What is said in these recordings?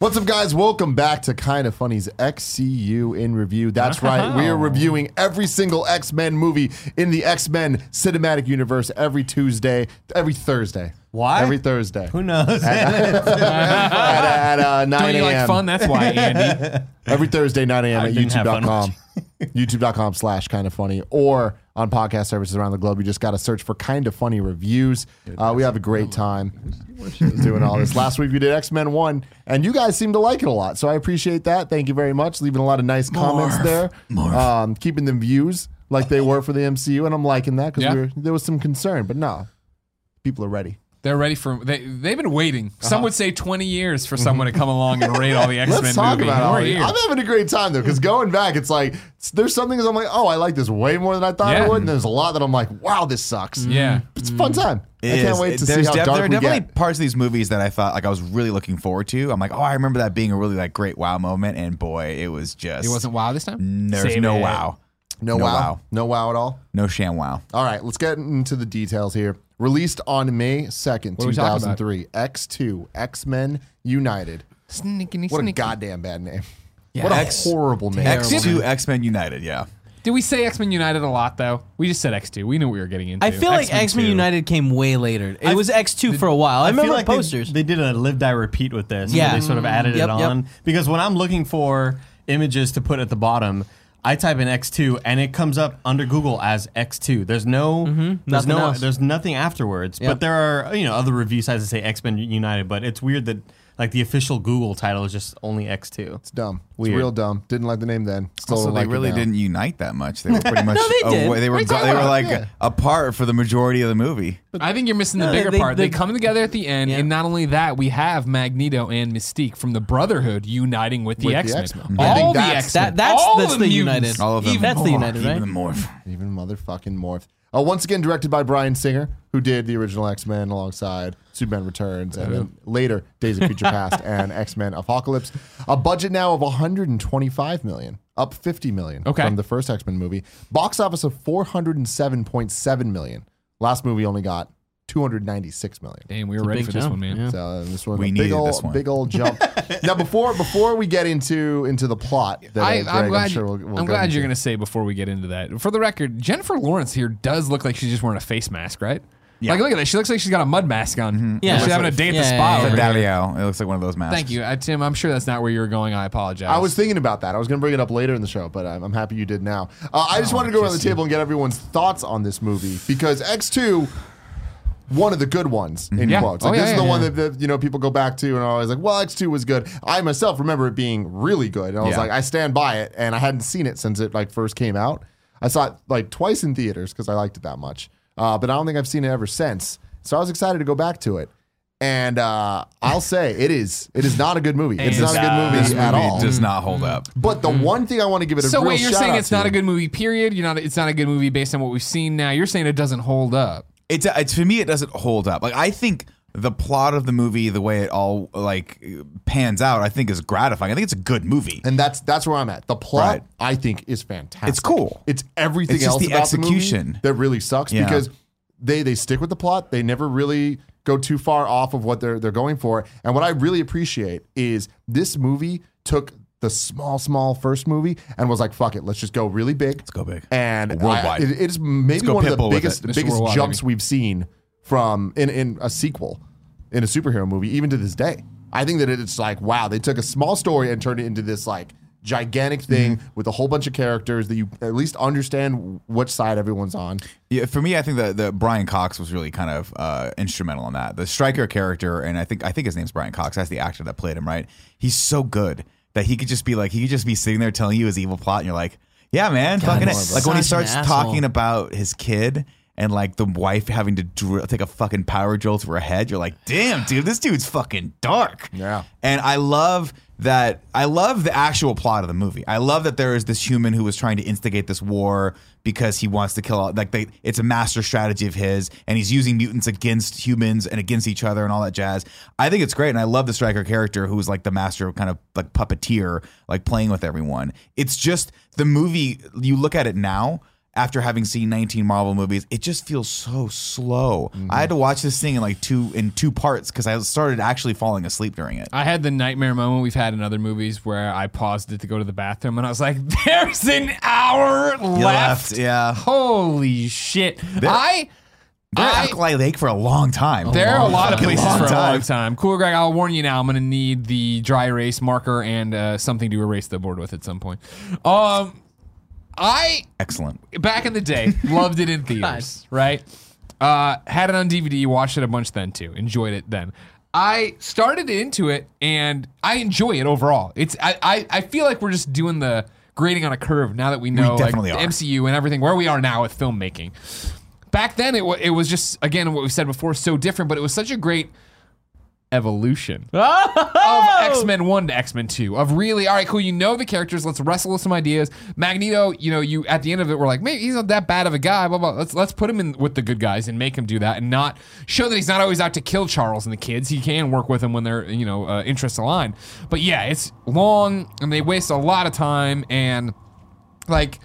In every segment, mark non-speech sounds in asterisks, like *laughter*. What's up, guys? Welcome back to Kind of Funny's XCU in Review. That's right, we are reviewing every single X Men movie in the X Men cinematic universe every Tuesday, every Thursday. Why? Every Thursday. Who knows? At, at uh, 9 Don't you like a.m.. fun? *laughs* That's why, Andy. Every Thursday, 9 a.m. at didn't have fun youtube.com. *laughs* YouTube.com slash kind of funny or on podcast services around the globe. You just got to search for kind of funny reviews. Uh, we have a great time *laughs* doing all this. Last week we did X Men 1, and you guys seem to like it a lot. So I appreciate that. Thank you very much. Leaving a lot of nice comments there. Um, keeping them views like they were for the MCU, and I'm liking that because Yeah. we were- there was some concern, but no, people are ready. They're ready for they. They've been waiting. Some would say twenty years for someone to come along and rate all the X Men Uh-huh. *laughs* Let's movies. talk about all We're these. here. I'm having a great time though, Mm-hmm. because going back, it's like s- there's some things I'm like, oh, I like this way more than I thought I Yeah. Mm-hmm. would, and there's a lot that I'm like, wow, this sucks. Yeah. it's a fun time. I Mm-hmm. It can't is. wait It- to see there's how def- There dark are we definitely get. parts of these movies that I thought like I was really looking forward to. I'm like, oh, I remember that being a really like great wow moment, and boy, it was just It wasn't wow this time. There's Same no it. wow, No, No wow. wow. no wow at all. no sham wow. All right, let's get into the details here. Released on May second, What are two we talking thousand about? three. X two X Men United. Sneaky, What a sneaky. goddamn bad name. what a X- horrible name. X two X Men United, yeah. Did we say X Men United a lot though? We just said X two. We knew what we were getting into. I feel like X Men 2. United came way later. It was X two for a while. I, I remember feel like the they- posters. They, did a live die repeat with this. Yeah, Yeah. they sort of added Yep, it yep. on because when I'm looking for images to put at the bottom. I type in X2 and it comes up under Google as X2. There's no, there's Mm-hmm. Nothing no, else. there's nothing afterwards. Yep. But there are, you know, other review sites that say X Men United. But it's weird that like the official Google title is just only X2. It's dumb. It's real dumb. Didn't like the name then. Still So don't they like it really now. didn't unite that much. They were pretty much they did. away- they were What are you go- they were talking like about? Yeah. apart for the majority of the movie. I think you're missing No, the bigger they- part. They, they- come together at the end, Yeah. and not only that, we have Magneto and Mystique from the Brotherhood uniting with the With the X Men. X-Men. I All think the that's- X Men. that- that's- that's the United. All of them. Even That's the more, United, even right? more. Even motherfucking morph. Uh, once again, directed by Brian Singer, who did the original X Men alongside Superman Returns and then later *laughs* Days of Future Past and X Men Apocalypse. A budget now of 125 million, up 50 million Okay. from the first X Men movie. Box office of 407.7 million. Last movie only got 296 million. Damn, we were ready big for this jump, one, man. yeah. So uh, this one, a We big needed old, this one. big old *laughs* jump. now before before we get into into the plot, that, uh, I, Greg, I'm glad, sure we'll, we'll I'm go glad into. you're going to say before we get into that. For the record, Jennifer Lawrence here does look like she's just wearing a face mask, right? Yeah. Like, look at that. She looks like she's got a mud mask on. Yeah. She's Looks having like- a day at Yeah, the yeah, spa. yeah. over The here. Dalio. It looks like one of those masks. Thank you, uh, Tim. I'm sure that's not where you were going. I apologize. I was thinking about that. I was going to bring it up later in the show, but I'm, I'm happy you did now. Uh, I Oh, just wanted to go around the table and get everyone's thoughts on this movie because X2, one of the good ones in Yeah. quotes. Oh, Like yeah, this is yeah, the one yeah. that, that you know people go back to and are always like, "Well, X2 was good." I myself remember it being really good, and I was Yeah. like, "I stand by it," and I hadn't seen it since it like first came out. I saw it like twice in theaters because I liked it that much, uh, but I don't think I've seen it ever since. So I was excited to go back to it. And uh, I'll say it is it is not a good movie. It's not a uh, good movie This movie at all. does not hold up. But the one thing I want to give it a So real wait, you're shout saying out it's not to- a good movie? Period. You're not. It's not a good movie based on what we've seen now. You're saying it doesn't hold up. it's it's to me it doesn't hold up. Like I think the plot of the movie, the way it all like pans out, I think is gratifying. I think it's a good movie. and that's that's where I'm at. The plot Right. I think is fantastic. It's cool. It's everything It's just else the about the movie execution. that really sucks Yeah. because they they stick with the plot. They never really go too far off of what they're they're going for. And what I really appreciate is this movie took the small small first movie and was like fuck it let's just go really big let's go big. and Worldwide. I- it- it's maybe go one of the Pitbull with biggest it. Mr. biggest Worldwide, jumps we've seen from in in a sequel in a superhero movie even to this day i think that it's like wow they took a small story and turned it into this like gigantic Mm-hmm. thing with a whole bunch of characters that you at least understand which side everyone's on Yeah, for me, I think that the Brian Cox was really kind of uh, instrumental in that. The striker character, and I think I think his name's Brian Cox. That's the actor that played him, right? He's so good that he could just be like he could just be sitting there telling you his evil plot, and you're like, yeah, man, fucking he's it. Like when he such an starts asshole. talking about his kid. And like the wife having to drill, take a fucking power drill through her head, you're like, damn, dude, this dude's fucking dark. Yeah. And I love that. I love the actual plot of the movie. I love that there is this human who was trying to instigate this war because he wants to kill all, like they, it's a master strategy of his, and he's using mutants against humans and against each other and all that jazz. I think it's great, and I love the striker character who is like the master kind of like puppeteer, like playing with everyone. It's just the movie. You look at it now after having seen 19 Marvel movies, it just feels so slow. I had to watch this thing in like two in two parts because I started actually falling asleep during it. I had the nightmare moment we've had in other movies where I paused it to go to the bathroom and I was like, *laughs* there's an hour left. yeah. Holy shit. I. They're at I- Alkali Lake for a long time. There are a lot of fucking places long for a long time. time. Cool, Greg. I'll warn you now. I'm going to need the dry erase marker and uh, something to erase the board with at some point. Um, I Excellent. back in *laughs* the day loved it in theaters, right? Uh, had it on DVD. Watched it a bunch then too. Enjoyed it then. I started into it and I enjoy it overall. It's I I, I feel like we're just doing the grading on a curve now that we know like, definitely the are. MCU and everything where we are now with filmmaking. Back then, it wa it was just again what we've said before, so different, but it was such a great evolution of X Men One to X Men Two. Of really, all right, cool. You know the characters. Let's wrestle with some ideas. Magneto, you know, you at the end of it, we're like, maybe he's not that bad of a guy. Blah blah. Let's let's put him in with the good guys and make him do that, and not show that he's not always out to kill Charles and the kids. He can work with them when their you know uh, interests align. But yeah, it's long and they waste a lot of time and like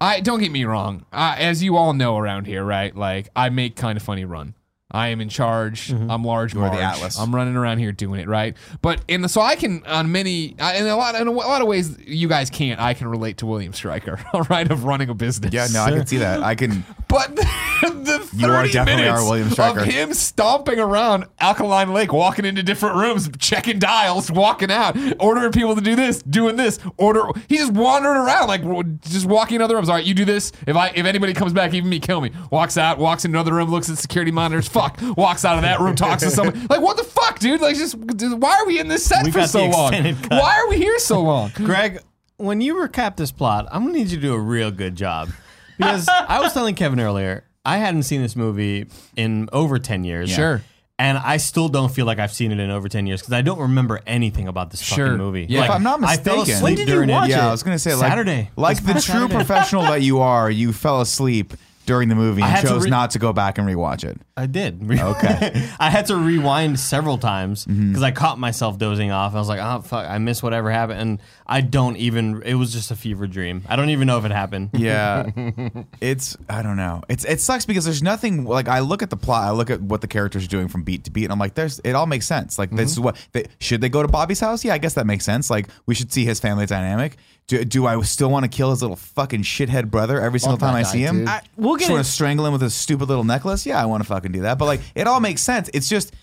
I don't get me wrong. I, as you all know around here, right? Like I make kind of funny run. I am in charge. I'm large. Mm-hmm. are the Marge. Atlas. I'm running around here doing it right. But in the so I can on many I- in a lot in a lot of ways you guys can't. I can relate to William Stryker, *laughs* all right, of running a business. Yeah, no, I can see that. I can. But the thirty You are definitely minutes our William of Stryker. him stomping around Alkaline Lake, walking into different rooms, checking dials, walking out, ordering people to do this, doing this, order. He just wandering around like w- just walking in other rooms. All right, you do this. If I if anybody comes back, even me, kill me. Walks out, walks in another room, looks at security monitors. Fuck. Walks out of that room, talks to someone. Like what the fuck, dude? Like just, just- why are we in this set We for got so the long? extended cut. Why are we here so long? Greg, when you recap this plot, I'm gonna need you to do a real good job because I was telling Kevin earlier I hadn't seen this movie in over ten years. Sure. And I still don't feel like I've seen it in over ten years because I don't remember anything about this Sure. fucking movie. *laughs* Yeah. Like, If I'm not I fell mistaken- asleep When did you during watch it. it? Yeah, I was gonna say like Saturday. like the true professional that you are, you fell asleep during the movie had and to chose re- not to go back and rewatch it. I did. *laughs* Okay. I had to rewind several times because Mm-hmm. I caught myself dozing off. I was like, oh, fuck, I missed whatever happened. And I don't even, it was just a fever dream. I don't even know if it happened. Yeah. it's I don't know. It's it sucks because there's nothing like I look at the plot, I look at what the characters are doing from beat to beat, and I'm like, there's it all makes sense. Like this is what they, should they go to Bobby's house? Yeah, I guess that makes sense. Like we should see his family dynamic. Do, do I still want to kill his little fucking shithead brother every single time I that see guy, him? dude. I, We'll get Just want it- to strangle him with his stupid little necklace. Yeah, I want to fucking do that. But like, it all makes sense. It's just.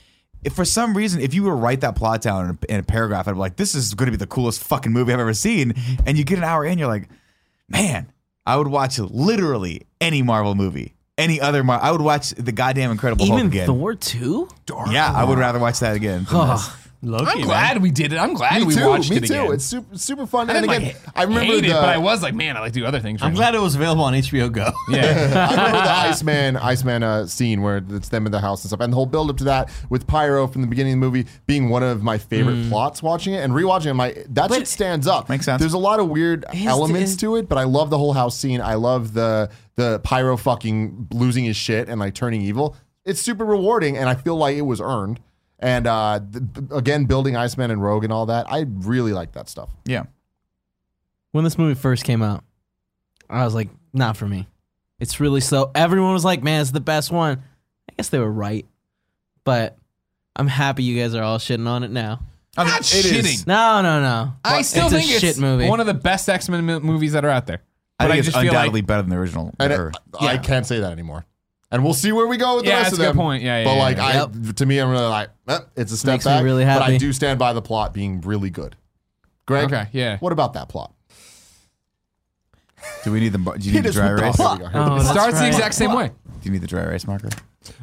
If for some reason, if you were to write that plot down in a, in a paragraph, I'd be like, "This is going to be the coolest fucking movie I've ever seen," and you get an hour in, you're like, man, I would watch literally any Marvel movie, any other Marvel. I would watch the goddamn Incredible Even Hulk again. Thor two. yeah, I would rather watch that again. than this. Loki, I'm man. glad we did it. I'm glad Me we too. watched Me it too. again. It's super super fun. I and didn't again, like I remember hate the it, but I was like, man, I like do other things. I'm right glad it was available on HBO Go. *laughs* Yeah. I remember the Iceman Iceman uh, scene where it's them in the house and stuff, and the whole build up to that with Pyro from the beginning of the movie being one of my favorite plots. Watching it and rewatching it, my that shit stands up. Mm. Makes sense. There's a lot of weird elements is- to it, but I love the whole house scene. I love the the Pyro fucking losing his shit and like turning evil. It's super rewarding, and I feel like it was earned. And uh, th- again, building Iceman and Rogue and all that, I really like that stuff. Yeah. When this movie first came out, I was like, not for me. It's really slow. Everyone was like, man, it's the best one. I guess they were right, but I'm happy you guys are all shitting on it now. I mean, Not it is- shitting. No, no, no. I still it's think a it's shit movie. one of the best X Men movies that are out there. I But I, think it's just feel undoubtedly like better than the original. And or- it, I can't say that anymore. And we'll see where we go with the Yeah, rest of that's a good them. point. Yeah, yeah, But yeah, like, yeah. I to me, I'm really like, eh, it's a step Makes me back. really But I happy. do stand by the plot being really good. Greg, okay, yeah. what about that plot? do we need the do you need Hit the us dry with the erase? plot. Do Oh, It that's starts the right. exact same way. you need the dry erase marker?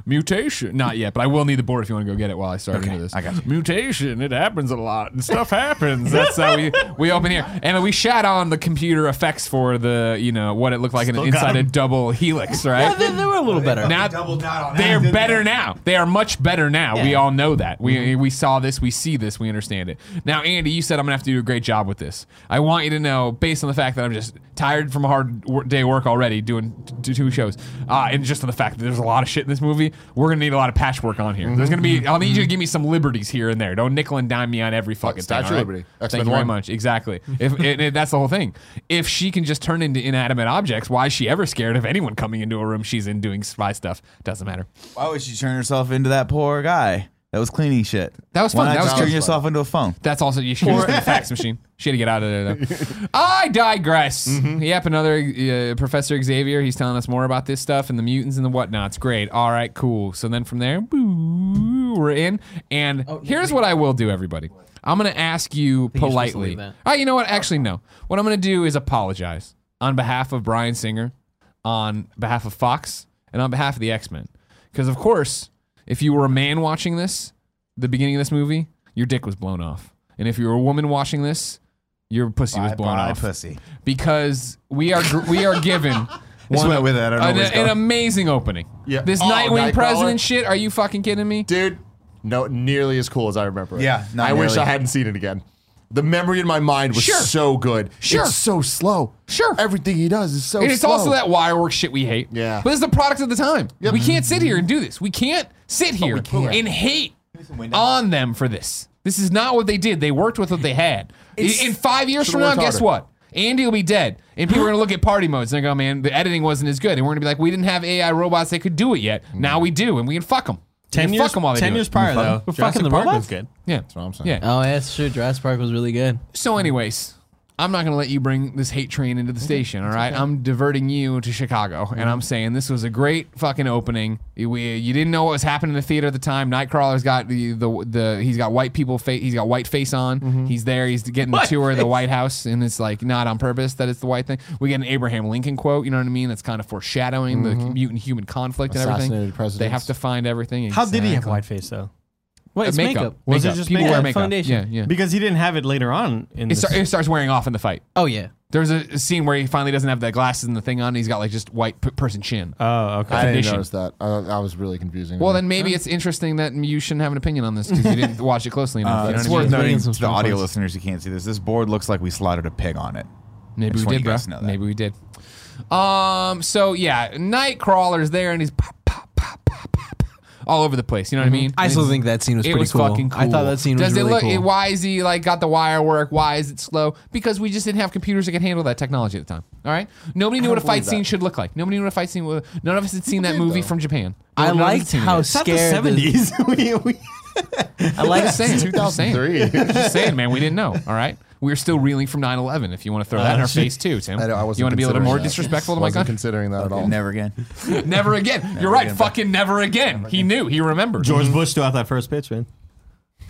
Mutation. Not yet, but I will need the board if you want to go get it while I start into this. I got you. Mutation. It happens a lot, and stuff happens. That's how we we open here, and we shat on the computer effects for the you know what it looked like in an inside a double helix, right? Yeah, they, they were a little better. now down on they are better now. They are much better now. We Yeah. all know that. We we saw this. We see this. We understand it. Now, Andy, you said I'm gonna have to do a great job with this. I want you to know, based on the fact that I'm just tired from a hard wor- day of work already doing t- t- two shows, uh, and just on the fact that there's a lot of shit in this movie, we're gonna need a lot of patchwork on here. There's gonna be. I'll need you to give me some liberties here and there. Don't nickel and dime me on every fucking Statue of thing. all right? Liberty. Thank X-Men you very one. much. Exactly. If and it, that's the whole thing. If she can just turn into inanimate objects, why is she ever scared of anyone coming into a room she's in doing spy stuff? Doesn't matter. Why would she turn herself into that poor guy that was cleaning shit? That was Why fun. not That just was turn fun. yourself into a phone. That's also you should have been a fax machine. She had to get out of there. Though. I digress. Yep, another uh, Professor Xavier. He's telling us more about this stuff and the mutants and the whatnots. Great. All right, cool. So then from there, woo, we're in. And here's what I will do, everybody. I'm gonna ask you you're supposed to politely. leave that. Oh, you know what? Actually, no. What I'm gonna do is apologize on behalf of Brian Singer, on behalf of Fox, and on behalf of the X Men. Because of course, if you were a man watching this, the beginning of this movie, your dick was blown off. And if you were a woman watching this, your pussy was Bye, blown bye, off. pussy. Because we are gr- we are given Just went with it. I don't know an, where *laughs* it's an going. amazing opening. Yeah. This Oh, Nightwing Nightcrawler. president shit. Are you fucking kidding me? dude. No, nearly as cool as I remember. It. Yeah, not I wish nearly. I hadn't seen it again. The memory in my mind was Sure. so good. Sure. it's so slow. Sure. everything he does is so. Oh, And it's slow. also that wire work shit we hate. Yeah. But it's the product of the time. We can't sit here and do this. We can't sit here can. and hate on them for this. This is not what they did. They worked with what they had. I- In five years Should've from now, worked guess harder. what? Andy will be dead. And people are going to look at party modes and they go, man, the editing wasn't as good. And we're going to be like, we didn't have AI robots that could do it yet. Now we do. And we can fuck them. Ten years, Fuck them while they ten do years it. *laughs* prior though, We're fucking the Park robots? was good. Yeah. That's what I'm saying. Yeah. Oh, yeah, that's true. Jurassic Park was really good. So, anyways, I'm not going to let you bring this hate train into the station. All right, I'm diverting you to Chicago, and Mm-hmm. I'm saying this was a great fucking opening. We, you didn't know what was happening in the theater at the time. Nightcrawler's got the the, the he's got white people face. He's got white face on. Mm-hmm. He's there. He's getting the tour of *laughs* the White House, and it's like not on purpose that it's the white thing. We get an Abraham Lincoln quote. You know what I mean? That's kind of foreshadowing Mm-hmm. the mutant human conflict and everything. Assassinated presidents. They have to find everything. How did he have Exactly. white face though? Wait, it's makeup. Was it just people makeup? wear makeup? Foundation. Yeah, yeah. Because he didn't have it later on in It, the start, it starts wearing off in the fight. Oh, yeah. There's a scene where he finally doesn't have the glasses and the thing on. And he's got like just white p- person chin. Uh, Oh, okay. I didn't Condition. notice that. I, I was really confusing. well, then uh, maybe it's interesting that you shouldn't have an opinion on this because *laughs* you didn't watch it closely enough. you know Uh, it's what worth I mean? Bring in noting to some the audio points. listeners who can't see this. This board looks like we slaughtered a pig on it. I Maybe just we want did, you bro. guys to know that. Maybe we did. Um. So yeah, Nightcrawler's there and he's pop, pop, pop, pop, pop, all over the place. You know what Mm-hmm. I mean? I And still it's- think that scene was it pretty was cool. fucking cool. I thought that scene was Does really it look? cool. It, why is he like got the wire work? Why is it slow? Because we just didn't have computers that could handle that technology at the time. All right. Nobody knew what a fight scene should look like. Nobody knew what a fight scene. Was. None of us had seen that movie from Japan. I None of us had liked seen it. how It's not the scared. the- seventies. *laughs* we, we, I liked Just saying. Just saying. *laughs* 2003. Just saying, man, we didn't know. All right. We were still reeling from 9 11, if you want to throw that in our face, too, *laughs* Tim. I know, I wasn't you want to be a little considering more that. disrespectful to my wasn't country? considering that at all. Never again. never again. You're right. again, bro. fucking never again. He knew. He remembered. George Bush threw out that first pitch, man.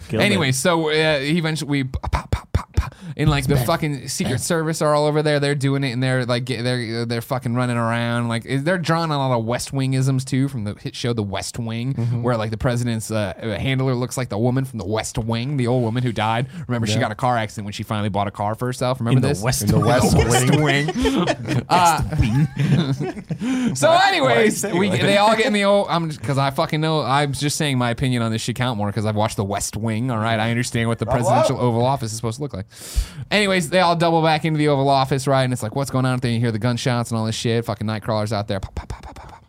Killed it. Anyway, so uh, he eventually we pop, pop, pop, pop, and like the fucking Secret Service are all over there. They're doing it, and they're like get- they're they're fucking running around. Like is- they're drawing on a lot of West Wingisms too from the hit show The West Wing, Mm-hmm. where like the president's uh, handler looks like the woman from The West Wing, the old woman who died. Remember, she got a car accident when she finally bought a car for herself. Remember in the this? West, The West Wing. *laughs* So, anyways, say we, like they all get in the old. I'm because I fucking know. I'm just saying my opinion on this shit count more because I've watched The West Wing. All right, I understand Oh, what the presidential Oval Office is supposed to look like. Anyways, they all double back into the Oval Office, right? And it's like, what's going on? out there? you hear the gunshots and all this shit. Fucking Nightcrawler's out there. Pop, pop, pop, pop, pop, pop.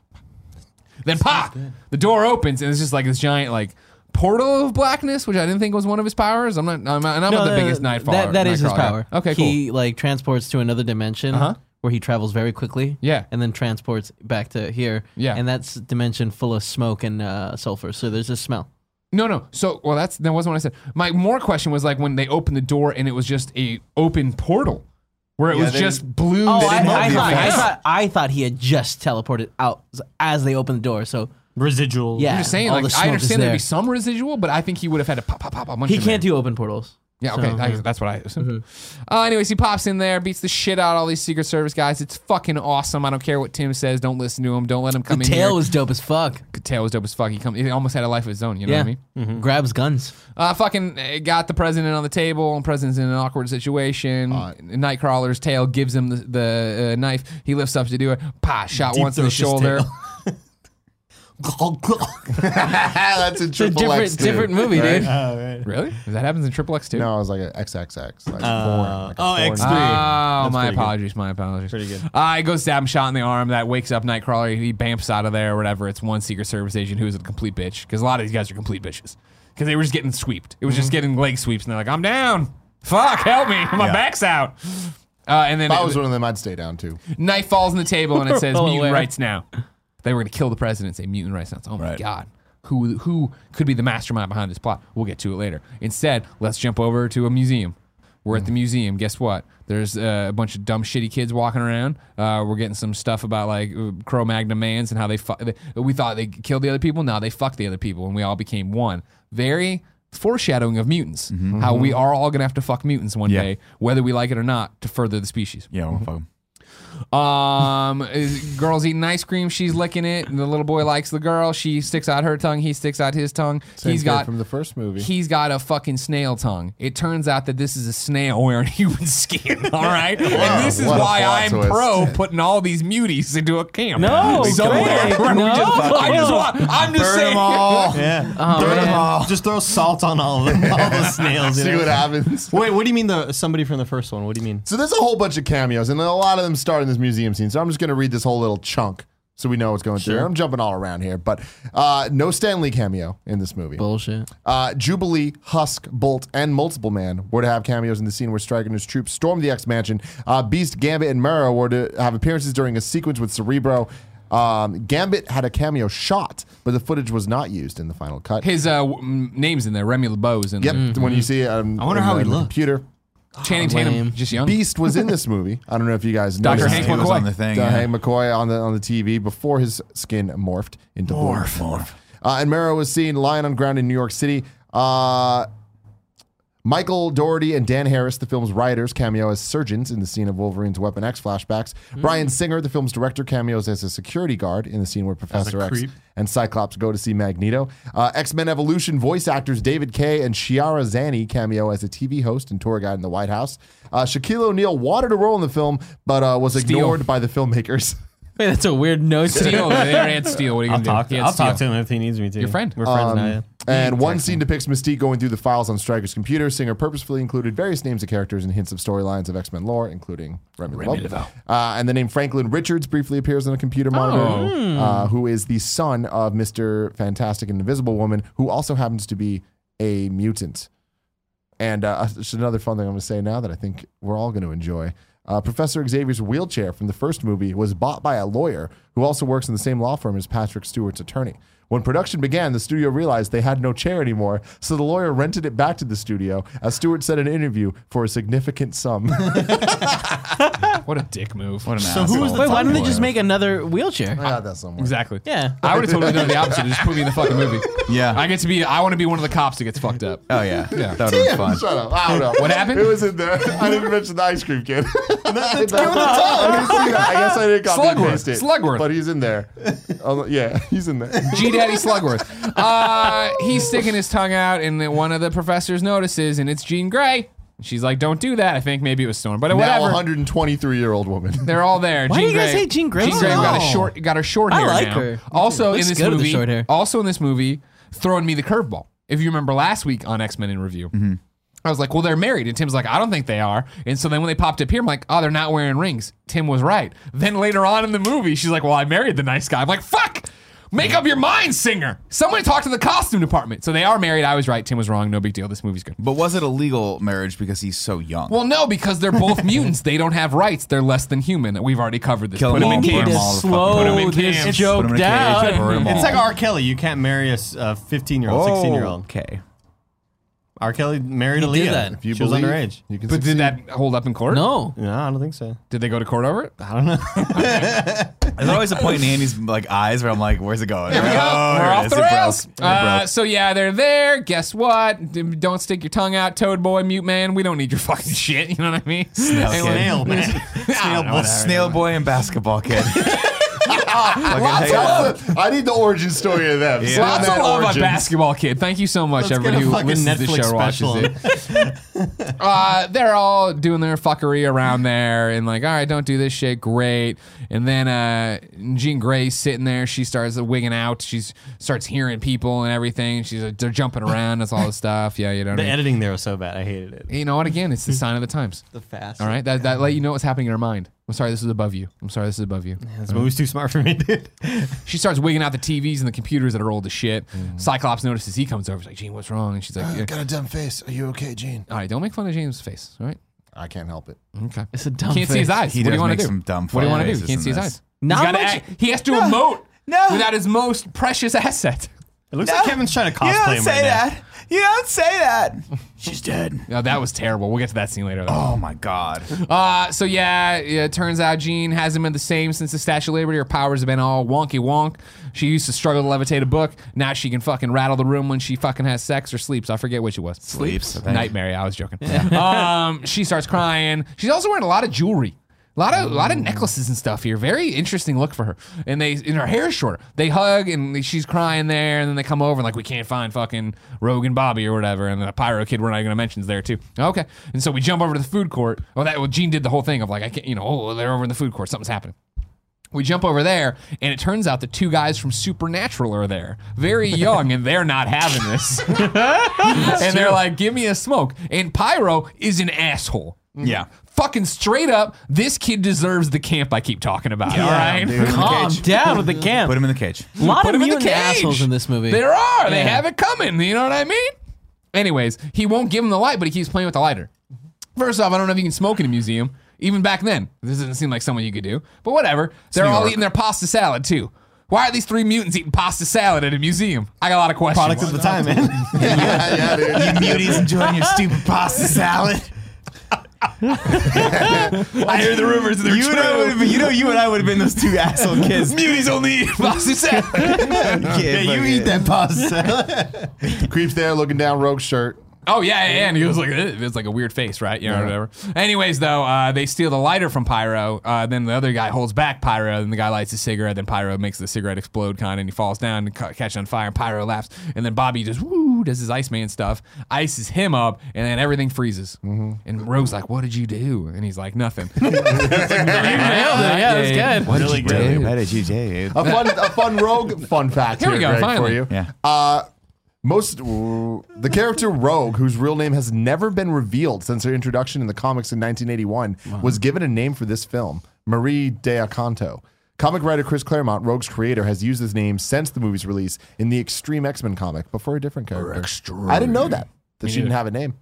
Then pop, the door opens and it's just like this giant like. Portal of Blackness, which I didn't think was one of his powers. I'm not, I'm not, and I'm not the that- biggest Nightfall. That, that is his Nightcrawler guy. power. Okay, cool. He like transports to another dimension Uh-huh. where he travels very quickly. Yeah. And then transports back to here. Yeah. And that's a dimension full of smoke and uh, sulfur. So there's a smell. No, no. So, well, that's that wasn't what I said. My more question was like when they opened the door and it was just a open portal where it was they- just blue. Oh, I, smoke I, coming thought, I, out. thought, I thought he had just teleported out as they opened the door. So residual. yeah, I'm just saying. all Like, the smoke I is understand there'd there. be some residual, but I think he would have had to pop, pop, pop, pop. He can't do open portals. Yeah, okay, I, that's what I assume. Mm-hmm. Uh, anyways, he pops in there, beats the shit out of all these Secret Service guys. It's fucking awesome. I don't care what Tim says. Don't listen to him. Don't let him come The in tail here. was dope as fuck. The tail was dope as fuck. He come. He almost had a life of his own. You know yeah. what I mean? Mm-hmm. Grabs guns. Uh, fucking uh, got the president on the table, and president's in an awkward situation. Nightcrawler's tail gives him the, the uh, knife. He lifts up to do it. Pa, shot Deep once in the *laughs* throats his shoulder. tail. *laughs* That's a It's a triple X, dude. different, different movie, dude. Oh, Really? That happens in Triple X too? No, it was like a XXX. Like Uh, porn, like a *laughs* oh, porn. X3. Oh, That's my pretty good. apologies. My apologies. Pretty good. Uh, he goes stab him, shot in the arm. That wakes up Nightcrawler. He bamps out of there or whatever. It's one Secret Service agent who is a complete bitch because a lot of these guys are complete bitches because they were just getting sweeped. It was just getting leg sweeps, and they're like, "I'm down. Fuck, help me. *laughs* My back's out." Uh, and then If I it- was one of them, I'd stay down too. knife falls on the table, and it says Well "Mutant aware. Rights Now." They were going to kill the president. Say "Mutant Rights Now." It's, Oh my god. Who, who could be the mastermind behind this plot? We'll get to it later. Instead, let's jump over to a museum. We're at the museum. Guess what? There's uh, a bunch of dumb, shitty kids walking around. Uh, we're getting some stuff about like uh, Cro Magna mans and how they, fu- they we thought they killed the other people. Now they fucked the other people, and we all became one. Very foreshadowing of mutants. How we are all gonna have to fuck mutants one Yeah. day, whether we like it or not, to further the species. Yeah, well, fuck 'em. Um, is- girl's eating ice cream. She's licking it. And the little boy likes the girl. She sticks out her tongue. He sticks out his tongue. Same he's kid got from the first movie. he's got a fucking snail tongue. It turns out that this is a snail wearing *laughs* human skin. All right, and this is what a why plot I'm twist. pro putting all these muties into a camp. No, somewhere. Greg, where we no. just- I'm just, wa- I'm just Burn 'em saying. all. Yeah. Burn 'em *laughs* all. Just throw salt on all of them, all *laughs* the snails. you See know? what happens. Wait, what do you mean the somebody from the first one? What do you mean? So there's a whole bunch of cameos, and a lot of them start in this museum scene. So I'm just going to read this whole little chunk so we know what's going through. I'm jumping all around here, but uh, no Stan Lee cameo in this movie. Bullshit. Uh, Jubilee, Husk, Bolt, and Multiple Man were to have cameos in the scene where Stryker and his troops stormed the X Mansion. Uh, Beast, Gambit, and Murrow were to have appearances during a sequence with Cerebro. Um, Gambit had a cameo shot, but the footage was not used in the final cut. *laughs* His uh, w- m- name's in there. Remy LeBeau is in Yep, there. when you see um, Mm-hmm. I wonder in how the- he in the looked. Computer. Channing Tatum, lame. just young. Beast was in this movie. I don't know if you guys know. Dr. Hank He was McCoy. on the thing. Dr. yeah. Hank McCoy on the on the TV before his skin morphed into morph. Morph. Uh, and Mero was seen lying on ground in New York City. Uh, Michael Doherty and Dan Harris, the film's writers, cameo as surgeons in the scene of Wolverine's Weapon X flashbacks. Hmm. Brian Singer, the film's director, cameos as a security guard in the scene where Professor X creep. and Cyclops go to see Magneto. Uh, X Men Evolution voice actors David Kay and Shiara Zani cameo as a TV host and tour guide in the White House. Uh, Shaquille O'Neal wanted a role in the film, but uh, was Steal. ignored by the filmmakers. Wait, *laughs* that's a weird note. to- Steele, they already had Steele. What are you I'll gonna talk do? to Yeah, I'll Steele. talk to him if he needs me to. Your friend. We're friends now. yeah. And one scene depicts Mystique going through the files on Stryker's computer. Singer purposefully included various names of characters and hints of storylines of X Men lore, including Remy, LeBeau. Uh, and the name Franklin Richards briefly appears on a computer monitor, uh, who is the son of Mr. Fantastic and Invisible Woman, who also happens to be a mutant. And uh, just another fun thing I'm going to say now that I think we're all going to enjoy. Uh, Professor Xavier's wheelchair from the first movie was bought by a lawyer who also works in the same law firm as Patrick Stewart's attorney. When production began, the studio realized they had no chair anymore, so the lawyer rented it back to the studio, as Stewart said in an interview, for a significant sum. What a dick move. What an So who was asshole. the Wait, why don't they Boy. just make another *laughs* wheelchair? I *laughs* got that somewhere. Exactly. Yeah. I would have totally done the opposite. Just put me in the fucking movie. Yeah. I get to be. I want to be one of the cops that gets fucked up. Oh *laughs* yeah, that would have been fun. Shut up. I don't know. What happened? It was in there. *laughs* I didn't mention the ice cream kid. *laughs* I didn't see that. I guess I didn't copy and Slugworth. paste it. Slugworth. But he's in there. Oh, yeah, *laughs* he's in there. G Daddy Slugworth. Uh, he's sticking his tongue out, and then one of the professors notices, and it's Jean Grey. She's like, "Don't do that." I think maybe it was Storm, but Now whatever. 123 year old woman. They're all there. Why do Jean you guys Grey. hate Jean Grey Jean so Grey got a much? short, got her short I hair like now. her. Also in Looks this good with the movie, short hair. also in this movie, throwing me the curveball. If you remember last week on X Men in Review. Mm-hmm. I was like, well, they're married. And Tim's like, I don't think they are. And so then when they popped up here, I'm like, oh, they're not wearing rings. Tim was right. Then later on in the movie, she's like, well, I married the nice guy. I'm like, fuck, make up your mind, singer. Somebody talk to the costume department. So they are married. I was right. Tim was wrong. No big deal. This movie's good. But was it a legal marriage because he's so young? Well, no, because they're *laughs* both mutants. They don't have rights. They're less than human. We've already covered this. Kill Put them them all, in burn Need caves. to all the fucking- Put 'em in slow cans. this Put joke Put him in a cage, down. burn him It's all. Oh, like R. Kelly. You can't marry a 15 year old, 16 year old. Okay. R. Kelly married did Aaliyah. that. If you she was believe, underage. You can But succeed. did that hold up in court? No. No, I don't think so. Did they go to court over it? I don't know. There's always a point in Andy's like eyes where I'm like, "Where's it going?" Oh, Here There we go. We're off the rails. Uh, Uh, so yeah, they're there. Guess what? D- Don't stick your tongue out, Toad Boy, Mute Man. We don't need your *laughs* fucking shit. You know what I mean? Snail Anyway, kid. Snail, man. Snail, boy. *laughs* Snail boy and basketball kid. *laughs* Lots of love. I need the origin story of them. Slam Lots of that love on origin. basketball kid. Thank you so much, get everybody a who fucking listens to the Netflix show, or watches special. it. *laughs* uh, they're all doing their fuckery around there, and like, all right, don't do this shit. Great. And then uh, Jean Grey's sitting there. She starts wigging out. She starts hearing people and everything. She's like, they're jumping around. That's all this stuff. Yeah, you know. What *laughs* The I mean? editing there was so bad. I hated it. You know what? Again, it's the sign of the times. The fast. All right, that that let you know what's happening in her mind. I'm sorry, this is above you. I'm sorry, this is above you. This movie's too smart for me, dude. She starts wigging out the TVs and the computers that are old as shit. Cyclops notices he comes over. He's like, Gene, what's wrong? And she's like, "Yeah." Got a dumb face. Are you okay, Gene? All right, don't make fun of James' face. All right. I can't help it. *laughs* Okay. It's a dumb Can't see his face. eyes. He what do does you want make to do? some dumb What do you want to do? faces Can't in see his this. eyes. Not He's gotta much- act- he has to emote No. without his most precious *laughs* asset. It looks like Kevin's trying to You cosplay don't him say right now. that. You don't say that. She's dead. No, that was terrible. We'll get to that scene later. Though. Oh my *laughs* god. Uh, so yeah, yeah, it turns out Jean hasn't been the same since the Statue of Liberty. Her powers have been all wonky wonk. She used to struggle to levitate a book. Now she can fucking rattle the room when she fucking has sex or sleeps. I forget which it was. Sleeps. I think. Nightmare. I was joking. *laughs* um, she starts crying. She's also wearing a lot of jewelry. A lot of, a lot of necklaces and stuff here. Very interesting look for her. And they and her hair is shorter. They hug and she's crying there. And then they come over and like we can't find fucking Rogue and Bobby or whatever. And then a pyro kid we're not gonna mention is there too. Okay. And so we jump over to the food court. Oh, that well, Gene did the whole thing of like I can't you know oh they're over in the food court something's happening. We jump over there, and it turns out the two guys from Supernatural are there, very young, and they're not having this. and they're like, "Give me a smoke." And Pyro is an asshole. Yeah. Fucking straight up, this kid deserves the camp I keep talking about. all right, dude. Put him in the Calm cage. down with the camp. Put him in the cage. a lot Put of him in the mutant cage. assholes in this movie. There are. They Yeah. have it coming. You know what I mean? Anyways, he won't give him the light, but he keeps playing with the lighter. First off, I don't know if you can smoke in a museum. Even back then, this doesn't seem like something you could do. But whatever. They're all York. eating their pasta salad too. Why are these three mutants eating pasta salad at a museum? I got a lot of questions. Product of the time, *laughs* man. yeah, yeah, dude. You muties enjoying your stupid pasta salad. I hear the rumors. They're You and I would've been- you know, you and I would have been those two asshole kids. Muties only eat pasta salad. yeah, you eat that pasta *laughs* salad. Creeps there looking down Rogue's shirt. Oh yeah, yeah, and he was like, "Ugh," it was like a weird face, right? You know, whatever. Anyways, though, uh, they steal the lighter from Pyro. Uh, then the other guy holds back Pyro, and the guy lights a cigarette. Then Pyro makes the cigarette explode, kind, of, and he falls down and ca- catches on fire. And Pyro laughs, and then Bobby just woo does his Iceman stuff, ices him up, and then everything freezes. And Rogue's like, "What did you do?" And he's like, "Nothing." *laughs* Yeah, that's good. What Really did you good. do? Where did you do? A fun, a fun Rogue fun fact Here here, we go, Greg, for finally. you. Yeah. Uh, most ooh, the character Rogue, whose real name has never been revealed since her introduction in the comics in 1981, was given a name for this film, Marie Deaconto. Comic writer Chris Claremont, Rogue's creator, has used his name since the movie's release in the Extreme X-Men comic, but for a different character. I didn't know that that she didn't have a name.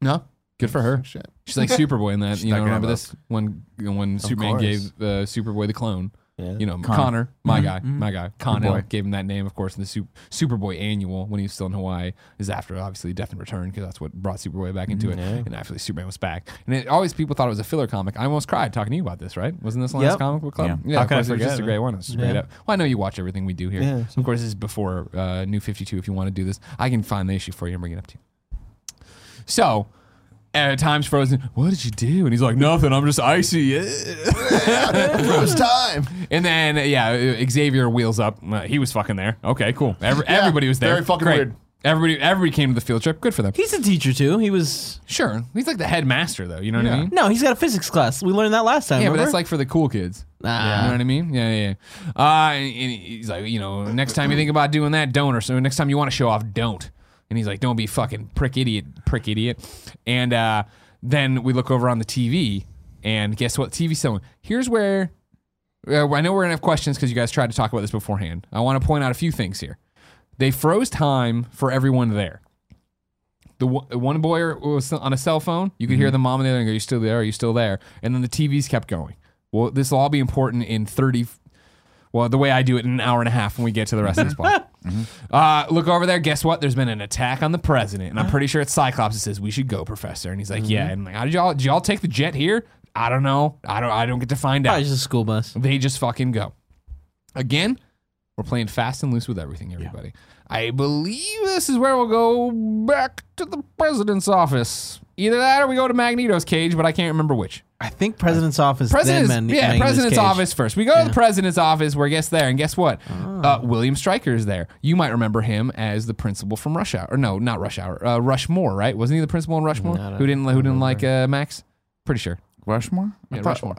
No, good for her. Shit. She's like Superboy in that. you not know, gonna remember have this when when Superman course. gave uh, Superboy the clone. Yeah. You know, Connor, my Mm-hmm. guy, my guy, Connor gave him that name. Of course, in the Sup- Superboy annual when he was still in Hawaii is after obviously Death and Return because that's what brought Superboy back into it, Mm-hmm. and actually Superman was back. And it, always people thought it was a filler comic. I almost cried talking to you about this, right? Wasn't this the last Yep. comic book club? Yeah. yeah How of could I course, it was just a forget, great man? one. It was just great Yeah. up. Well, I know you watch everything we do here. Yeah, of course, this is before uh, New Fifty Two. If you want to do this, I can find the issue for you and bring it up to you. So, at times frozen, what did you do? And he's like, nothing. I'm just icy. *laughs* First time. And then, yeah, Xavier wheels up. Uh, he was fucking there. Okay, cool. Every, everybody was there. very fucking Great. weird. Everybody, everybody came to the field trip. Good for them. He's a teacher too. He was sure, he's like the headmaster, though. You know what I mean? no, he's got a physics class. We learned that last time. Yeah, but remember? that's like for the cool kids. You Nah. know what I mean? Yeah, yeah. yeah. Uh, and and he's like, you know, next time you think about doing that, don't. Or so next time you want to show off, don't. And he's like, don't be fucking prick idiot, prick idiot. And uh, then we look over on the TV, and guess what? TV's selling. Here's where uh, I know we're gonna have questions because you guys tried to talk about this beforehand. I want to point out a few things here. They froze time for everyone there. The wo- one boy was on a cell phone. You could hear the mom and the other and go, "You still there? Are you still there?" And then the TVs kept going. Well, this will all be important in thirty. Well, the way I do it in an hour and a half when we get to the rest of this plot. Uh, look over there. Guess what? There's been an attack on the president, and I'm pretty sure it's Cyclops that says we should go, Professor. And he's like, "Yeah." And I'm like, how did y'all? Did y'all take the jet here? I don't know. I don't. I don't get to find out. Probably just a school bus. They just fucking go. Again, We're playing fast and loose with everything, everybody. I believe this is where we'll go back to the president's office. Either that or we go to Magneto's cage, but I can't remember which. I think President's office. President's, then Man- yeah, Magneto's president's Cage. office first. We go to the president's office. We're guests there, and guess what? Uh, William Stryker is there. You might remember him as the principal from Rush Hour, or no, not Rush Hour, uh, Rushmore, right? Wasn't he the principal in Rushmore? I don't Who didn't who didn't like uh, Max? Pretty sure. Rushmore? I Yeah, thought- Rushmore.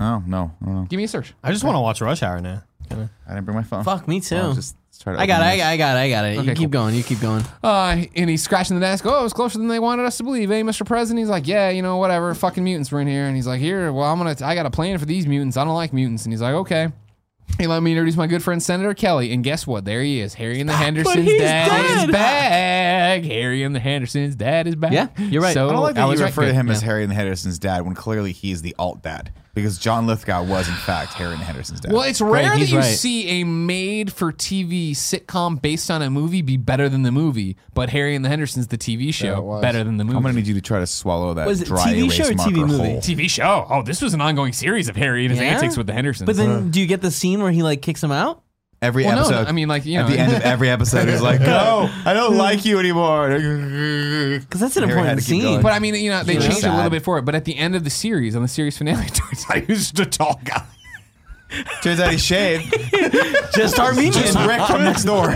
Oh no, I don't know. Give me a search. I just want to watch Rush Hour now. I didn't bring my phone. Fuck me too. I was just trying to I got it. open I got. I got it. I got it. you Okay, keep going. You keep going. Uh, and he's scratching the desk. Oh, it was closer than they wanted us to believe, eh, Mr. President? He's like, yeah, you know, whatever. Fucking mutants were in here, and he's like, here. Well, I'm gonna. I got a plan for these mutants. I don't like mutants, and he's like, okay. He let me introduce my good friend Senator Kelly, and guess what? There he is. Harry and the Henderson's he's dad dead. is back. Harry and the Henderson's dad is back. Yeah, you're right. So I don't like that was you right. refer to Good. him as Harry and Henderson's dad when clearly he is the alt dad because John Lithgow was in fact Harry and Henderson's dad. Well, it's rare that he's you right. see a made-for-TV sitcom based on a movie be better than the movie, but Harry and the Henderson's the TV it show was. better than the movie. I'm gonna need you to try to swallow that Was it dry TV erase show or marker TV movie? whole. TV show. Oh, this was an ongoing series of Harry and his Yeah? antics with the Hendersons. Uh. But then, do you get the scene where he like kicks him out? Every Well, no, episode. no, I mean, like, you at know, the end of every episode, he's like, "No, I don't like you anymore." Because Because that's an Harry had important to keep going. scene. but I mean, you know, they Yeah. changed a little Sad. bit for it. But at the end of the series, on the series finale, *laughs* it turns out he was just a tall guy. Turns out he's shaved. just Armenian. Just Rick from next door.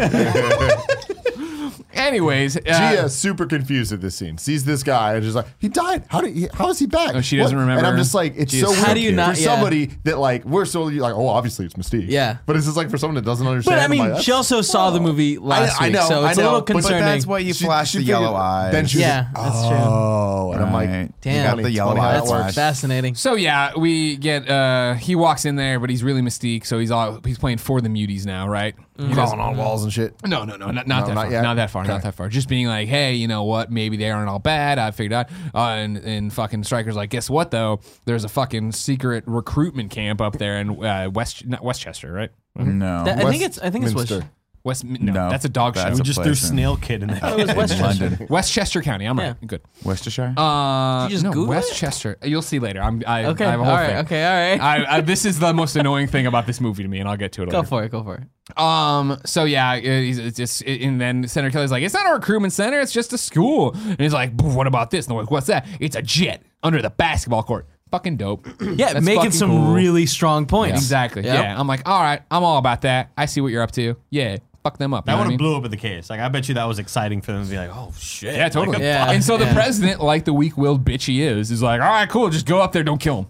Anyways, uh, Gia's super confused at this scene. Sees this guy and she's like, "He died. How did? He, how is he back?" Oh, she doesn't remember. And I'm just like, it's Gia's so so weird How do you for not- yeah. somebody that like we're so like, oh, obviously it's Mystique. Yeah. but it's just like for someone that doesn't understand. But I I'm mean, like, that's- she also saw the movie last I week, know, so I it's a know, little but- but concerning. that's why you She- flash she the figured- yellow eyes. Then she's Yeah, like, that's true. oh, and I'm like, Right. Damn. You got the yellow Funny how eye that That's works. flash. fascinating. so yeah, we get uh he walks in there, but he's really Mystique, so he's all he's playing for the muties now, right? He doesn't- crawling on walls and shit. Mm-hmm. No, no, no, not, not No, that not far. yet. Not that far. Not Okay. that far. Just being like, hey, you know what? Maybe they aren't all bad. I figured out. Uh, and and fucking strikers like, guess what though? There's a fucking secret recruitment camp up there in uh, West, not Westchester, right? No, That- I West- think it's. I think it's West. Minster. West, no, No, that's a dog that's show. a Just place threw in- Snail Kid in there. It was in Westchester. London, Westchester County. I'm Yeah. right. Good. Worcestershire. Uh, Did you just no, Google it? Westchester. You'll see later. I'm. I, Okay. I All have a whole right. thing. Okay. All right. I, I, this is the most annoying thing about this movie to me, and I'll get to it later. Go for it. Go for it. Um. So yeah, it- it's it's just and then Senator Kelly's like, it's not a recruitment center, it's just a school. And he's like, "But what about this? And they're like, what's that? It's a jet under the basketball court. Fucking dope. *clears throat* Yeah, That's making fucking some cool. really strong points. exactly. Yep. Yeah. I'm like, all right, I'm all about that. I see what you're up to. Yeah. Fuck them up. You That know would what I have mean? blew up at the case. Like I bet you that was exciting for them to be like, oh shit. Yeah, totally. Like, Yeah, And so the yeah. president, like the weak-willed bitch he is, is like, all right, cool, just go up there, don't kill him.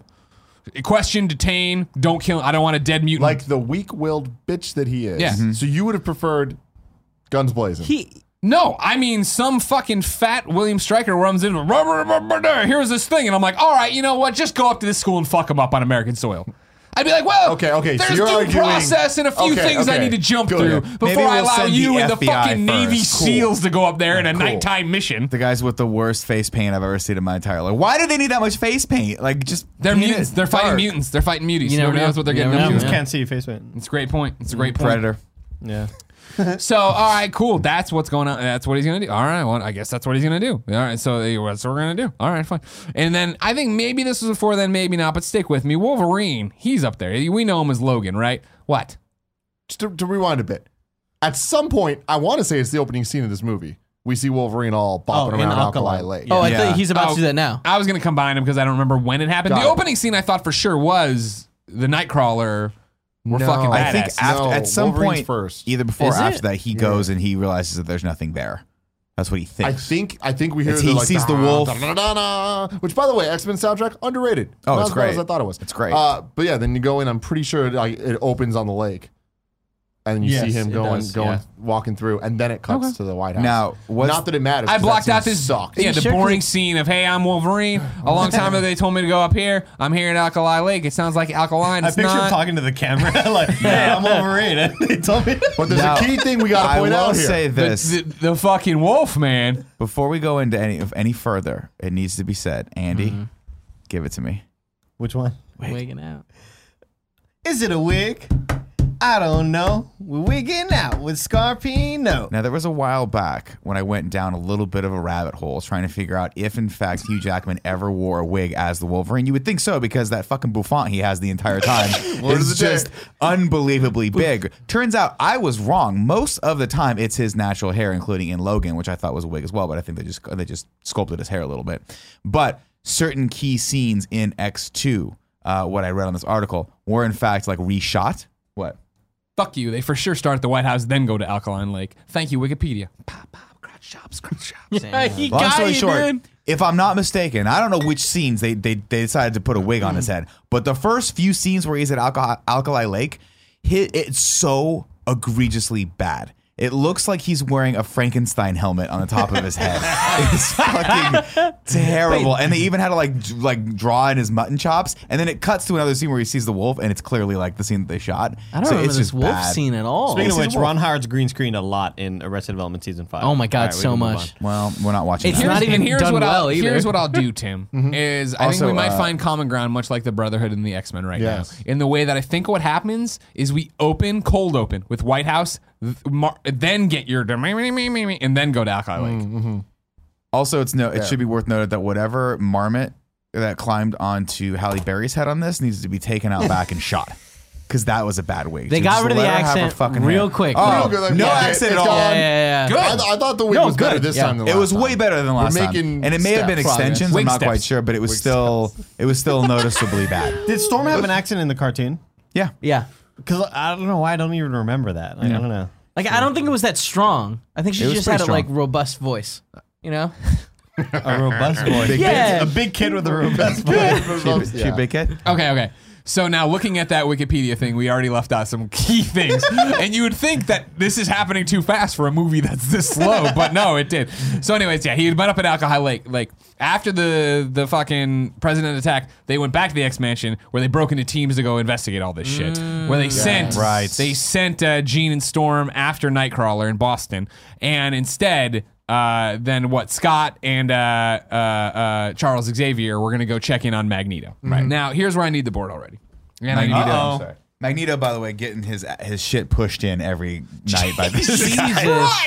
Question, detain, don't kill him. I don't want a dead mutant. Like the weak-willed bitch that he is. Yeah. Mhm. So you would have preferred guns blazing. Mm-hmm. He. No, I mean some fucking fat William Stryker runs in. "Rah, rah, rah, rah, rah, Here's this thing, and I'm like, all right, you know what? Just go up to this school and fuck them up on American soil. I'd be like, well, Okay, okay, so There's you're due arguing- process and a few okay, things I okay, need to jump good. through Maybe before I we'll allow send you the and the FBI fucking Navy first. Cool. SEALs to go up there in a cool. nighttime mission. the guys with the worst face paint I've ever seen in my entire life. Why do they need that much face paint? Like just They're paint it mutants. They're fighting dark. mutants. They're fighting muties. You never Nobody know. knows what they're You getting never up know. to. Just can't see your face paint. It's a great point. It's a great point. Predator. Yeah. So, all right, cool. That's what's going on. That's what he's going to do. All right, well, I guess that's what he's going to do. All right, so eh, that's what we're going to do. All right, fine. And then I think maybe this was before then, maybe not, but stick with me. Wolverine, he's up there. We know him as Logan, right? What? Just to, to rewind a bit. At some point, I want to say it's the opening scene of this movie. We see Wolverine all bopping Oh, in around Alkali. Alkali, Lake. Oh, I Yeah. think he's about Oh. to do that now. I was going to combine them because I don't remember when it happened. Got the it. opening scene I thought for sure was the Nightcrawler. We're No. fucking badass. I think after, No, at some Wolverine's point, first. either before or Is after it? that, he goes and he realizes that there's nothing there. That's what he I thinks. think I think we hear It's- the, he like, sees the "Da, wolf." da, da, da, da, da," which by the way, X Men soundtrack underrated. Oh, Not as it's bad great. as I thought it was. It's great. Uh, but yeah, then you go in. I'm pretty sure like, it opens on the lake, and you Yes, see him it going, does, going, yeah. walking through, and then it cuts to the White House. Now, what's- not that it matters. I 'cause that blocked scene out this sucked. yeah You the sure boring scene of hey I'm Wolverine. A long time ago they told me to go up here. I'm here at Alkali Lake. It sounds like alkaline. I It's picture him not. talking to the camera *laughs* like, "Hey, I'm Wolverine." And *laughs* he told me. But there's Now, a key thing we got I to point will out here. say The- this The, the fucking wolf man. before we go into any of any further. It needs to be said, Andy, give it to me. Which one? Waking out. Is it a wig? I don't know. We're wigging out with Scarpino. Now, there was a while back when I went down a little bit of a rabbit hole trying to figure out if, in fact, Hugh Jackman ever wore a wig as the Wolverine. You would think so because that fucking bouffant he has the entire time is just unbelievably big. Turns out I was wrong. Most of the time, it's his natural hair, including in Logan, which I thought was a wig as well, but I think they just they just sculpted his hair a little bit. But certain key scenes in X two, uh, what I read on this article, were in fact like reshot. What? Fuck you. They for sure start at the White House, then go to Alkaline Lake. Thank you, Wikipedia. Pop, pop, crotch shop, scrunch shop. he Long story short, if I'm not mistaken, I don't know which scenes they, they they decided to put a wig on Hmm. his head, but the first few scenes where he's at Alka- Alkali Lake, he, it's so egregiously bad. It looks like he's wearing a Frankenstein helmet on the top of his *laughs* head. it's fucking terrible. And they even had to like d- like draw in his mutton chops, and then it cuts to another scene where he sees the wolf, and it's clearly like the scene that they shot. I don't So remember it's this just wolf bad. scene at all. Speaking of This which, is what- Ron Howard's green screened a lot in Arrested Development season five. oh my god, All right, we so can move much. on. Well, we're not watching. It's that. not even here's done what well I'll, either. Here's what I'll do, Tim. Is I Also, think we might uh, find common ground, much like the Brotherhood and the X Men, right Yes. now, in the way that I think what happens is we open cold open with White House, th- mar- then get your and then go to Alkali Lake. Also, it's no. It should be worth noted that whatever marmot that climbed onto Halle Berry's head on this needs to be taken out back *laughs* and shot because that was a bad wig. They Dude, got just rid of the let her have her accent fucking real hair. quick. Oh, Real good, like, no yeah, accent at it's all. gone. yeah, yeah, yeah. I, th- I thought the wig was better good, this yeah. time than It last was time. way better than last making time, and it may have been steps. extensions. Wig I'm not quite steps. sure, but it was still it was still noticeably *laughs* bad. Did Storm have an accent in the cartoon? Yeah, Yeah. Because I don't know why I don't even remember that. Like, I don't know. Like I don't think it was that strong. I think she It was just pretty had a like strong. robust voice. You *laughs* know? A robust voice. Yeah. A big kid with a robust voice. She, she Yeah. a big kid. Okay, okay. So now looking at that Wikipedia thing, we already left out some key *laughs* things. and you would think that this is happening too fast for a movie that's this slow, but no, it did. So anyways, yeah, he had been up at Alcohol Lake. Like after the the fucking president attack, they went back to the X Mansion where they broke into teams to go investigate all this shit. Where they sent Right. they sent uh, Gene and Storm after Nightcrawler in Boston, and instead, uh, then what? Scott and uh, uh, uh, Charles Xavier were going to go check in on Magneto. Right now, here's where I need the board already. And I need uh, Magneto. Mm-hmm. Uh-oh. I'm sorry. Magneto, by the way, getting his his shit pushed in every night *laughs* by this guy.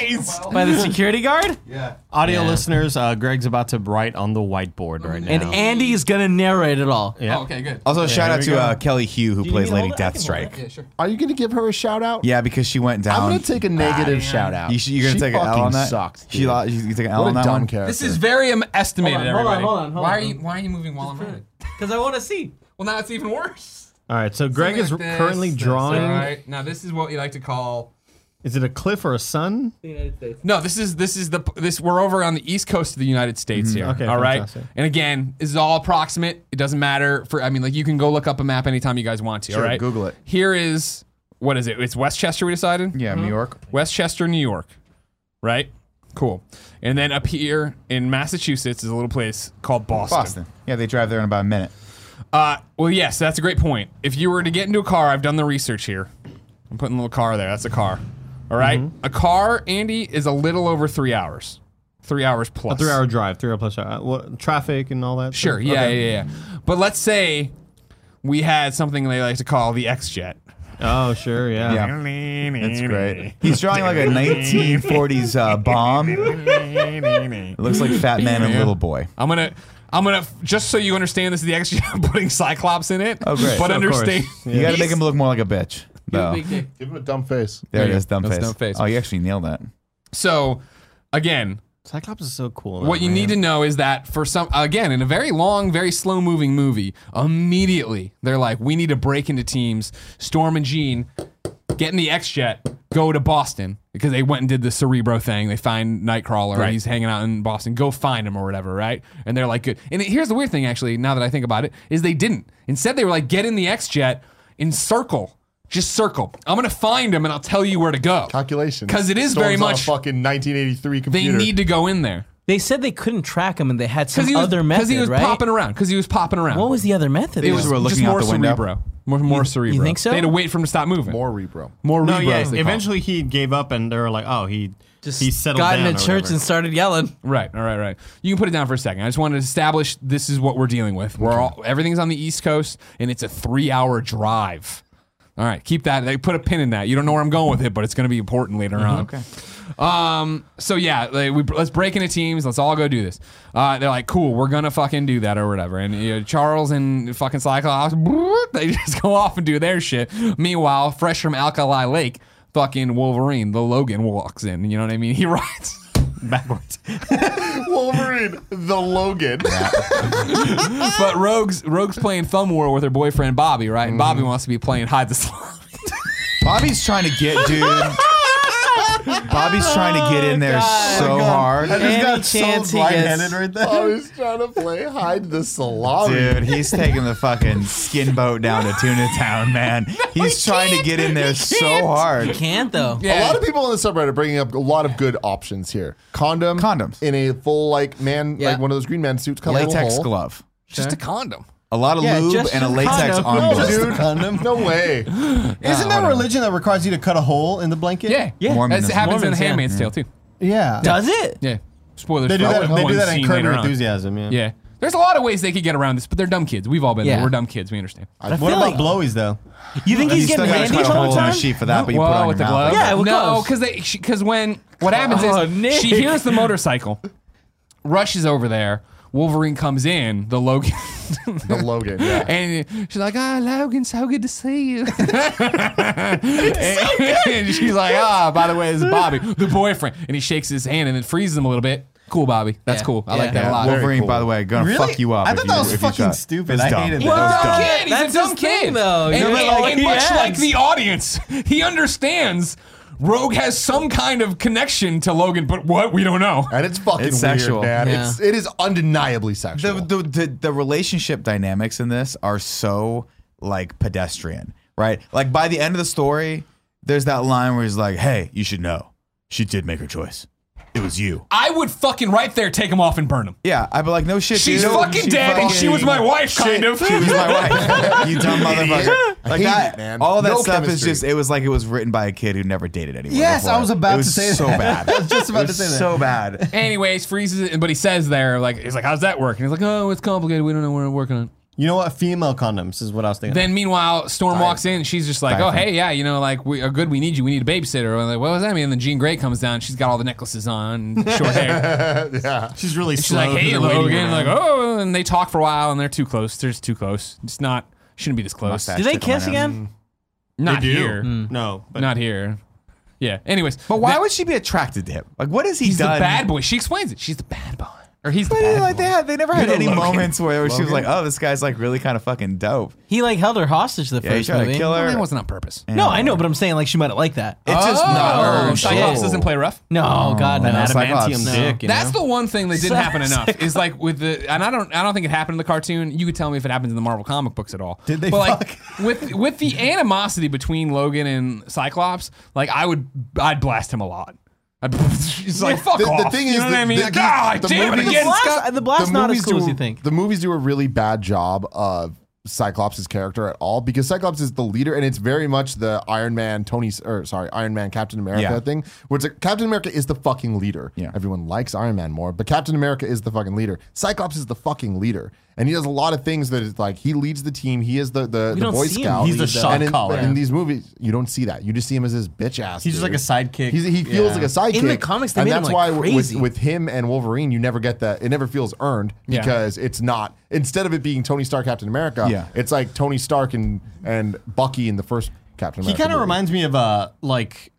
By the security guard? *laughs* Audio listeners, uh, Greg's about to write on the whiteboard right now. And Andy is gonna narrate it all. Yeah. Oh, okay, good. Also, shout here out we to go. uh, Kelly Hugh who plays need Lady all that? I can hold Deathstrike. yeah, sure. Are you going to give her a shout out? Yeah, because she went down. I'm going to take a negative shout out. You sh- you're gonna She take an L fucking on that. Sucked. she dude. lo- you you take an L what on a that dumb one. character. This is very um, estimated. Hold on, hold on, everybody. hold on, hold why on. are you Why are you moving while I'm running? Because I wanna see. Well, now it's even worse. All right, so Greg is Something like this, currently this, drawing. all right. Now this is what you like to call. Is it a cliff or a sun? The United States. No, this is this is the this we're over on the east coast of the United States here. okay, all right. fantastic. And again, this is all approximate. It doesn't matter for I mean, like you can go look up a map anytime you guys want to. all right, Google it. Here is what is it? It's Westchester. We decided. Yeah, Hmm? New York. Westchester, New York. Right. Cool. And then up here in Massachusetts is a little place called Boston. Yeah, they drive there in about a minute. Uh, well, yes, that's a great point. If you were to get into a car, I've done the research here. I'm putting a little car there. That's a car. All right? A car, Andy, is a little over three hours. Three hours plus. Three hour drive, three hour plus hour. Uh, What, traffic and all that? Sure. stuff? Yeah, Okay. yeah, yeah. But let's say we had something they like to call the X Jet. Oh, sure, yeah. Yeah. That's great. He's drawing *laughs* like a 1940s uh, bomb. it looks like Fat Man and Little Boy. I'm gonna. I'm gonna just so you understand this is the X Jet. I'm *laughs* putting Cyclops in it. Oh, great. But Of course. understand. You got to make him look more like a bitch. though. Give him a dumb face. There it Yeah, is, dumb that's face. dumb face. Oh, you actually nailed that. So, again, Cyclops is so cool. What Oh, you need to know is that for some, again, in a very long, very slow moving movie, immediately they're like, we need to break into teams. Storm and Jean get in the X Jet, go to Boston because they went and did the Cerebro thing. They find Nightcrawler and he's hanging out in Boston. Go find him or whatever, right? And they're like, good. And it- here's the weird thing, actually, now that I think about it, is they didn't. Instead, they were like, get in the X Jet and circle. Just circle. I'm going to find him and I'll tell you where to go. Calculation. 'Cause it is very Storms on a much- fucking 1983 They computer. need to go in there. They said they couldn't track him and they had some Because he was, other 'cause method, he was right? popping around. Because he was popping around. what was the other method? It though? was were just looking out more the window? cerebro. More, more cerebro. think so? They had to wait for him to stop moving. more rebro. more No, rebro. yeah. as they call Eventually, he gave up, and they were like, "Oh, he just he settled got down into or church whatever. and started yelling. it. Right. All right. Right. You can put it down for a second. I just wanted to establish this is what we're dealing with. We're all everything's on the East Coast, and it's a three-hour drive. All right, keep that. They put a pin in that. You don't know where I'm going with it, but it's going to be important later on. Okay. Um. So yeah, like, we let's break into teams. Let's all go do this. Uh, they're like, cool. We're gonna fucking do that or whatever. And you know, Charles and fucking Cyclops, *laughs* they just go off and do their shit. Meanwhile, fresh from Alkali Lake, fucking Wolverine, the Logan walks in. You know what I mean? He *laughs* rides. backwards. Wolverine, the Logan. *laughs* *laughs* but Rogue's Rogue's playing thumb war with her boyfriend Bobby, right? And Bobby wants to be playing hide the slime. *laughs* Bobby's trying to get *laughs* dude. Bobby's trying to get in there so hard. Any chance he gets- right there. Oh, he's trying to play hide the Oh, salami. Dude, he's taking the fucking skin boat down to Tuna *laughs* Town, man. He's trying to get in there so hard. Can't though. A lot of people on the subreddit are bringing up a lot of good options here. Condom, Condoms. in a full like man, Yeah. like one of those green man suits, cut a little Latex hole. glove. Just a condom. A lot of Yeah, lube just and a your latex *laughs* condom. arm No, glove. dude. Condom. No way. Isn't that a religion that requires you to cut a hole in the blanket? Yeah, Yeah. That's- it Mormonism. happens Mormons, in yeah. Handmaid's Tale too. Yeah. Does it? Yeah. Spoilers. They do for that. They one do that in scene Curb Your later on. Enthusiasm. Yeah. Yeah. There's a lot of ways they could get around this, but they're dumb kids. We've all been Yeah. there. We're dumb kids. We understand. Oh, What about like- blowies though? You think he's You still getting gotta handy cut the a hole whole in time? a sheet for that, but you Whoa, put it on your with the mouth. glove? Yeah, with no, gloves. because they because when what happens Oh, is Nick. she hears the motorcycle, rushes over there. Wolverine comes in, the Logan, The Logan. Yeah. and she's like, "Ah, Logan, so good to see *laughs* you." and she's like, "Ah, by the way, this is Bobby, the boyfriend," and he shakes his hand and then freezes him a little bit. Cool, Bobby. That's Yeah. cool. I like Yeah. that a lot. Wolverine, by the way, gonna Really? fuck you up. I if thought you- that was if you fucking shot. stupid. It's I dumb. hated It that. was Well, dumb. yeah. kid. He's That's a dumb his thing, kid. though. You And, know, and- like, and he much like asks. the audience, he understands Rogue has some kind of connection to Logan, but what? We don't know. And it's fucking It's weird, sexual. man. Yeah. It's it is undeniably sexual. the, the, the, the relationship dynamics in this are so like pedestrian, right? Like by the end of the story, there's that line where he's like, "Hey, you should know, she did make her choice. It was you." I would fucking right there take him off and burn him. Yeah, I'd be like, "No shit, She's dude. fucking She dead, and she was my wife, kind of. *laughs* She was my wife. you dumb motherfucker. *laughs* I Like hate that, it, man. all that No stuff is chemistry. just. It was like it was written by a kid who never dated anyone. Yes, before. I was about it was to say so that. *laughs* bad. I was just about It to was say that. So bad. Anyways, freezes it, but he says there, like, he's like, how's that work? And he's like, oh, it's complicated. We don't know what we're working on. You know what? Female condoms is what I was thinking. Then meanwhile, Storm walks in. She's just like, "Oh hey, yeah, you know, like we are good. We need you. We need a babysitter." And I'm like, what does that mean? And then Jean Grey comes down. She's got all the necklaces *laughs* on, and short hair. *laughs* She's really She's like, "Hey, Logan." Like, "Oh," and they talk for a while, and they're too close. They're just too close. It's not shouldn't be this close. Mustache Do they tickle my kiss nose. again? Not here. Mm. No, but Not here. Yeah. Anyways, But why would she be attracted to him? Like, what has he he's done? the bad boy? She explains it. She's the bad boy, or he's the But bad like boy. they had, they never had You're the any Logan. moments where she was like, "Oh, this guy's like really kind of fucking dope." He like held her hostage the Yeah, he's first trying movie. to kill her. That wasn't on purpose. No, I know, but I'm saying like she might have liked that. It's just not her. Oh, Cyclops shit. doesn't play rough. No, God, no. no, it's like- adamantium No. dick. you That's know? the one thing that didn't *laughs* Cy- happen enough is like with the and I don't I don't think it happened in the cartoon. You could tell me if it happens in the Marvel comic books at all. Did they But like fuck? *laughs* with with the animosity between Logan and Cyclops, like I would I'd blast him a lot. I'd, *laughs* it's like fuck the, off. the thing you is, know the, what I mean? the- Like, the- God the damn it movies- again, The blast- Scott. the blast's not as movies cool as do- you think. The movies do a really bad job of Cyclops' character at all because Cyclops is the leader and it's very much the Iron Man, Tony, or sorry, Iron Man, Captain America Yeah. thing, where it's like Captain America is the fucking leader. Yeah. Everyone likes Iron Man more, but Captain America is the fucking leader. Cyclops is the fucking leader. And he does a lot of things that is like he leads the team. He is the the, the don't Boy see him Scout. lead He's the And shot in, caller. but in these movies, you don't see that. You just see him as his bitch ass. He's just dude. like a sidekick. He's, he feels Yeah. like a sidekick. In the comics, they and made him, that's why like, with- crazy. with with him and Wolverine, you never get that. It never feels earned Yeah. because it's not. Instead of it being Tony Stark, Captain America, Yeah. it's like Tony Stark and and Bucky in the first Captain He America. kind of movie. reminds me of uh like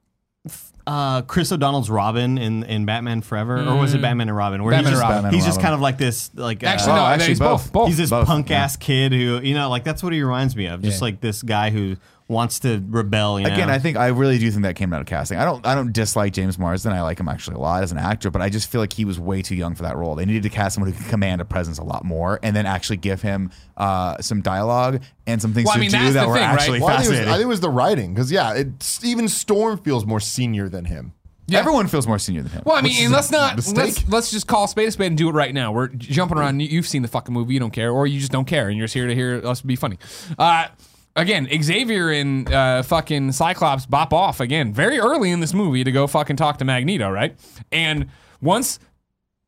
f- uh Chris O'Donnell's Robin in in Batman Forever, or was it Mm. Batman and Robin? Where Batman he's and just, Robin. he's Batman just and kind of like this like uh, Actually, no, Oh, actually he's both. both. Both. He's this Both, punk ass kid who, you know, like that's what he reminds me of. Just like this guy who wants to rebel. You Again, know? I think I really do think that came out of casting. I don't I don't dislike James Marsden. I like him actually a lot as an actor, but I just feel like he was way too young for that role. They needed to cast someone who could command a presence a lot more, and then actually give him uh, some dialogue and some things Well, I to mean, do that's that the were thing, right? actually Well, I, think it was, fascinating. I think it was the writing because yeah, it's, even Storm feels more senior than him. Everyone feels more senior than him. Well, I mean, let's not mistake. let's let's just call a spade a spade and do it right now. We're j- jumping around. You- You've seen the fucking movie. You don't care, or you just don't care, and you're just here to hear us be funny. Uh, again, Xavier and uh, fucking Cyclops bop off again very early in this movie to go fucking talk to Magneto, right? And once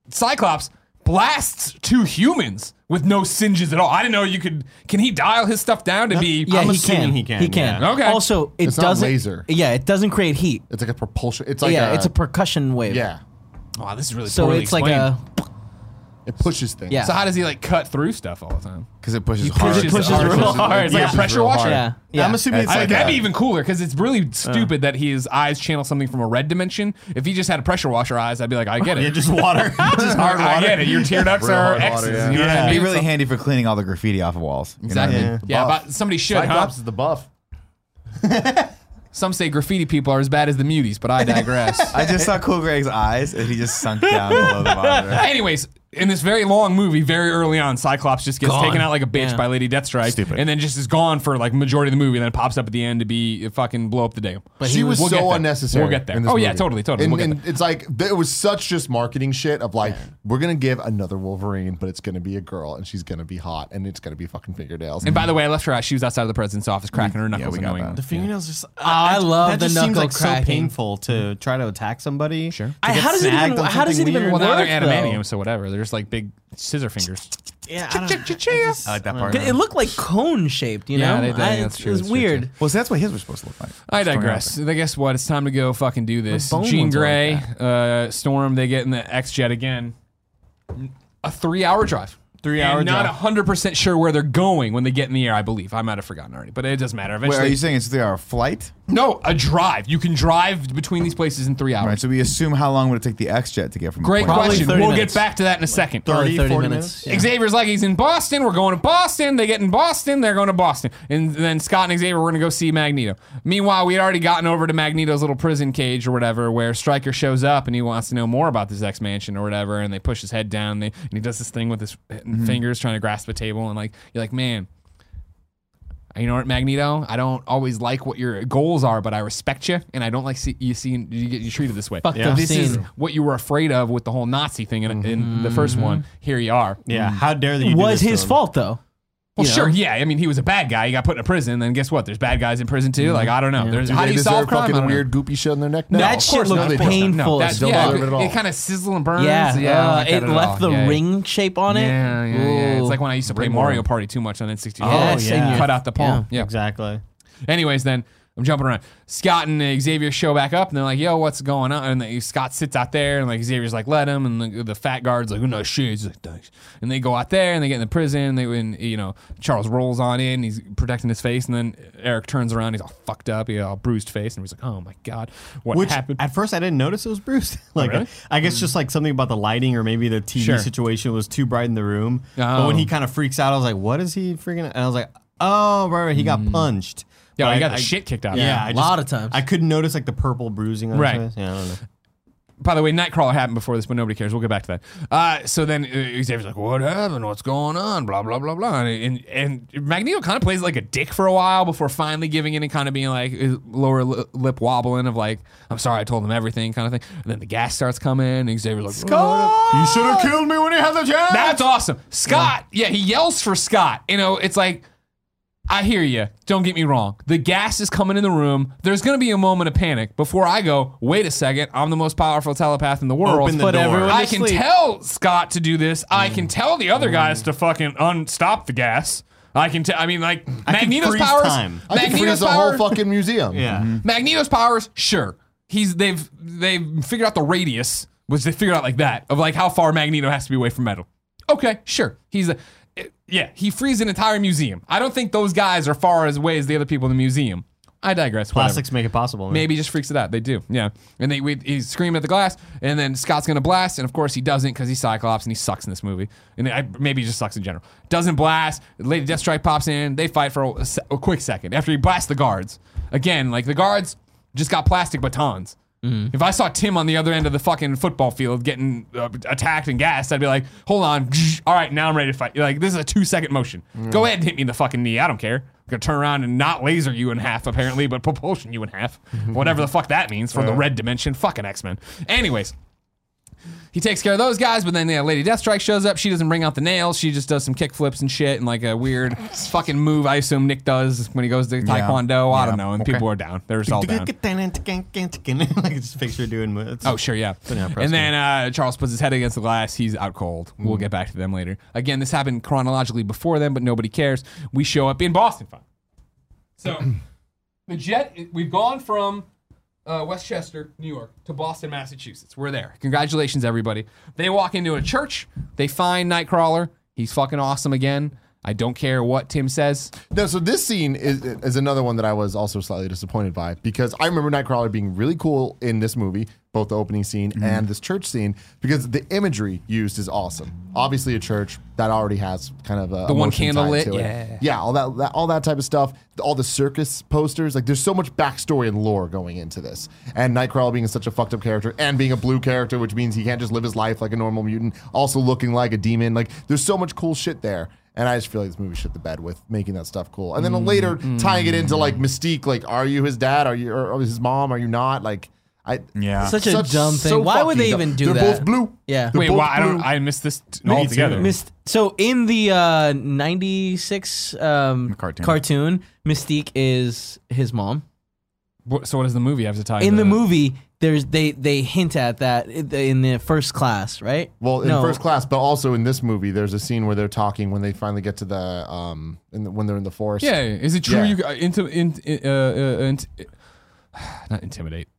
Cyclops blasts two humans with no singes at all. I didn't know you could. Can he dial his stuff down to be? Yeah, I'm he assuming can. he can, He can. yeah. Okay. Also, it It's not doesn't. laser. Yeah, it doesn't create heat. It's like a propulsion. It's like yeah, a, it's a percussion wave. yeah. Wow, this is really So poorly it's like explained. a It pushes things. Yeah. So how does he like cut through stuff all the time? because it pushes push hard. it- pushes Hard. real hard. It's like a pressure real washer. hard. yeah. yeah. I'm assuming It's it's I, like like that'd a- be even cooler because it's really stupid that his eyes channel something from a red dimension. If he just had a pressure washer eyes, I'd be like, I get it. *laughs* *laughs* yeah, *laughs* just water. Just hard I get it. Your tear ducts Real are hard water, X's. yeah. You know what I It'd mean? be really So- handy for cleaning all the graffiti off of walls. You know what I Exactly. mean? Yeah, Buff. but somebody should. Huh? Cyclops is the buff. Some say graffiti people are as bad as the muties, but I digress. I just saw Cool Greg's eyes, and he just sunk down below the monitor. Anyways, in this very long movie, very early on, Cyclops just gets Gone. taken out like a bitch Yeah. by Lady Deathstrike, Stupid. and then just is gone for like majority of the movie, and then pops up at the end to be fucking blow up the day. But she he was We'll get so there. unnecessary. We'll get there. in this Oh, yeah, movie. totally, totally. And, We'll get and it's like th- it was such just marketing shit of like we're gonna give another Wolverine, but it's gonna be a girl and she's gonna be hot and it's gonna be fucking fingernails. And by the way, I left her out. She was outside of the president's office cracking her knuckles. we got annoying. the fingernails just. uh, I love that the just seems knuckle like so cracking. painful to try to attack somebody. Mm-hmm. Sure. I- how does it even- how does it even Well, now they're Worth, though. adamantium, so whatever. They're just like big scissor fingers. Yeah, I don't- I like that part. It looked like cone shaped, you Yeah, know. they did. I- Yeah, that's it's- true, It was that's true, weird. Well, see, that's what his were supposed to look like. I Just going digress. out I guess what? It's time to go fucking do this. bone Jean ones are like Grey, uh, Storm, they get in the X Jet again. A three hour drive. Three hour and not drive. 100% sure where they're going when they get in the air, I believe. I might have forgotten already, but it doesn't matter. there. Wait, Eventually, are you saying it's a three-hour flight? no, a drive. You can drive between these places in three hours. All right. So we assume how long would it take the X jet to get from? Great point- question. 30 We'll minutes. get back to that in a second. Probably 40 minutes? minutes. yeah. Xavier's like he's in Boston. We're going to Boston. They get in Boston. They're going to Boston. And then Scott and Xavier were going to go see Magneto. Meanwhile, we had already gotten over to Magneto's little prison cage or whatever, where Stryker shows up and he wants to know more about this X Mansion or whatever. And they push his head down. And, they, and he does this thing with his Mm-hmm. fingers trying to grasp the table. And like you're like, man, you know what, Magneto? I don't always like what your goals are, but I respect you, and I don't like see, you seeing you get you treated this way. Fucked Yeah. up This is scene. what you were afraid of with the whole Nazi thing in, in the Mm-hmm. first one. Here you are. Yeah. How dare you? do was this to his him. fault though. Well, you sure, know? yeah. I mean, he was a bad guy. He got put in a prison. Then guess what? There's bad guys in prison too. Like I don't know. There's Do how they do you deserve solve crime? I Fucking don't know. weird goopy shit on their neck. that of shit course not. looked Of course not. painful. No, as that, don't yeah, bother it, him at all. kind of sizzle and burns. Yeah, I don't uh, like that it at left all. the Yeah, yeah. ring shape on it. Yeah, yeah, yeah. It's Ooh. like when I used to play Mario Party too much on N64. Yes, Oh, yeah. and you- cut out the palm. Yeah. Exactly. Anyways, then I'm jumping around. Scott and uh, Xavier show back up, and they're like, "Yo, what's going on?" And they, Scott sits out there, and like Xavier's like, "Let him." And the, the fat guard's like, "Oh, "No shit." He's like, "Thanks." And they go out there, and they get in the prison. And they, and you know, Charles rolls on in. He's protecting his face, and then Eric turns around. He's all fucked up. He had all bruised face, and he's like, "Oh my god, what Which happened?" at first I didn't notice it was Bruce. *laughs* like really? I guess just like something about the lighting or maybe the TV Sure. situation was too bright in the room. But Oh. when he kind of freaks out, I was like, "What is he freaking?" And I was like, "Oh, right, right, he got punched." Hmm. Yeah, But he I got the shit kicked out of Yeah, him. I A just- lot of times. I couldn't notice like the purple bruising on Right. his face. Yeah, I don't know. By the way, Nightcrawler happened before this, but nobody cares. We'll get back to that. Uh, so then uh, Xavier's like, "What happened? What's going on?" Blah blah blah blah. And and, and Magneto kind of plays like a dick for a while before finally giving in and kind of being like his lower li- lip wobbling of like, "I'm sorry, I told him everything," kind of thing. And then the gas starts coming, and Xavier's like, "What?" You should have killed me when you had the chance. That's awesome, Scott. Yeah. he yells for Scott. You know, it's like. I hear you. Don't get me wrong. The gas is coming in the room. There's going to be a moment of panic before I go, wait a second, I'm the most powerful telepath in the world. Open the but door. everyone- I Just can sleep. tell Scott to do this. I can tell the other guys to fucking unstop the gas. I can tell. I mean, like Magneto's freeze powers. time. I can freeze Magneto's a whole powers. fucking museum. Mm-hmm. yeah. Magneto's powers. Sure, he's they've they've figured out the radius. Was they figured out like that of like how far Magneto has to be away from metal? Okay, sure. He's a eh, yeah. He frees an entire museum. I don't think those guys are far as away as the other people in the museum. I digress. whatever. Plastics make it possible. man. *laughs* Maybe he just freaks it out. They do, yeah. And they we, he's screaming at the glass, and then Scott's gonna blast, and of course he doesn't because he's Cyclops and he sucks in this movie, and I, maybe he just sucks in general. Doesn't blast. Lady Deathstrike pops in. They fight for a, a se- a quick second after he blasts the guards. Again, like the guards just got plastic batons. If I saw Tim on the other end of the fucking football field getting uh, attacked and gassed, I'd be like, "Hold on, *laughs* all right, now I'm ready to fight." Like this is a two second motion. Go ahead and hit me in the fucking knee. I don't care. I'm gonna turn around and not laser you in half apparently, but propulsion you in half, whatever the fuck that means from the red dimension. Fucking X Men. Anyways, He takes care of those guys, but then yeah, Lady Deathstrike shows up. She doesn't bring out the nails. She just does some kick flips and shit and like a weird fucking move. I assume Nick does when he goes to Taekwondo. I don't know. And people are down. They're just *laughs* all down. like just picture doing moves. Oh, sure, yeah. yeah, press and then uh, Charles puts his head against the glass. He's out cold. Hmm. We'll get back to them later. Again, this happened chronologically before them, but nobody cares. We show up in Boston. Fine. *clears throat* So the jet, we've gone from uh, Westchester, New York, to Boston, Massachusetts. We're there. Congratulations, everybody. They walk into a church. They find Nightcrawler. He's fucking awesome again. I don't care what Tim says. No, so this scene is, is another one that I was also slightly disappointed by because I remember Nightcrawler being really cool in this movie, both the opening scene Mhm. and this church scene, because the imagery used is awesome. Obviously, a church that already has kind of a the one candlelit, yeah. yeah, all that, that all that type of stuff, all the circus posters. Like, there's so much backstory and lore going into this, and Nightcrawler being such a fucked up character and being a blue character, which means he can't just live his life like a normal mutant, also looking like a demon. Like, there's so much cool shit there. And I just feel like this movie shit the bed with making that stuff cool. And then later tying it into like Mystique, like, are you his dad? Are you or, or his mom? Are you not? Like, I Yeah. Such a dumb thing. so Why would fucking they dumb. even do They're that? both blue. Yeah. They're Wait, both why? I don't. blue. I missed this t- altogether. Myst- so in the uh, 96 um, Cartoon. cartoon, Mystique is his mom. What- So what does the movie have to tie? in into the that? movie there's they they hint at that in the first class right Well, in No. first class, but also in this movie, there's a scene where they're talking when they finally get to the um, in the, when they're in the forest. Yeah, is it true Yeah. you uh, into in, uh, uh, int- *sighs* not intimidate,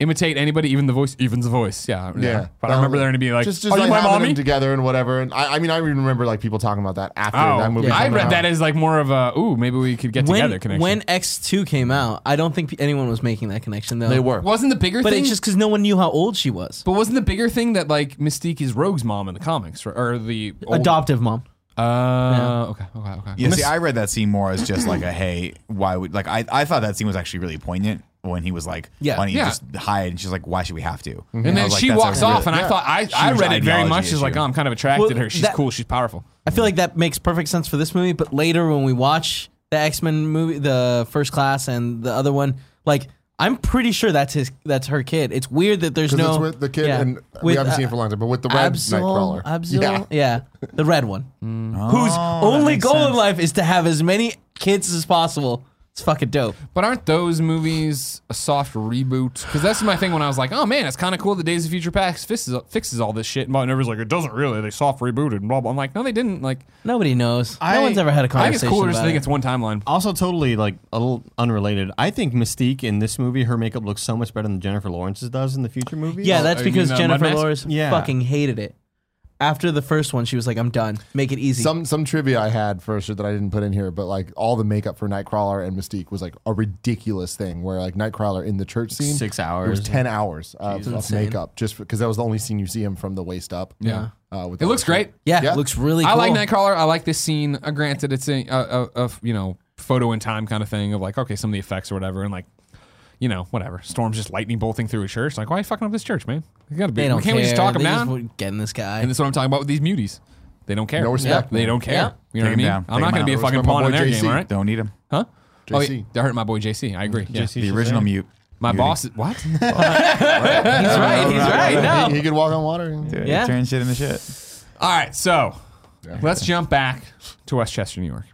imitate anybody, even the voice, even the voice. Yeah, Yeah. Um, But I remember there to be like, just just "Are like you my having them mommy?" together and whatever. And I, I mean, I even remember like people talking about that after Oh, that movie. yeah. I came read out. that as like more of a ooh, maybe we could get together when, connection. when x2 came out i don't think anyone was making that connection though they were. wasn't the bigger but thing? it's just because no one knew how old she was but wasn't the bigger thing that like Mystique is Rogue's mom in the comics or, or the old, adoptive mom Uh, okay, okay, okay. Yeah, see, I read that scene more as just like a hey, why would like I, I thought that scene was actually really poignant when he was like, Yeah. why don't you Yeah. just hide? And she's like, why should we have to? And then she walks off, and I thought I, I huge read it very ideology much as like, issue. oh, I'm kind of attracted to Well, her. She's that- cool. She's powerful. i feel like that makes perfect sense for this movie but later when we watch the x-men movie the first class and the other one like i'm pretty sure that's his that's her kid it's weird that there's Because no it's with the kid, yeah. and we With, haven't uh, seen it for a long time, but with the red Absol, Nightcrawler. Absol, Yeah. *laughs* yeah. the red one, Mm. whose Oh, only goal in life is to have as many kids as possible. It's fucking dope. But aren't those movies a soft reboot? Because that's my thing when I was like, oh man, it's kind of cool that Days of Future Past fixes, fixes all this shit. And everybody's like, it doesn't really. They soft rebooted and blah, blah. I'm like, no, they didn't. Like, Nobody knows. I- no one's ever had I a think conversation it's cooler about just to think it. it's one timeline. Also, totally like a little unrelated. I think Mystique in this movie, her makeup looks so much better than Jennifer Lawrence's does in the future movie. yeah, that's Oh, you because mean, uh, Jennifer Mud Mask? Lawrence Yeah. fucking hated it. After the first one, she was like, "I'm done. Make it easy." Some some trivia I had for sure that I didn't put in here, but like all the makeup for Nightcrawler and Mystique was like a ridiculous thing. Where like Nightcrawler in the church scene, six it was hours. ten hours of, of Insane. makeup just because that was the only scene you see him from the waist up. Yeah. uh, with It the- looks great. yeah, Yeah. looks really. Cool. I like Nightcrawler. I like this scene. Uh, granted, it's a, a, a, a, you know, photo in time kind of thing of like, okay, some of the effects or whatever. And like, you know, whatever. Storm's just lightning bolting through a church. Like, why are you fucking up this church, man? You gotta be. They don't Can't care. we just talk they them down? Just, getting this guy. *laughs* And that's what I'm talking about with these muties. They don't care. No respect, They *laughs* man. don't care. Yeah. You Take 'em know what I down. mean? I'm Take not 'em going to out. be a fucking Respect my pawn in boy their JC. game, all right? Don't need him. Huh? Oh, JC. yeah, that hurt my boy JC. I agree. Yeah. The original mute. My Muting. boss. What? *laughs* he's right. He's right. No. *laughs* He, he could walk on water. Dude, Yeah. Turn shit into shit. All right. So let's jump back to Westchester, New York.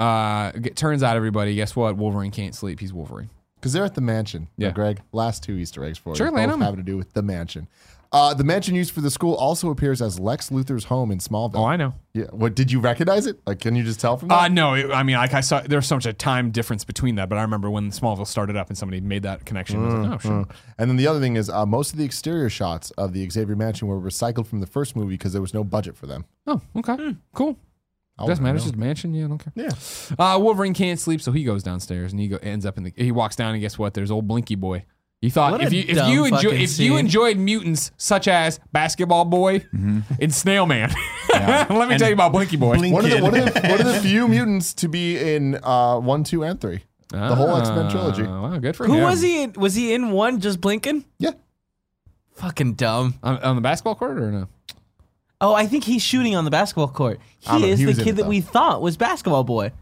Uh, it turns out everybody. Guess what? Wolverine can't sleep. He's Wolverine. Because they're at the mansion. Yeah. Yeah. Greg, last two Easter eggs for Sure, you. land both 'em. having to do with the mansion. Uh, the mansion used for the school also appears as Lex Luthor's home in Smallville. Oh, I know. yeah. What did you recognize it? Like, can you just tell from that? Uh, no, it- I mean, like I saw there's so much a time difference between that, but I remember when Smallville started up and somebody made that connection. I was like, oh, sure. And then the other thing is, uh, most of the exterior shots of the Xavier Mansion were recycled from the first movie because there was no budget for them. Oh, okay, Hmm. cool. I Doesn't matter. wouldn't It's just a mansion. Yeah, I don't care. know. Yeah. Uh, Wolverine can't sleep, so he goes downstairs and he go, ends up in the. He walks down and guess what? There's old Blinky Boy. You thought What if a you if dumb you enjoy fucking if you scene. enjoyed mutants such as Basketball Boy Mm-hmm. and Snail Man, *laughs* let me tell you about Blinky Boy. One of, the, one, of the, one of the few mutants to be in uh, one, two, and three. The whole X Men trilogy. Uh, wow, good for Who him. was he? In? Was he in one just blinking? Yeah. Fucking dumb. on, on the basketball court or no? Oh, I think he's shooting on the basketball court. don't He know. is He was the in kid it, that though. we thought was basketball boy.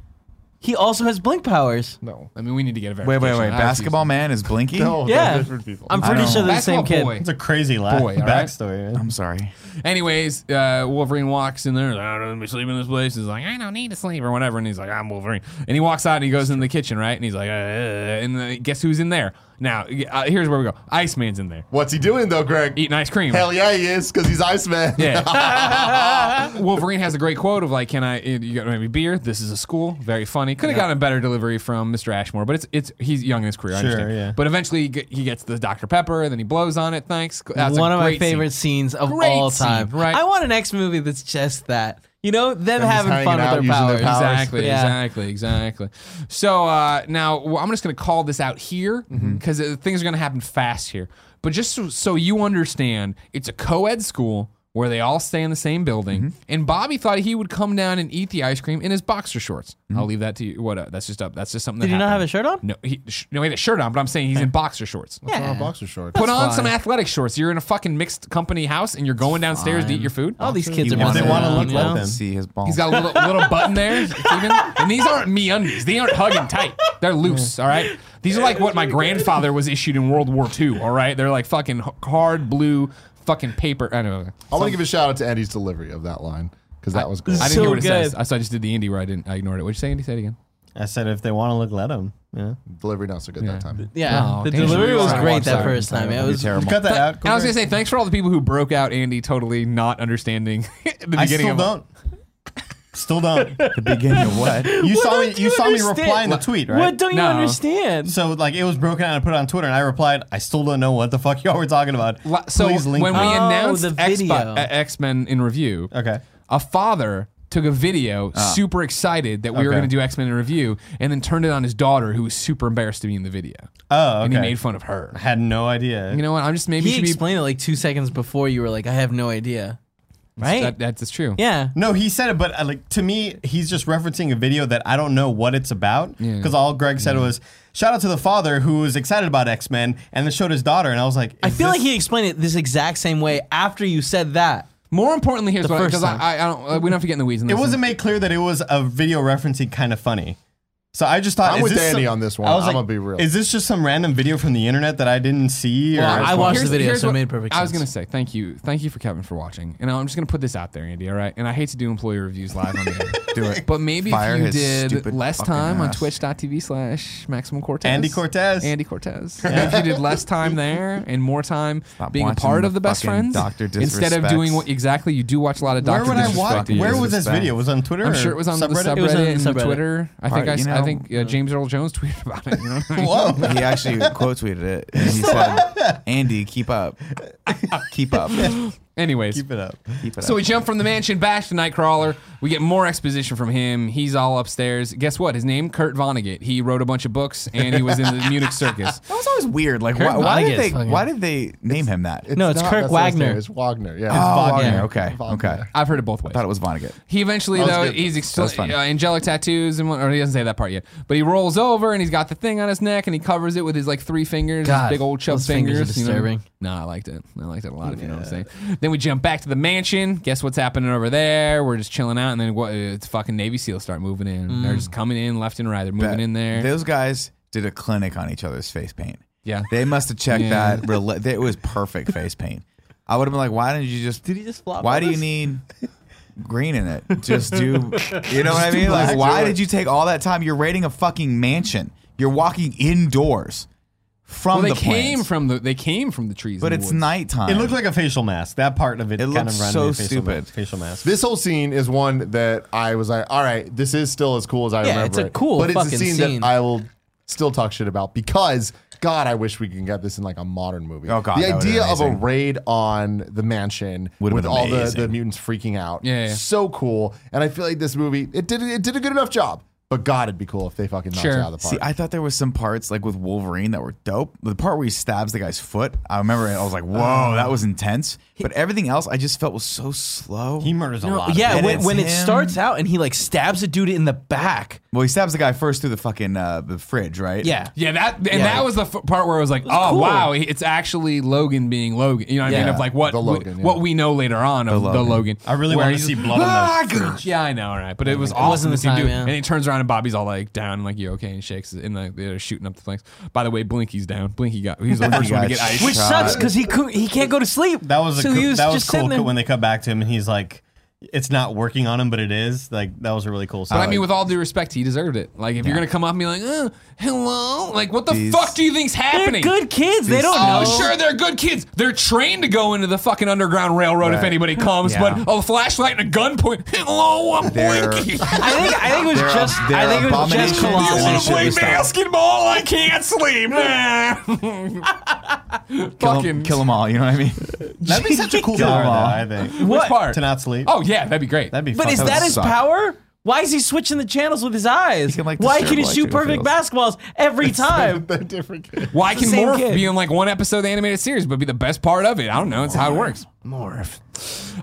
He also has blink powers. No, I mean we need to get a Wait, verification. Ah, wait, wait. I was Basketball man is Blinky? No, they're Yeah. different people. I'm pretty don't sure they're the Basketball same kid. boy. It's a crazy laugh, Boy, all right. backstory. I'm sorry. using- Anyways, uh, Wolverine walks in there. I don't know, sleep in this place. He's like, I don't need to sleep or whatever. And he's like, I'm Wolverine. And he walks out and he goes in the kitchen, right? And he's like, uh, and uh, guess who's in there? Now, uh, here's where we go. Iceman's in there What's he doing though, Greg? eating ice cream. Hell yeah, he is because he's Iceman. *laughs* Yeah. *laughs* Wolverine has a great quote of like, "Can I? You got maybe beer? This is a school. Very funny. Could have gotten a better delivery from Mr. Ashmore, but it's it's he's young in his career. I Sure, understand. yeah. But eventually he ge- he gets the Dr Pepper, and then he blows on it. Thanks. That's a one of my great scene. favorite scenes of Great all scene, time. right. I want an X movie that's just that. You know, them just having hanging fun out with their using their powers. powers. Exactly, Yeah. exactly, exactly. So uh, now well, I'm just going to call this out here Mm-hmm. because things are going to happen fast here. But just so, so you understand, it's a co ed school where they all stay in the same building. Mm-hmm. And Bobby thought he would come down and eat the ice cream in his boxer shorts. Mm-hmm. I'll leave that to you. What? Uh, that's just up. That's just something Did that he not have a happened. shirt on? No, he, sh- no, he had a shirt on, but I'm saying he's in boxer shorts. Oh, Yeah. boxer shorts. Put on fine. some athletic shorts. You're in a fucking mixed company house and you're going downstairs to eat your food. All these kids He are wants messing it. wanna around, look you like know? them. See his ball. He's got a little, little button *laughs* there. It's even- and these aren't me undies. They aren't hug and tight. They're loose, all right? These are like what my grandfather was issued in World War II, all right? They're like fucking h- hard blue fucking paper. I don't know. I want to give a shout out to Andy's delivery of that line because that was good. I didn't So hear what it says. good. I, so I just did the indie where I didn't. I ignored it. What'd you say, Andy? Say it again. I said if they want to look, let them. Yeah. delivery not so good that time. Yeah. Oh, the damn. delivery was Sorry, great I'm that sorry. first time. It was terrible. Cut that out. I was gonna Corey. say thanks for all the people who broke out Andy totally not understanding *laughs* the beginning I still of don't. Still *laughs* don't. the beginning of what? You What saw don't me. You you saw me understand? reply in the tweet, right? What don't you No. understand? So like it was broken out and put it on Twitter, and I replied, I still don't know what the fuck *laughs* y'all were talking about. La- So Please link. when we up." Oh, announced the X- video. X Men in review, okay. a father took a Ah. video super excited that we were Okay. going to do X Men in review and then turned it on his daughter who was super embarrassed to be in the video. Oh, And okay. he made fun of her. Had no idea. You know what? I'm just maybe He should be. explained it like two seconds before you were like, I have no idea. Right? That, that's it's true. yeah. No, he said it, but uh, like to me, he's just referencing a video that I don't know what it's about. Because all Greg said was, "Shout out to the father who was excited about X Men," and then showed his daughter, and I was like, I is feel this- like he explained it this exact same way after you said that. More importantly, here's what first because I, time. I, I don't. uh, we don't have to get in the weeds. In It this wasn't made clear that it was a video referencing kind of funny. So I just thought I'm is with this Danny some- on this one. I was I'm like, gonna be real. Is this just some random video from the internet that I didn't see? Or I watched the video, here's so it what- made perfect I was sense. gonna say thank you, thank you for Kevin for watching, and I'm just gonna put this out there, Andy. All right, and I hate to do employee reviews live on the *laughs* air, Do it. but maybe Fire if you his did stupid less fucking time on ass. Twitch.tv/slash Maximum Cortez, Andy Cortez. Andy *laughs* Cortez. If you did less time there and more time Stop being a watching part the of the best fucking friends, Dr. instead of Disrespects. doing what exactly you do watch a lot of where Doctor would I watch? Disrespect. Where was this Disrespect. video? Was it on Twitter? I'm or sure it was on the subreddit? It was on subreddit and subreddit. Twitter. I think Alright, I, you I know. think uh, James Earl Jones *laughs* tweeted about it. You know what I mean? Whoa. He actually quote tweeted it. And he said, Andy, keep up. Keep up. Anyways, Keep it up. Keep it So we up. jump from the mansion back to Nightcrawler. We get more exposition from him. He's all upstairs. Guess what? His name Kurt Vonnegut. He wrote a bunch of books and he was in the *laughs* Munich Circus. That was always weird. Like, why, why Vonnegut did they? is fucking- Why did they name him that? No, it's Kirk that's not his Wagner. name, It's Wagner. Yeah. oh, Wagner. Wagner. Okay, Wagner. okay. I've heard it both ways. Thought it was Vonnegut. He eventually That was though good. he's That ex- was fun. uh, angelic tattoos and what, or he doesn't say that part yet. But he rolls over and he's got the thing on his neck and he covers it with his like three fingers, his God, big old chub those fingers are you know? disturbing. No, I liked it. I liked it a lot. If you know what I'm saying. Then we jump back to the mansion. Guess what's happening over there? We're just chilling out, and then what? It's fucking Navy SEALs start moving in. They're just coming in left and right. They're moving That- in there. Those guys did a clinic on each other's face paint. yeah. They must have checked Yeah. that. Rela- it was perfect face paint. I would have been like, why didn't you just? Did he just flop Why on do you us? need *laughs* green in it? Just do. You know what I mean? Like, why did you take all that time? You're raiding a fucking mansion. You're walking indoors from Well, they the came plains. from the they came from the trees. but in the it's woods. nighttime. It looked like a facial mask. That part of it, It kind looked of ran so facial stupid. Mask, facial mask. This whole scene is one that I was like, all right, this is still as cool as I Yeah, remember. it's a it. cool but it's a fucking scene, scene. that I will still talk shit about because God, I wish we could get this in like a modern movie. Oh, God, the that would've been idea of a amazing. raid on the mansion Would've with been all the, amazing. the mutants freaking out, Yeah, yeah. so cool. And I feel like this movie it did it did a good enough job. But God, it'd be cool if they fucking knocked Sure. it out of the See, park. I thought there was some parts like with Wolverine that were dope. The part where he stabs the guy's foot, I remember it. I was like, "Whoa, that was intense." But everything else, I just felt was so slow. He murders a lot. of Yeah, And when, it's when it him. starts out and he like stabs a dude in the back. well, he stabs the guy first through the fucking uh, the fridge, right? Yeah. Yeah, that and Yeah. that was the f- part where I was like, oh cool. wow, it's actually Logan being Logan. You know what I mean? Yeah. Of like what The Logan, we, yeah. what we know later on of the Logan. I really Where want to he's- see blood on the Yeah, I know, right? But it was wasn't awesome to the see time, dude. yeah. And he turns around and Bobby's all like down and like you okay and shakes and like they're shooting up the flanks. By the way, Blinky's down. Blinky got *laughs* he's the first one to get got ice. Which sucks because he cou- he can't go to sleep. That was a so coo- he was that was just cool sitting there. when they cut back to him and he's like, "It's not working on him, but it is." Like that was a really cool. But Scene. I mean, with all due respect, he deserved it. Like, if you're gonna come up and be like, uh, "Hello," like, what the These- fuck do you think's They're happening? good kids. They don't Oh, know. sure, they're good kids. They're trained to go into the fucking underground railroad if Right. anybody comes. Yeah. But a flashlight and a gun point. Hello, I'm They're- Blinky. I think I think it was They're- just I they're think it was just abominations and Colossus. they wanna should be stopped. basketball? I can't sleep. Kill them, fucking all. You know what I mean? that'd be *laughs* such a cool Kill power, 'em though. all. I think What? part? to not sleep. Oh yeah, that'd be great. that'd be. But fun. is That that would his suck. power? Why is he switching the channels with his eyes? can, like, Why disturb can he shoot perfect electric basketballs every *laughs* time? They're different kids. Why the can same Morph kid. be in like one episode of the animated series, but be the best part of it? I don't know. It's how it works. Morph.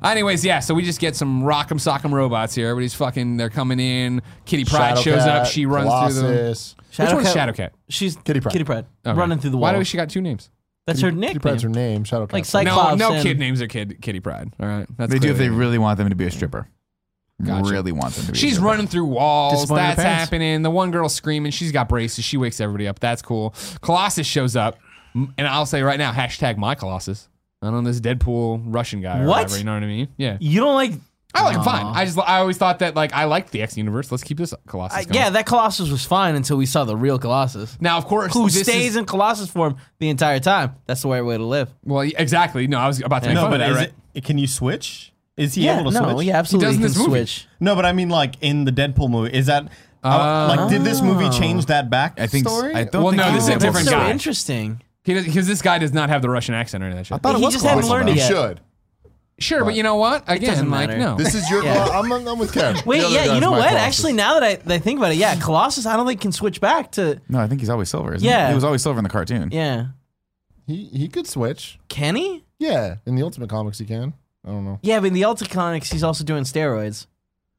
Anyways, yeah. So we just get some rock'em sock'em robots here. Everybody's fucking. They're coming in. Kitty Pride shows Shadowcat, up. She runs through them. Colossus. Which one's Shadowcat- Shadowcat? She's Kitty Pryde. Kitty Pryde. Okay. Running through the Why wall. does she got two names? That's her Kitty Pryde's her nickname. name. Shadowcat. Like Psych- No, Cyclops no and- kid names are kid Kitty Pride. All right, that's They do if clearly- they really want them to be a stripper. Gotcha. Really want them to be. a She's stripper. running through walls. Disappointed in her That's parents. happening. The one girl's screaming. She's got braces. She wakes everybody up. That's cool. Colossus shows up, M- and I'll say right now, hashtag my Colossus. I don't know this Deadpool Russian guy. Or What? whatever, you know what I mean? Yeah, You don't like I like him fine. I just I always thought that like I liked the X universe. Let's keep this Colossus. I, Going. yeah, that Colossus was fine until we saw the real Colossus. Now of course Who this stays is- in Colossus form the entire time. That's the right way to live. well yeah, exactly. No, I was about to make no, fun but of that, is right? it, can you switch? Is he yeah, able to no, switch? yeah, absolutely. does in can this movie. switch. No, but I mean, like in the Deadpool movie, is that I- like did this movie change that back? I think. story? I don't Well, think she's no, this is a able to That's different so switch. guy. interesting. He does because this guy does not have the Russian accent or any of that shit. thought it He was just hadn't Colossus, learned it though. You yet. should. Sure, Uh, but you know what? Again, doesn't like matter. no. This is your. Yeah. I'm, I'm, I'm with Kev. *laughs* Wait, The other yeah, guy's you know my what? Colossus. Actually, now that I, that I think about it, yeah, Colossus, I don't think can switch back to. No, I think he's always silver. Isn't Yeah. he? he was always silver in the cartoon. Yeah. he he could switch. Can he? Yeah, in the Ultimate Comics, he can. I don't know. Yeah, but in the Ultra Comics, he's also doing steroids.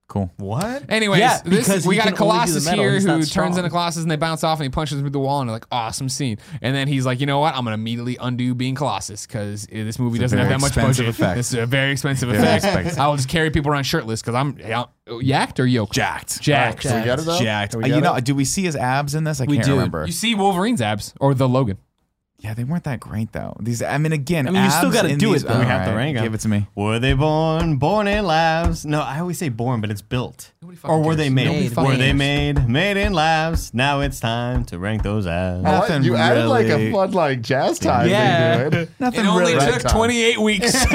Cool. what? Anyways, Yeah, this because is, we he got a can only do the Colossus metal. here He's who not turns strong. into Colossus and they bounce off and he punches through the wall and they're like, awesome scene. And then he's like, you know what? I'm going to immediately undo being Colossus because this movie a doesn't have very that much expensive budget. effect. This is a very expensive Very effect. expensive. I will just carry people around shirtless because I'm yeah, yacked or yoked? Jacked. Jacked. Do we get it though? Jacked. Do Uh, we get You it? know, do we see his abs in this? I We can't do. remember. You see Wolverine's abs or the Logan. Yeah, they weren't that great though. These, I mean, again, I mean, you still abs gotta in do these- it, though. All We have to right, rank 'em. Give it to me. Were they born, born in labs? No, I always say born, but it's built. fucking Or were cares. they made? Nobody were fucking they cares. made? Made in labs. Now it's time to rank those abs. I like- Nothing you added like a really. fun like jazz time. Yeah. Yeah. Thing to it. *laughs* Nothing It only really, took time. 28 weeks. *laughs*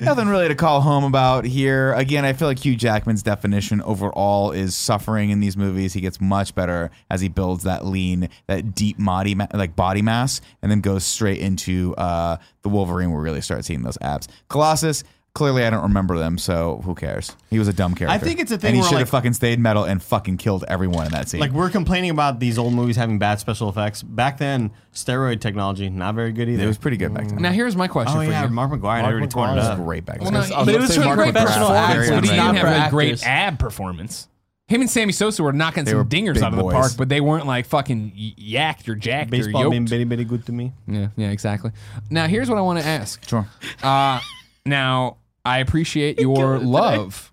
nothing really to call home about here. Again, I feel like Hugh Jackman's definition overall is suffering in these movies. He gets much better as he builds that lean, that deep body, ma- like body mass, and then goes straight into uh, the Wolverine, where we really start seeing those abs. Colossus. Clearly, I don't remember them, so who cares? He was a dumb character. think it's a thing And he where, should like- have fucking stayed metal and fucking killed everyone in that scene. Like we're complaining about these old movies having bad special effects. Back then, steroid technology not very good either. it was pretty good back then. now, here's my question oh for yeah, you. Mark McGuire had Mark already torn it McGuire's up. great back Well, then. no, I was but it gonna was say for a Mark great McGrath. professional Very actor, but he amazing. didn't have Opera a great actors. ab performance. Him and Sammy Sosa were knocking were some dingers big out of the boys. park, but they weren't like fucking y- yacked or jacked or Baseball yoked. being bitty bitty good to me. Yeah, yeah, exactly. Now, here's what I want to ask. Sure. Uh, now, I *laughs* appreciate your love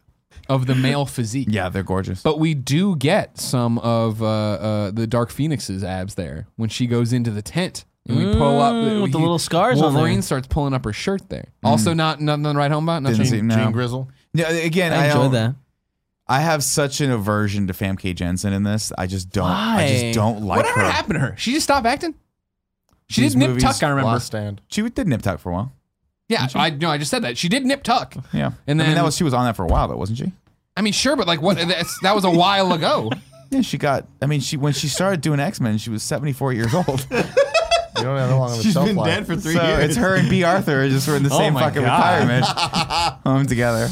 of the male physique. Yeah, they're gorgeous. But we do get some of uh, uh, the Dark Phoenix's abs there when she goes into the tent and we pull up Mm, with the he- little scars on Wolverine there. starts pulling up her shirt there. Also, not nothing to write home about. Nothing. Mm. Didn't see- no. Gene Grizzle. Yeah, again, I I, enjoyed don't, that. I have such an aversion to Famke Jensen in this. I just don't. I Why? just don't like Whatever her. happened to her? She just stopped acting. She These did nip movies tuck. I remember. Last stand. She did nip tuck for a while. Yeah, I no, I just said that she did nip tuck. Yeah, And I mean, then- that was she was on that for a while though, wasn't she? I mean, sure, but like what? That's, that was a *laughs* while ago. Yeah, she got. I mean, she when she started doing X Men, she was seventy four years old. You don't have that long of a shelf life. for three so it's her and B Arthur just were in the same my fucking God. *laughs* retirement home together.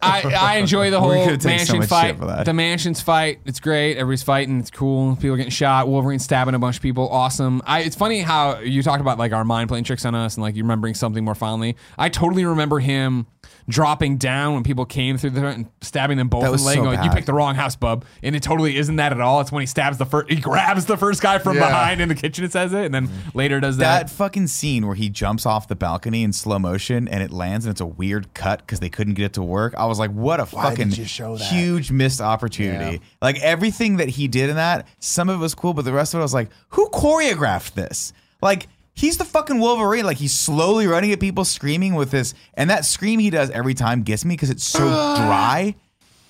I, I *laughs* enjoy the We whole could've taken so mansion much shit fight. for that. The mansion's fight. It's great. Everybody's fighting. It's cool. People are getting shot. Wolverine stabbing a bunch of people. Awesome. I, it's funny how you talked about like our mind playing tricks on us and like you remembering something more fondly. I totally remember him dropping down when people came through the and stabbing them both That in the was leg. so going, you bad. picked the wrong house, bub. And it totally isn't that at all. It's when he stabs the first, he grabs the first guy from Yeah. behind in the kitchen and says it, and then later does that. That fucking scene where he jumps off the balcony in slow motion and it lands and it's a weird cut because they couldn't get it to work. I was like, what a fucking did you show that? huge missed opportunity. Like everything that he did in that, some of it was cool, but the rest of it I was like, who choreographed this? Like he's the fucking Wolverine. Like he's slowly running at people, screaming with this, and that scream he does every time gets me because it's so *sighs* dry.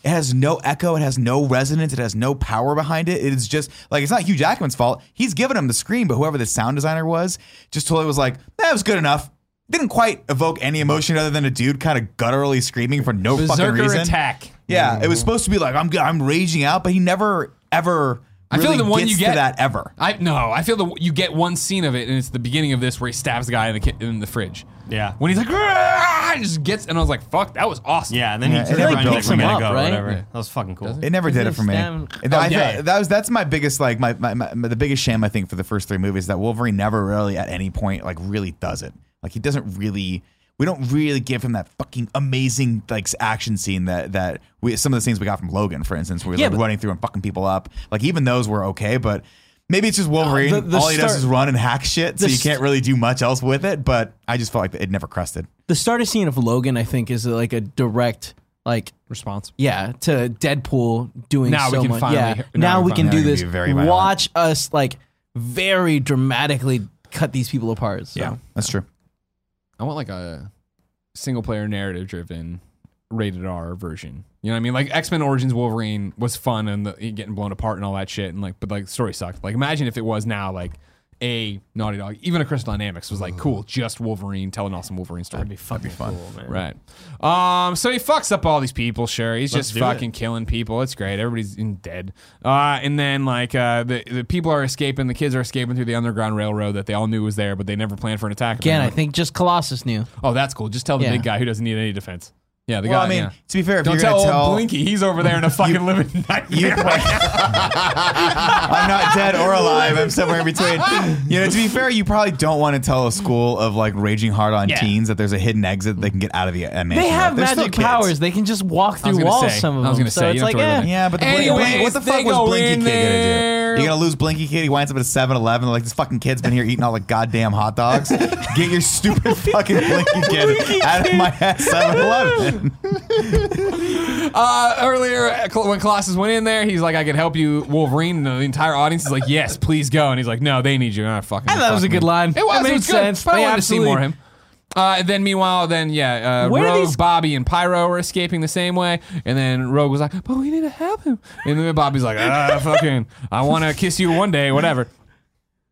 It has no echo. It has no resonance. It has no power behind it. It is just like it's not Hugh Jackman's fault. He's given him the screen, but whoever the sound designer was just totally was like, that was good enough. Didn't quite evoke any emotion other than a dude kind of gutturally screaming for no fucking Berserker reason. attack. Yeah, it was supposed to be like I'm I'm raging out, but he never ever. I feel really the one gets you to get- that ever. I no, I feel the you get one scene of it, and it's the beginning of this where he stabs the guy in the ki- in the fridge. Yeah. when he's like, "Rah!" he just gets, and I was like, "Fuck, that was awesome." Yeah, and then he it just never runs builds it from him go up, or right? whatever. That was fucking cool. It never did it Because for me. they stab- And I yeah. thought- that was that's my biggest like my, my, my the biggest shame I think for the first three movies that Wolverine never really at any point like really does it. Like he doesn't really. We don't really give him that fucking amazing like action scene that that we some of the scenes we got from Logan, for instance, where he's Yeah, like but- running through and fucking people up. Like even those were okay, but maybe it's just Wolverine. Uh, The- the All he does start- is run and hack shit, so the you st- can't really do much else with it. But I just felt like it never crusted. The starter scene of Logan, I think, is like a direct like response. Yeah, to Deadpool doing Now we so can much. finally- yeah, now now we we can finally- Now do we this. can be very violent. Watch us like very dramatically cut these people apart. So. Yeah, that's true. I want like a single player narrative driven rated R version. You know what I mean? Like X Men Origins Wolverine was fun and the, he getting blown apart and all that shit, and like, but like the story sucked. Like, imagine if it was now like a Naughty Dog, even a Crystal Dynamics was like cool, just Wolverine telling an awesome Wolverine story. That'd be fucking cool, man. Right. Um. So he fucks up all these people. Sure, he's Let's just do fucking killing people. It's great. Everybody's in dead. Uh. And then like uh, the the people are escaping. The kids are escaping through the underground railroad that they all knew was there, but they never planned for an attack. Again, I think just Colossus knew. oh, that's cool. Just tell the Yeah. big guy who doesn't need any defense. Yeah. The Well, guy. I mean, yeah. to be fair, if Don't you're tell gonna old tell Blinky he's over *laughs* there in a fucking living nightmare. You I'm not dead or alive. I'm somewhere in between. You know, to be fair, you probably don't want to tell a school of like raging hard on Yeah. teens that there's a hidden exit they can get out of the uh, mansion. They have They're still magic kids. powers. They can just walk through gonna walls. say. Some of I was them. gonna so say, you it's don't like, have to worry yeah, Yeah, but about it. the Blink- Anyways, Blink- what the they fuck was go Blinky in Kid gonna there. do? You're gonna lose Blinky Kid. He winds up at a 7-Eleven. Like this fucking kid's been here eating all the goddamn hot dogs. Get your stupid fucking Blinky Kid out of my 7-Eleven. Uh, earlier, uh, Col- when Colossus went in there, he's like, "I can help you, Wolverine." And the entire audience is like, "Yes, please go." And he's like, "No, they need you." Ah, fucking. I thought it was fuck a good me. line. It was. That it made was good. sense. But I They wanted to see absolutely- more of him. Uh, and then, meanwhile, then yeah, uh, Where are Rogue, these- Bobby, and Pyro are escaping the same way. And then Rogue was like, "But we need to help him." And then Bobby's like, *laughs* "Ah, fucking, I want to kiss you one day, whatever."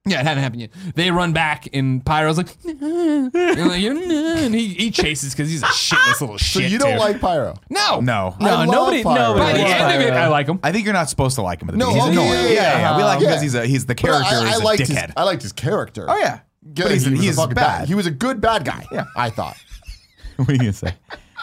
Yeah, it hadn't happened yet. They run back, and Pyro's like, *laughs* "Nah." and, like, "Nah," and he, he chases because he's a shitless little So shit. you don't dude. like Pyro? no, No. eh, No, I love nobody- Pyro. nobody By the likes end of it, Pyro. I like him. I think you're not supposed to like him at the No, beginning. oh, He's annoying. yeah, yeah, Yeah, yeah, yeah. We like him yeah. because he's a he's the But character. I, I is a liked his. dickhead. I liked his character. Oh, yeah. Yeah, But he's- he, was he a is fucking bad. He was a good bad guy. Yeah. I thought. *laughs* What are you gonna say?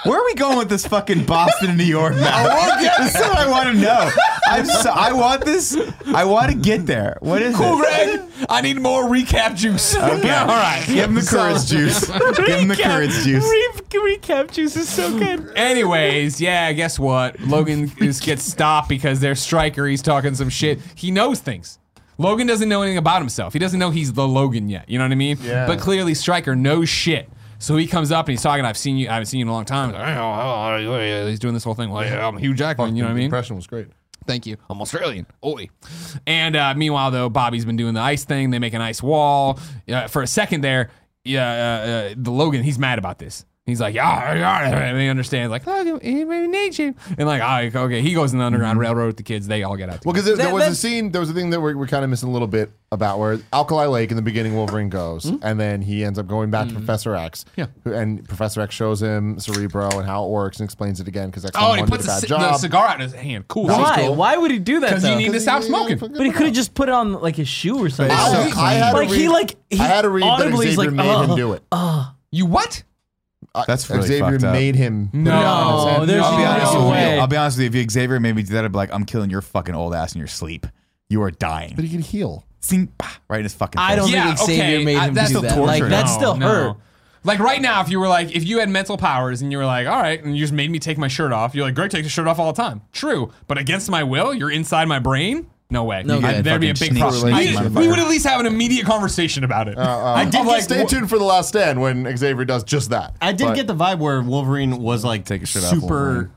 Where are we going with this fucking Boston, New York map? This is what I want to know. I'm so, I want this. I want to get there. What is Cool, it? Greg. I need more recap *laughs* juice. Okay. All right. Give him the courage juice. *laughs* Give him the courage juice. Re- recap juice *laughs* is so good. Anyways, yeah, guess what? *laughs* Logan is, gets stopped because their striker. He's talking some shit. He knows things. Logan doesn't know anything about himself. He doesn't know he's the Logan yet. You know what I mean? Yeah. But clearly, Stryker knows shit. So he comes up and he's talking. I've seen you. I haven't seen you in a long time. He's, like, "Oh, oh, oh, yeah." He's doing this whole thing. Well, yeah, I'm Hugh Jackman. You know what I The mean? impression was great. Thank you. I'm Australian. Oi. And uh, meanwhile, though, Bobby's been doing the ice thing. They make an ice wall. Uh, for a second there, yeah, uh, uh, the Logan, he's mad about this. He's like, yeah, yeah, and he understands, like, Logan, he may need you. And like, "Ah, okay, he goes in the underground railroad with the kids. They all get out. Well, because there, there That- was a that's- scene, there was a thing that we're, we're kind of missing a little bit about where Alkali Lake in the beginning, Wolverine goes, and then he ends up going back to Professor X. Hmm? Yeah. who- And Professor X shows him Cerebro and how it works and explains it again because X oh, oh, and he did a puts a bad c- the job. cigar out in his hand. Cool. Why? Why would he do that? Because you though? need to stop smoking. But he could have just put it on like his shoe or something. I, so I had to Like, he, read- like, he I had to read that audibly is Xavier like, made uh, him do it. You what? I- That's really Xavier fucked up. made him. put it on his No, head. there's I'll be no honest way. with you. I'll be honest with you. If Xavier made me do that, I'd be like, I'm killing your fucking old ass in your sleep. You are but dying. he could heal. Sing, bah, right in his fucking face. I don't Yeah, think Xavier okay, made I- him that's do still that. Like torture. that No, still no. hurt. Like right now, if you were like, if you had mental powers and you were like, all right, and you just made me take my shirt off, you're like, Greg takes his shirt off all the time. True, but against my will, you're inside my brain. No way. No I- good. There'd be a Fucking sneak big problem. relation, I- we motherfucker. Oh, would at least have an immediate conversation about it. I did I'm like, like, Uh, stay wh- tuned for the last stand when Xavier does just that. I did But- get the vibe where Wolverine was like Take a shit off Wolverine. super,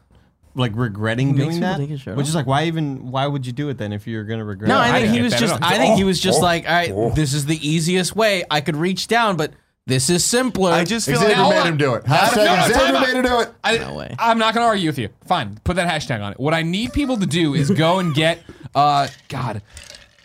like regretting Makes doing people that, take a shit which off. is like, why even? Why would you do it then if you're gonna regret? No, it? I I think he get was that. just. It's I like, think he oh, was just like, all right, this is the easiest way I could reach down, but this is simpler. I just feel Xavier like Now- made him do it. No, no, Hashtag time Xavier out. made him do it. I, No way. I'm not going to argue with you. Fine, put that hashtag on it. What I need people to do is go and get, uh, God,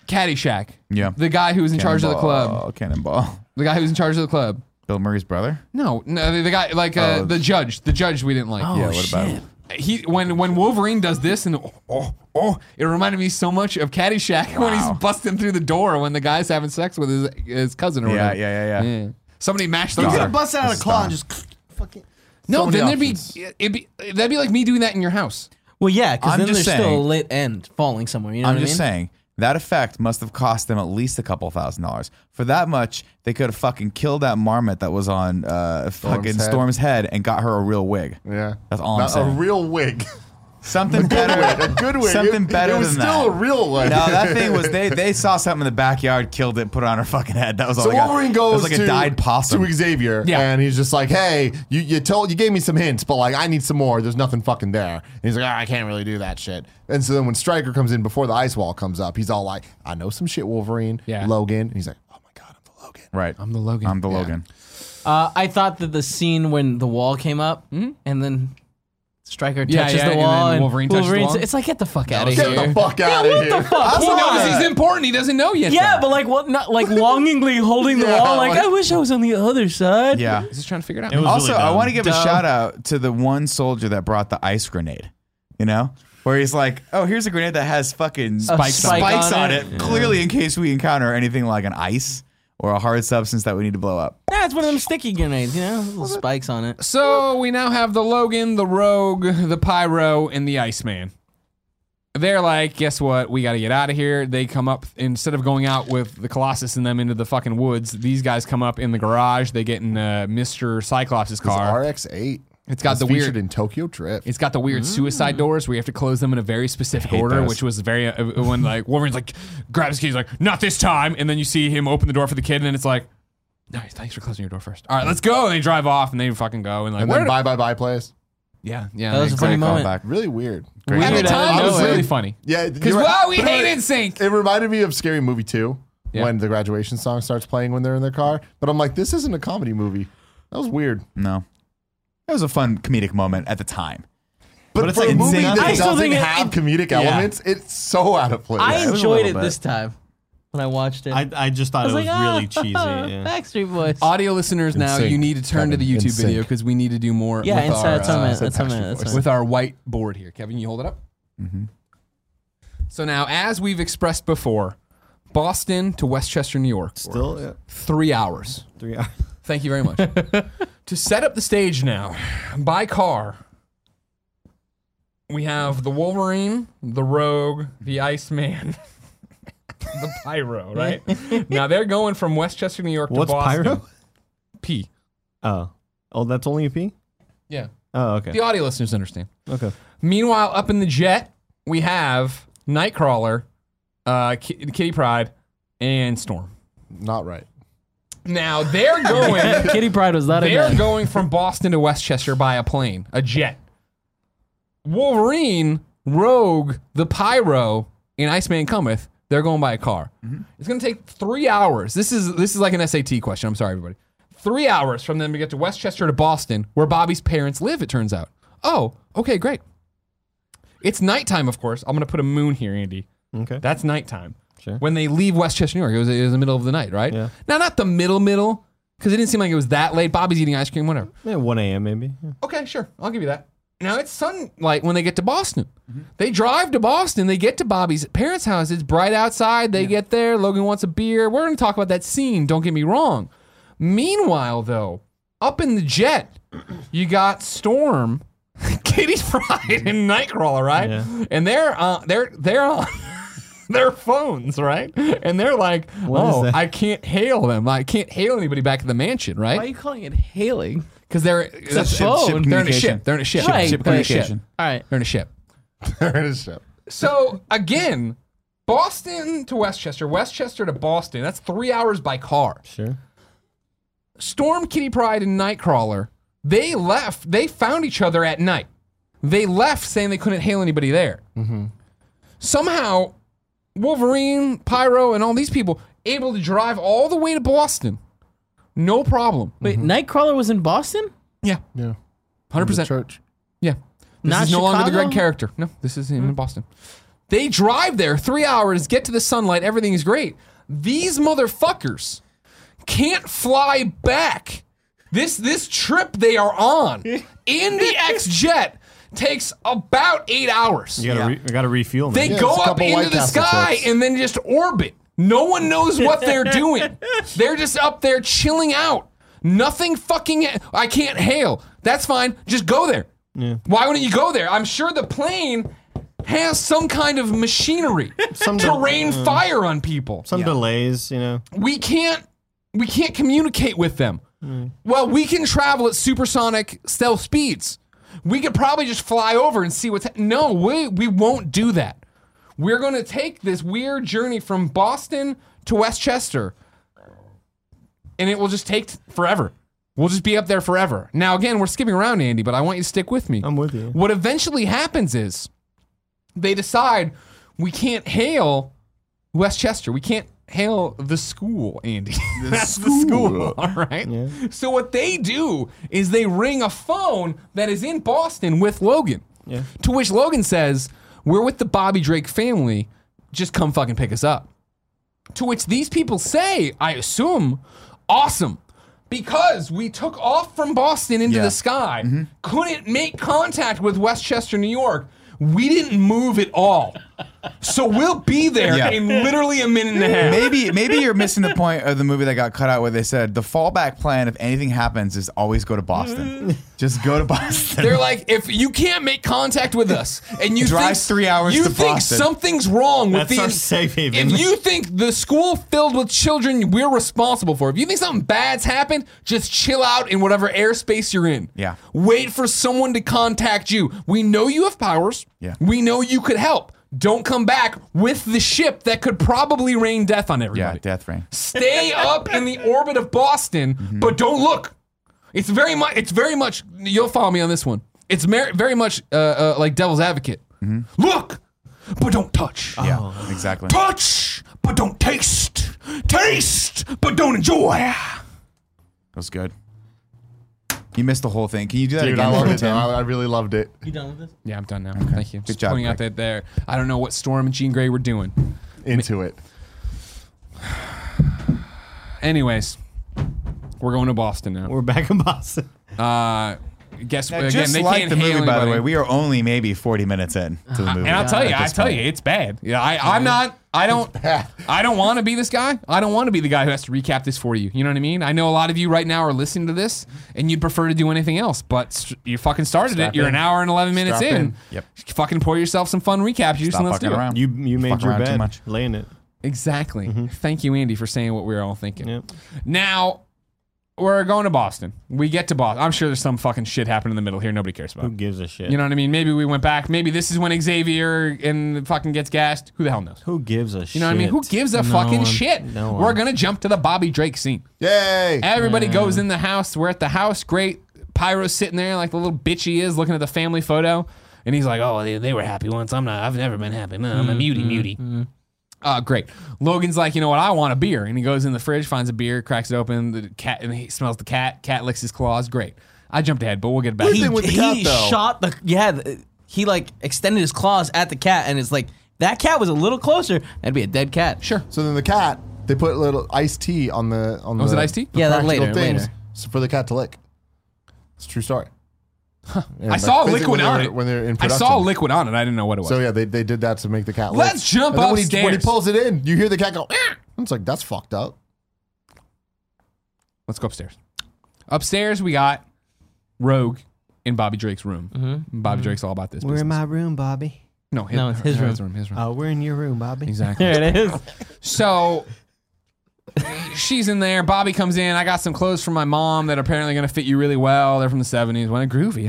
Caddyshack. Yeah. The guy who was in charge of the club. Cannonball, Cannonball. The guy who was in charge of the club. Bill Murray's brother. No, no, the- the guy like uh, Oh. the judge. The judge we didn't like. oh, yeah, what shit. about He when when Wolverine does this and oh oh, oh it reminded me so much of Caddyshack *laughs* when he's Wow. busting through the door when the guy's having sex with his his cousin or Yeah, whatever. yeah, yeah, yeah. Somebody mashed You those could have up. bust out of That's a claw dumb. and just fucking. No, So then many there'd be options. it'd be that'd be like me doing that in your house. Well, yeah, because I'm then just there's still a saying- lit end falling somewhere. You know I'm what just I mean? saying that effect must have cost them at least a couple thousand dollars. For that much, they could have fucking killed that marmot that was on uh, fucking head. Storm's head and got her a real wig. Yeah. That's all I'm Not A saying. real wig. *laughs* Something better. a good wig. Something It- better It was than that. still a real wig. No, that thing was they they saw something in the backyard, killed it, put it on her fucking head. That was *laughs* all. So they got. Wolverine It was goes like to, a died possum. to Xavier, Yeah. and he's just like, "Hey, you, you told you gave me some hints, but like I need some more. There's nothing fucking there." And he's like, "Ah, "I can't really do that shit." And so then when Stryker comes in before the ice wall comes up, he's all like, "I know some shit, Wolverine, Yeah. Logan," and he's like, "Oh my god, I'm the Logan." right. I'm the Logan. I'm the Logan. Uh, I thought that the scene when the wall came up and then Striker Hmm? Yeah, touches yeah, the and wall then and Wolverine touches the Wolverine's- wall. It's like get the fuck out of Get here. the fuck out of here! the fuck? He knows Why? he's important. He doesn't know yet. Yeah, though. but like what? Not *laughs* like longingly holding the Yeah, wall. Like, like- I wish I was on the other side. Yeah. he's just trying to figure it It out. was Also, really I dumb. want to give a Dumb. shout out to the one soldier that brought the ice grenade. You know, where he's like, "Oh, here's a grenade that has fucking spike on spikes on it. it, clearly in case we encounter anything like an ice or a hard substance that we need to blow up." Nah, it's one of them sticky grenades. You know, little spikes on it. So we now have the Logan, the Rogue, the Pyro, and the Iceman. They're like, guess what? We got to get out of here. They come up instead of going out with the Colossus and them into the fucking woods. These guys come up in the garage. They get in uh, Mr. Cyclops' car. RX8. It's got the featured weird- in Mm. Tokyo Drift. It's got the weird suicide doors where you have to close them in a very specific hate order, those. which was very uh, when like Wolverine's like grabs his keys like not this time, and then you see him open the door for the kid, and then it's like, nice, thanks for closing your door first. All right, let's go. And they drive off, and they fucking go, and like and where then do- bye bye bye plays. yeah, yeah, That was a funny moment. Callback. Really weird. At the Weird. time, I it was like- really funny. Yeah, Because you're right. wow, we But hate it- NSYNC. It reminded me of Scary Movie 2 Yeah. when the graduation song starts playing when they're in their car. But I'm like, this isn't a comedy movie. That was weird. No, it was a fun comedic moment at the time. But, it's for like a movie insane. that I still doesn't think it- have it- comedic yeah. elements, it's so out of place. I was a enjoyed it little bit. this time when I watched it. I, I just thought was it was like, ah, really cheesy. Yeah. Backstreet Boys. Audio listeners, now NSYNC, you need to turn to the Kevin, YouTube NSYNC. video because we need to do more. yeah, with inside. our, That's what I uh, meant. That's what I meant. That's what I meant. with our white board here, Kevin, you hold it up. Mm-hmm. So now, as we've expressed before, Boston to Westchester, New York, Still, yeah. three hours. Three hours. Thank you very much. *laughs* to set up the stage now, by car, we have the Wolverine, the Rogue, the Iceman, *laughs* the Pyro, *laughs* right? now they're going from Westchester, New York What's to Boston. pyro? P. Oh, oh, that's only a P. Yeah. Oh, okay, The audio listeners understand. okay. Meanwhile, up in the jet, we have Nightcrawler, uh, Ki- Kitty Pride, and Storm. Not right. Now *laughs* they're going. Kitty Pride was not in They're that. going from Boston to Westchester by a plane, a jet. Wolverine, Rogue, the Pyro, and Iceman Cometh. They're going by a car. It's going to take three hours. This is this is like an SAT question. I'm sorry, everybody. Three hours from them to get to Westchester to Boston, where Bobby's parents live. It turns out. Oh, okay, great. It's nighttime, of course. I'm going to put a moon here, Andy. Okay. That's nighttime. Sure. When they leave Westchester, New York, it was, it was the middle of the night, right? Yeah. Now, not the middle, middle, because it didn't seem like it was that late. Bobby's eating ice cream, whatever. Yeah, one a.m. maybe. Yeah. Okay, sure. I'll give you that. Now it's sunlight when they get to Boston. They drive to Boston. They get to Bobby's parents' house. It's bright outside. They get there. Logan wants a beer. We're going to talk about that scene. Don't get me wrong. Meanwhile, though, up in the jet, *clears throat* you got Storm, *laughs* Kitty Pride, and Nightcrawler, right? Yeah. And they're uh, they're they're on *laughs* their phones, right? And they're like, is "Oh, that?" I can't hail them. I can't hail anybody back at the mansion, Why are right? you calling it hailing? Because they're a that's- ship- ship They're in a communication. ship. They're in a ship. Right, Ship but- communication. All right. They're in a ship. So again, Boston to Westchester, Westchester to Boston. That's three hours by car. Sure. Storm Kitty Pride and Nightcrawler, they left. They found each other at night. They left saying they couldn't hail anybody there. Somehow, Wolverine, Pyro, and all these people able to drive all the way to Boston, no problem. Wait, Nightcrawler was in Boston? Yeah, Yeah. hundred percent. Church. Yeah. This Not is no longer the Chicago? Hmm. Greg character. No, this is him in Boston. They drive there three hours, get to the sunlight, everything is great. These motherfuckers can't fly back. This this trip they are *laughs* on in the X jet takes about eight hours. You gotta, Yeah. re- you gotta refuel. They man. Yeah, go it's a up couple into White the Castle sky trips. and then just orbit. No one knows what they're doing. They're just up there chilling out. Nothing fucking. I can't hail. That's fine. Just go there. Why wouldn't you go there? I'm sure the plane has some kind of machinery Some *laughs* to de- rain fire on people. Some delays, you know. We can't. We can't communicate with them. Mm. Well, we can travel at supersonic stealth speeds. We could probably just fly over and see what's. hap- no, we we won't do that. We're going to take this weird journey from Boston to Westchester, and it will just take t- forever. We'll just be up there forever. Now, again, we're skipping around, Andy, but I want you to stick with me. I'm with you. What eventually happens is they decide we can't hail Westchester. We can't hail the school, Andy. *laughs* That's the school. *laughs* All right. So what they do is they ring a phone that is in Boston with Logan. Yeah. To which Logan says, We're with the Bobby Drake family. Just come fucking pick us up. To which these people say, I assume, awesome. Because we took off from Boston into Yeah. Mm-hmm. the sky, couldn't make contact with Westchester, New York. We didn't move at all. So we'll be there Yeah. in literally a minute and a half. Maybe maybe you're missing the point of the movie that got cut out where they said the fallback plan if anything happens is always go to *laughs* Boston. Just go to Boston. *laughs* They're like, if you can't make contact with us, and you Drive think, three hours you to think Boston. something's wrong with That's our the safe haven. If you think the school filled with children we're responsible for, if you think something bad's happened, just chill out in whatever airspace you're in. Yeah. Wait for someone to contact you. We know you have powers. Yeah. We know you could help. Don't come back with the ship that could probably rain death on yeah, everybody. death ring. Stay up in the orbit of Boston, Mm-hmm. but don't look. It's very much. It's very much. You'll follow me on this one. It's mer- very much uh, uh, like Devil's Advocate. Mm-hmm. Look, but don't touch. Yeah, exactly. Touch, but don't taste. Taste, but don't enjoy. That was good. You missed the whole thing. Can you do that Dude, I again? for loved me, it. though. Tim? I, I really loved it. You done with this? Yeah, I'm done now. Thank you. Just job, pointing out that there. I don't know what Storm and Jean Grey were doing. Into it. Anyways, we're going to Boston now. We're back in Boston. Uh, guess Now, again, just they like can't the hail movie, by the anybody. way, Uh-huh. we are only maybe 40 minutes in to the movie. And I'll tell you, I tell you, it's bad. Yeah, I, I'm not. I don't. I don't want to be this guy. I don't want to be the guy who has to recap this for you. You know what I mean? I know a lot of you right now are listening to this, and you'd prefer to do anything else, but st- you fucking started it. You're an hour and eleven minutes Strap in. in. Yep. Fucking pour yourself some fun recaps. You just Stop let's do fucking it. around. You you made Fuck your around too bed. much. Laying it. Exactly. Thank you, Andy, for saying what we were all thinking. Yep. Now. We're going to Boston. We get to Boston. I'm sure there's some fucking shit happening in the middle here. Nobody cares about. Who gives a shit? You know what I mean? Maybe we went back. Maybe this is when Xavier and fucking gets gassed. Who the hell knows? Who gives a shit? You know what I mean? Who gives a fucking one. shit? No We're one. gonna jump to the Bobby Drake scene. Yay! Everybody goes in the house. We're at the house. Great. Pyro's sitting there like the little bitch he is, looking at the family photo, and he's like, "Oh, they, they were happy once. I'm not. I've never been happy. No, I'm a Mm-hmm. mutie, mutie." Uh, great. Logan's like, you know what? I want a beer, and he goes in the fridge, finds a beer, cracks it open. The cat and he smells the cat. Cat licks his claws. Great. I jumped ahead, but we'll get back. He, with the he cat, though. shot the yeah. th- He like extended his claws at the cat, and it's like that cat was a little closer. That'd be a dead cat. sure. So then the cat, they put a little iced tea on the on the. Was Oh, it iced tea? the Yeah, that practical later, things later. s- for the cat to lick. It's a true story. And I like saw physically liquid when on they're- it when they're in I production. saw liquid on it. I didn't know what it was. So yeah, they, they did that to make the cat. Lick. Let's jump and then when he, when he upstairs. pulls it in, you hear the cat go. "Eh." It's like that's fucked up. Let's go upstairs. Upstairs, we got Rogue in Bobby Drake's room. Bobby Drake's all about this. We're in business. my room, Bobby. No, his, Mm-hmm. No, it's his her- room. His room. His room. Oh, we're in your room, Bobby. Exactly. There it is. So she's in there. Bobby comes in. I got some clothes from my mom that are apparently going to fit you really well. They're from the 70s. What a groovy.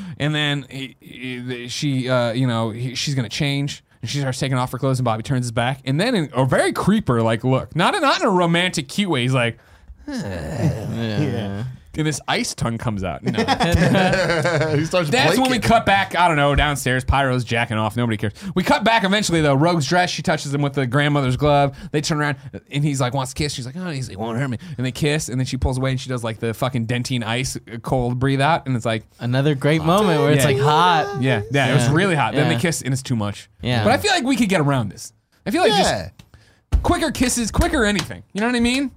*laughs* and then he, he- she, uh, you know, he, she's going to change. And she starts taking off her clothes, and Bobby turns his back. And then, in a very creeper like look, not in, not in a romantic, cute way, he's like, Yeah. and this ice tongue comes out. No. *laughs* he starts That's when we blinking. cut back. I don't know. Downstairs, Pyro's jacking off. Nobody cares. We cut back eventually though. Rogue's dress. She touches him with the grandmother's glove. They turn around and he's like wants to kiss. She's like, oh, he's like won't hurt me. And they kiss. And then she pulls away and she does like the fucking dentine ice uh, cold breathe out. And it's like, Another great moment where it's Yeah. like hot. yeah, yeah, it was Yeah. really hot. Then Yeah. they kiss and it's too much. Yeah. But I feel like we could get around this. I feel like Yeah. just quicker kisses, quicker anything. You know what I mean?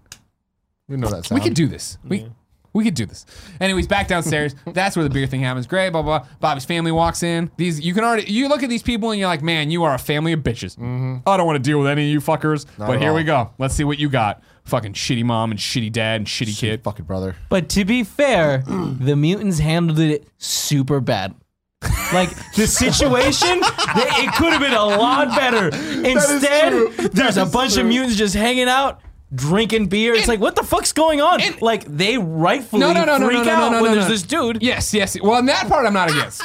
We know that sound. We could do this. We we could do this. Anyways, *laughs* back downstairs. That's where the beer thing happens. Great, blah blah. blah. Bobby's family walks in. These you can already you look at these people and you're like, man, you are a family of bitches. I don't want to deal with any of you fuckers. but Mm-hmm. at here we all. go. Let's see what you got. Fucking shitty mom and shitty dad and shitty kid. Fucking brother. But to be fair, the mutants handled it *laughs* super bad. Like the situation, they- it could have been a lot better. true. Instead, there's a bunch of mutants just hanging out, drinking beer. It's like, what the fuck's going on? like they rightfully No, no, no, no, freak no, no, out no, no, when no, there's no. this dude. Yes, yes. Well, in that part, I'm not *laughs* against.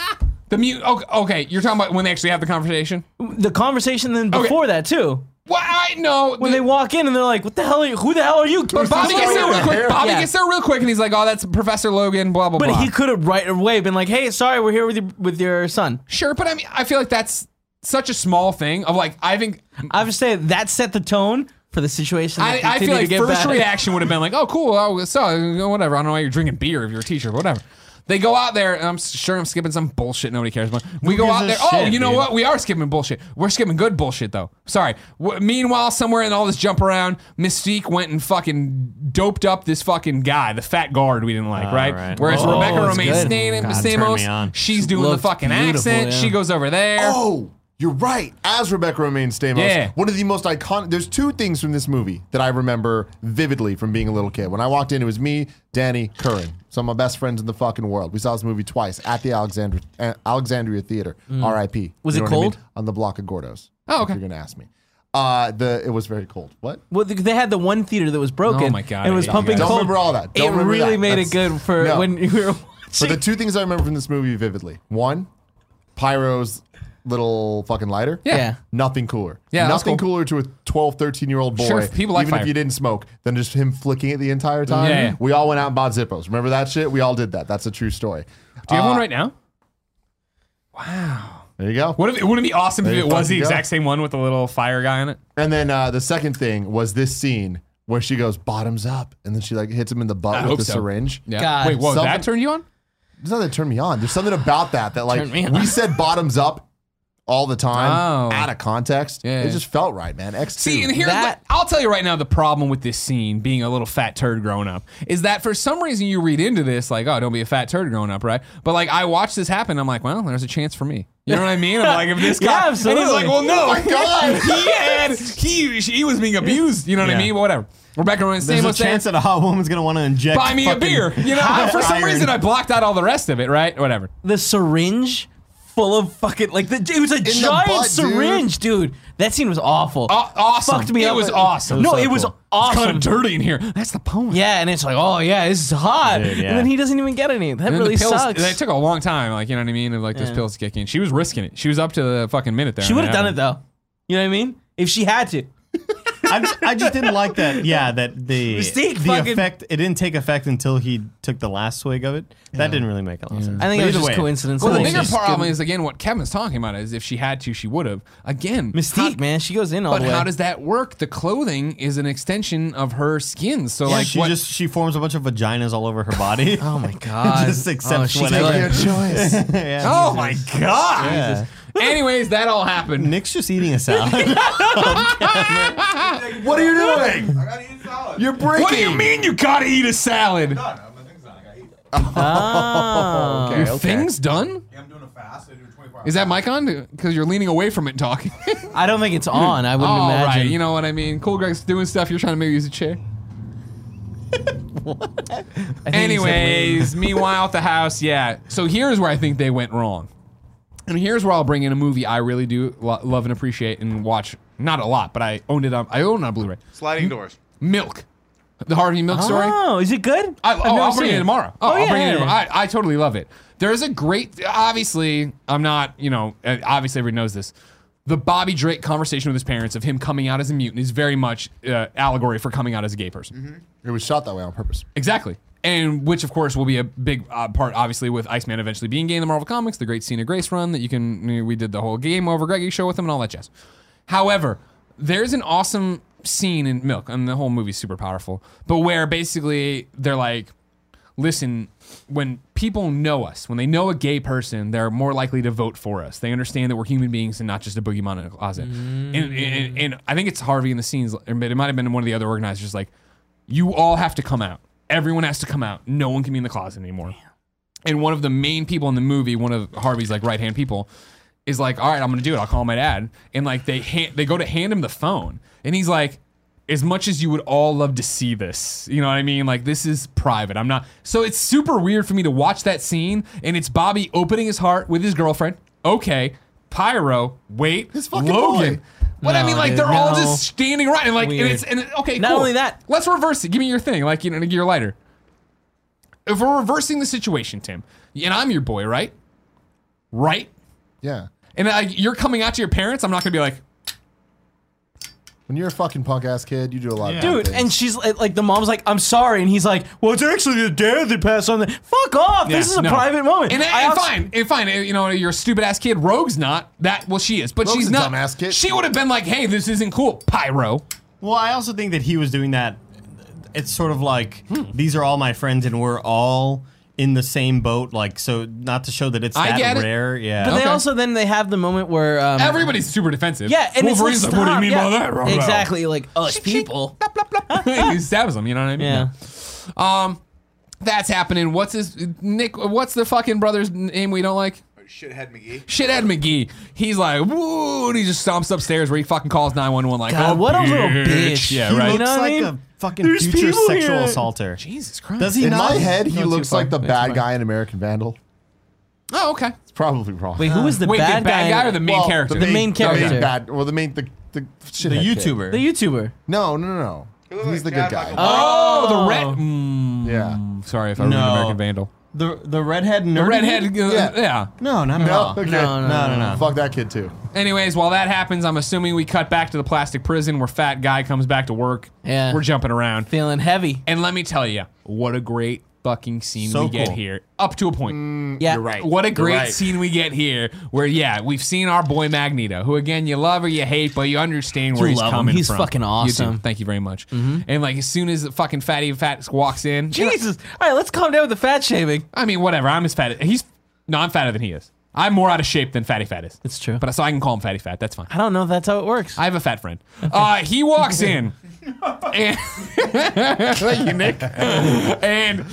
The mute. Okay, okay, you're talking about when they actually have the conversation. The conversation then before that too, Well, I know. when they walk in and they're like, "What the hell? Are you, who the hell are you?" but Bobby gets there real quick. Bobby Yeah. gets there real quick, and he's like, "Oh, that's Professor Logan." Blah blah But blah. he could have right away been like, "Hey, sorry, we're here with your with your son." Sure, but I mean, I feel like that's such a small thing. Of like, I think I would say that set the tone for the situation. that I, I feel continued to like get first better. reaction would have been like, "Oh, cool. Oh, so uh, whatever. I don't know why you're drinking beer if you're a teacher, but whatever." They go out there, and I'm s- sure I'm skipping some bullshit nobody cares about. We go gives out a there. oh, shit, you know dude? what? We are skipping bullshit. We're skipping good bullshit though. Sorry. W- meanwhile, somewhere in all this jump around, Mystique went and fucking doped up this fucking guy, the fat guard we didn't like, right? right. Whereas Oh, Rebecca that's Romaine good. Stan- God, turn me on. Stamos, she's doing the looked fucking beautiful, accent. yeah. She goes over there. Oh, you're right. As Rebecca Romaine Stamos, Yeah. one of the most iconic. There's two things from this movie that I remember vividly from being a little kid. When I walked in, it was me, Danny, Curran, some of my best friends in the fucking world. We saw this movie twice at the Alexandria, uh, Alexandria Theater. R.I.P. Was You know it what I mean? cold? On the block of Gordos. Oh, If okay. you're gonna ask me. Uh, the it was very cold. What? Well, th- they had the one theater that was broken. Oh my God, I and It was hate you pumping Don't guys. cold. remember all that. Don't it remember really that. made That's- it good for No. when *laughs* you were But watching. the two things I remember from this movie vividly: one, Pyro's little fucking lighter. Yeah. yeah. Nothing cooler. Yeah, that's Nothing cool. cooler to a 12, 13 year old boy, Sure, people like even fire. if you didn't smoke, than just him flicking it the entire time. Yeah, yeah. We all went out and bought Zippos. Remember that shit? We all did that. That's a true story. Do you have uh, one right now? There you go. What if, wouldn't it be awesome if There it you was the fucking go. exact same one with the little fire guy on it? And then uh, the second thing was this scene where she goes bottoms up and then she like hits him in the butt hope with the so. syringe. Yeah. God. Wait, whoa, Something- that turned you on? There's nothing that turned me on. There's something about that that like Turned me on. we said bottoms up all the time Oh. out of context. Yeah, It yeah. just felt right, man. X2. See, and here's what- That- I'll tell you right now the problem with this scene being a little fat turd growing up is that for some reason you read into this like, oh, don't be a fat turd growing up, right? But like I watched this happen, I'm like, well, there's a chance for me. You know what I mean? I'm like, if this guy, Yeah, and he's absolutely. like, well, no, Oh my *laughs* God. *laughs* he had, he, he was being abused. You know what I Yeah. mean? But whatever. Rebecca Rowan There's a Stamos chance saying, that a hot woman's gonna want to inject. buy me a *laughs* fucking- beer. You know, for some iron. reason I blocked out all the rest of it, right? Whatever. *laughs* The syringe full of fucking like the, it was a giant butt, dude. syringe, dude. That scene was awful. Aw- awesome. Fucked me It up. was awesome. No, So it was cool. awesome. Kind of dirty in here. That's the poem. Yeah, and it's like, oh yeah, this is hot. Dude, yeah. And then he doesn't even get any. That And really the pills, sucks. It took a long time, like you know what I mean, of like this pills to kick in. She was risking it. She was up to the fucking minute there. she would have done it though. You know what I mean? If she had to. I, just, I just didn't like that. Yeah, *laughs* that the Mystique the fucking- effect. It didn't take effect until he took the last swig of it. That didn't really make a lot of sense. I think But it was either just way, coincidence. Well, the alone. bigger Just problem good- is again what Kevin's talking about is if she had to, she would have. Again, Mystique, how- man, she goes in all But the way. how does that work? The clothing is an extension of her skin, so Yeah, like she what? just she forms a bunch of vaginas all over her *laughs* body. Oh my god! Just accepts she's whatever. like- Your choice. *laughs* Yeah. oh my god! Yeah. Anyways, that all happened. Nick's just eating a salad. what are you doing? I gotta eat salad. You're breaking. What do you mean you gotta eat a Oh, salad? done. I'm- my thing's done. I gotta eat. *laughs* Ah. Okay, okay. Things done? Yeah, I'm doing a fast. I do a 24 hour Is that mic on? Because you're leaning away from it and talking. *laughs* I don't think it's on. I wouldn't All imagine. Oh, right, you know what I mean. Cool, Greg's doing stuff. You're trying to maybe use a chair. I think he said Anyways, meanwhile at the house, yeah. So here's where I think they went wrong. And here's where I'll bring in a movie I really do lo- love and appreciate and watch. Not a lot, but I owned it on I own it on Blu-ray. Sliding doors. Milk, the Harvey Milk story. Oh, is it good? I, I've oh, never I'll bring seen it tomorrow. Oh, I'll yeah, bring it yeah, tomorrow. yeah. I, I totally love it. There is a great, obviously, I'm not, you know, uh, obviously everyone knows this. The Bobby Drake conversation with his parents of him coming out as a mutant is very much uh, allegory for coming out as a gay person. Mm-hmm. It was shot that way on purpose. Exactly. And which, of course, will be a big uh, part, obviously, with Iceman eventually being gay in the Marvel Comics, the great Cena Grace run that you can, we did the whole game over Greggy show with him and all that jazz. However, there's an awesome scene in Milk, and the whole movie's super powerful, but where basically they're like, listen, when people know us, when they know a gay person, they're more likely to vote for us. They understand that we're human beings and not just a boogeyman in a closet. And, and, and I think it's Harvey in the scenes, or it might have been one of the other organizers, like, you all have to come out. Everyone has to come out. No one can be in the closet anymore. And one of the main people in the movie, one of Harvey's like right hand people, is like, "All right, I'm gonna do it. I'll call my dad." And like they hand, they go to hand him the phone, and he's like, "As much as you would all love to see this, you know what I mean? Like this is private. I'm not." So it's super weird for me to watch that scene, and it's Bobby opening his heart with his girlfriend. Okay, Pyro, wait, His fucking Logan. boy. What I No, mean, like dude, they're all no. just standing right, and like and Weird. it's and okay. Not cool. only that- let's reverse it. Give me your thing, like you know, your lighter. If we're reversing the situation, Tim, and I'm your boy, right? Right? Yeah. And like you're coming out to your parents, I'm not gonna be like, When you're a fucking punk ass kid, you do a lot of dumb Dude, things. and she's like, like, the mom's like, I'm sorry. And he's like, well, it's actually the dad that passed on the. Fuck off. this is a no. private moment. And, I and also- fine, and fine. and, You know, you're a stupid ass kid. Rogue's not that. Well, she is, but Rogue's she's a not. dumbass kid. She would have been like, "Hey, this isn't cool, Pyro." Well, I also think that he was doing that. It's sort of like these are all my friends, and we're all in the same boat. Like, so not to show that it's I that get it. rare. Yeah. But Okay. they also then they have the moment where. Um, Everybody's super defensive. Yeah, and Wolverine's it's like, "What do you stop, mean by yeah. that?" Rogue?" Exactly. Like, us people. Blah, blah, blah. And *laughs* he stabs him. You know what I mean? uh, Yeah. Um, that's happening. What's his Nick? What's the fucking brother's name we don't like? Shithead McGee. Shithead McGee. He's like, woo, and he just stomps upstairs where he fucking calls 911 like, God, oh, what a little bitch. Yeah, He right. You know looks what I like mean? a fucking There's future people sexual here. assaulter. Jesus Christ. Does he in not? my head, he Not too looks far. like the Not too bad far. guy in American Vandal. Oh, okay. It's probably wrong. Wait, who was the Wait, bad, the bad guy, or the main Well, character? The main The character. main bad, well, the main the the, the shithead kid. YouTuber. The YouTuber. No, no, no, no. He's the good guy. Oh, the red. Mm, yeah. Oh. Sorry if I ruined No. American Vandal. the the redhead nerd. The redhead. uh, Yeah. yeah. No, not at all. okay. No, no, no, no. Fuck that kid too. Anyways, while that happens, I'm assuming we cut back to the plastic prison where fat guy comes back to work. Yeah. We're jumping around. Feeling heavy. And let me tell you, what a great fucking scene So we get cool. here. Up to a point. Yeah. What a great right. scene we get here, where yeah, we've seen our boy Magneto, who again you love or you hate, but you understand where You he's love him. coming He's from. fucking You do. awesome. Mm-hmm. Thank you very much. And like as soon as the fucking fatty fat walks in, Jesus. All right, let's calm down with the fat shaming. I mean whatever. I'm as fat. He's no, I'm fatter than he is. I'm more out of shape than fatty fat is. It's true. But so I can call him fatty fat. That's fine. I don't know if that's how it works. I have a fat friend. Uh, he walks in. and Thank you, Nick. and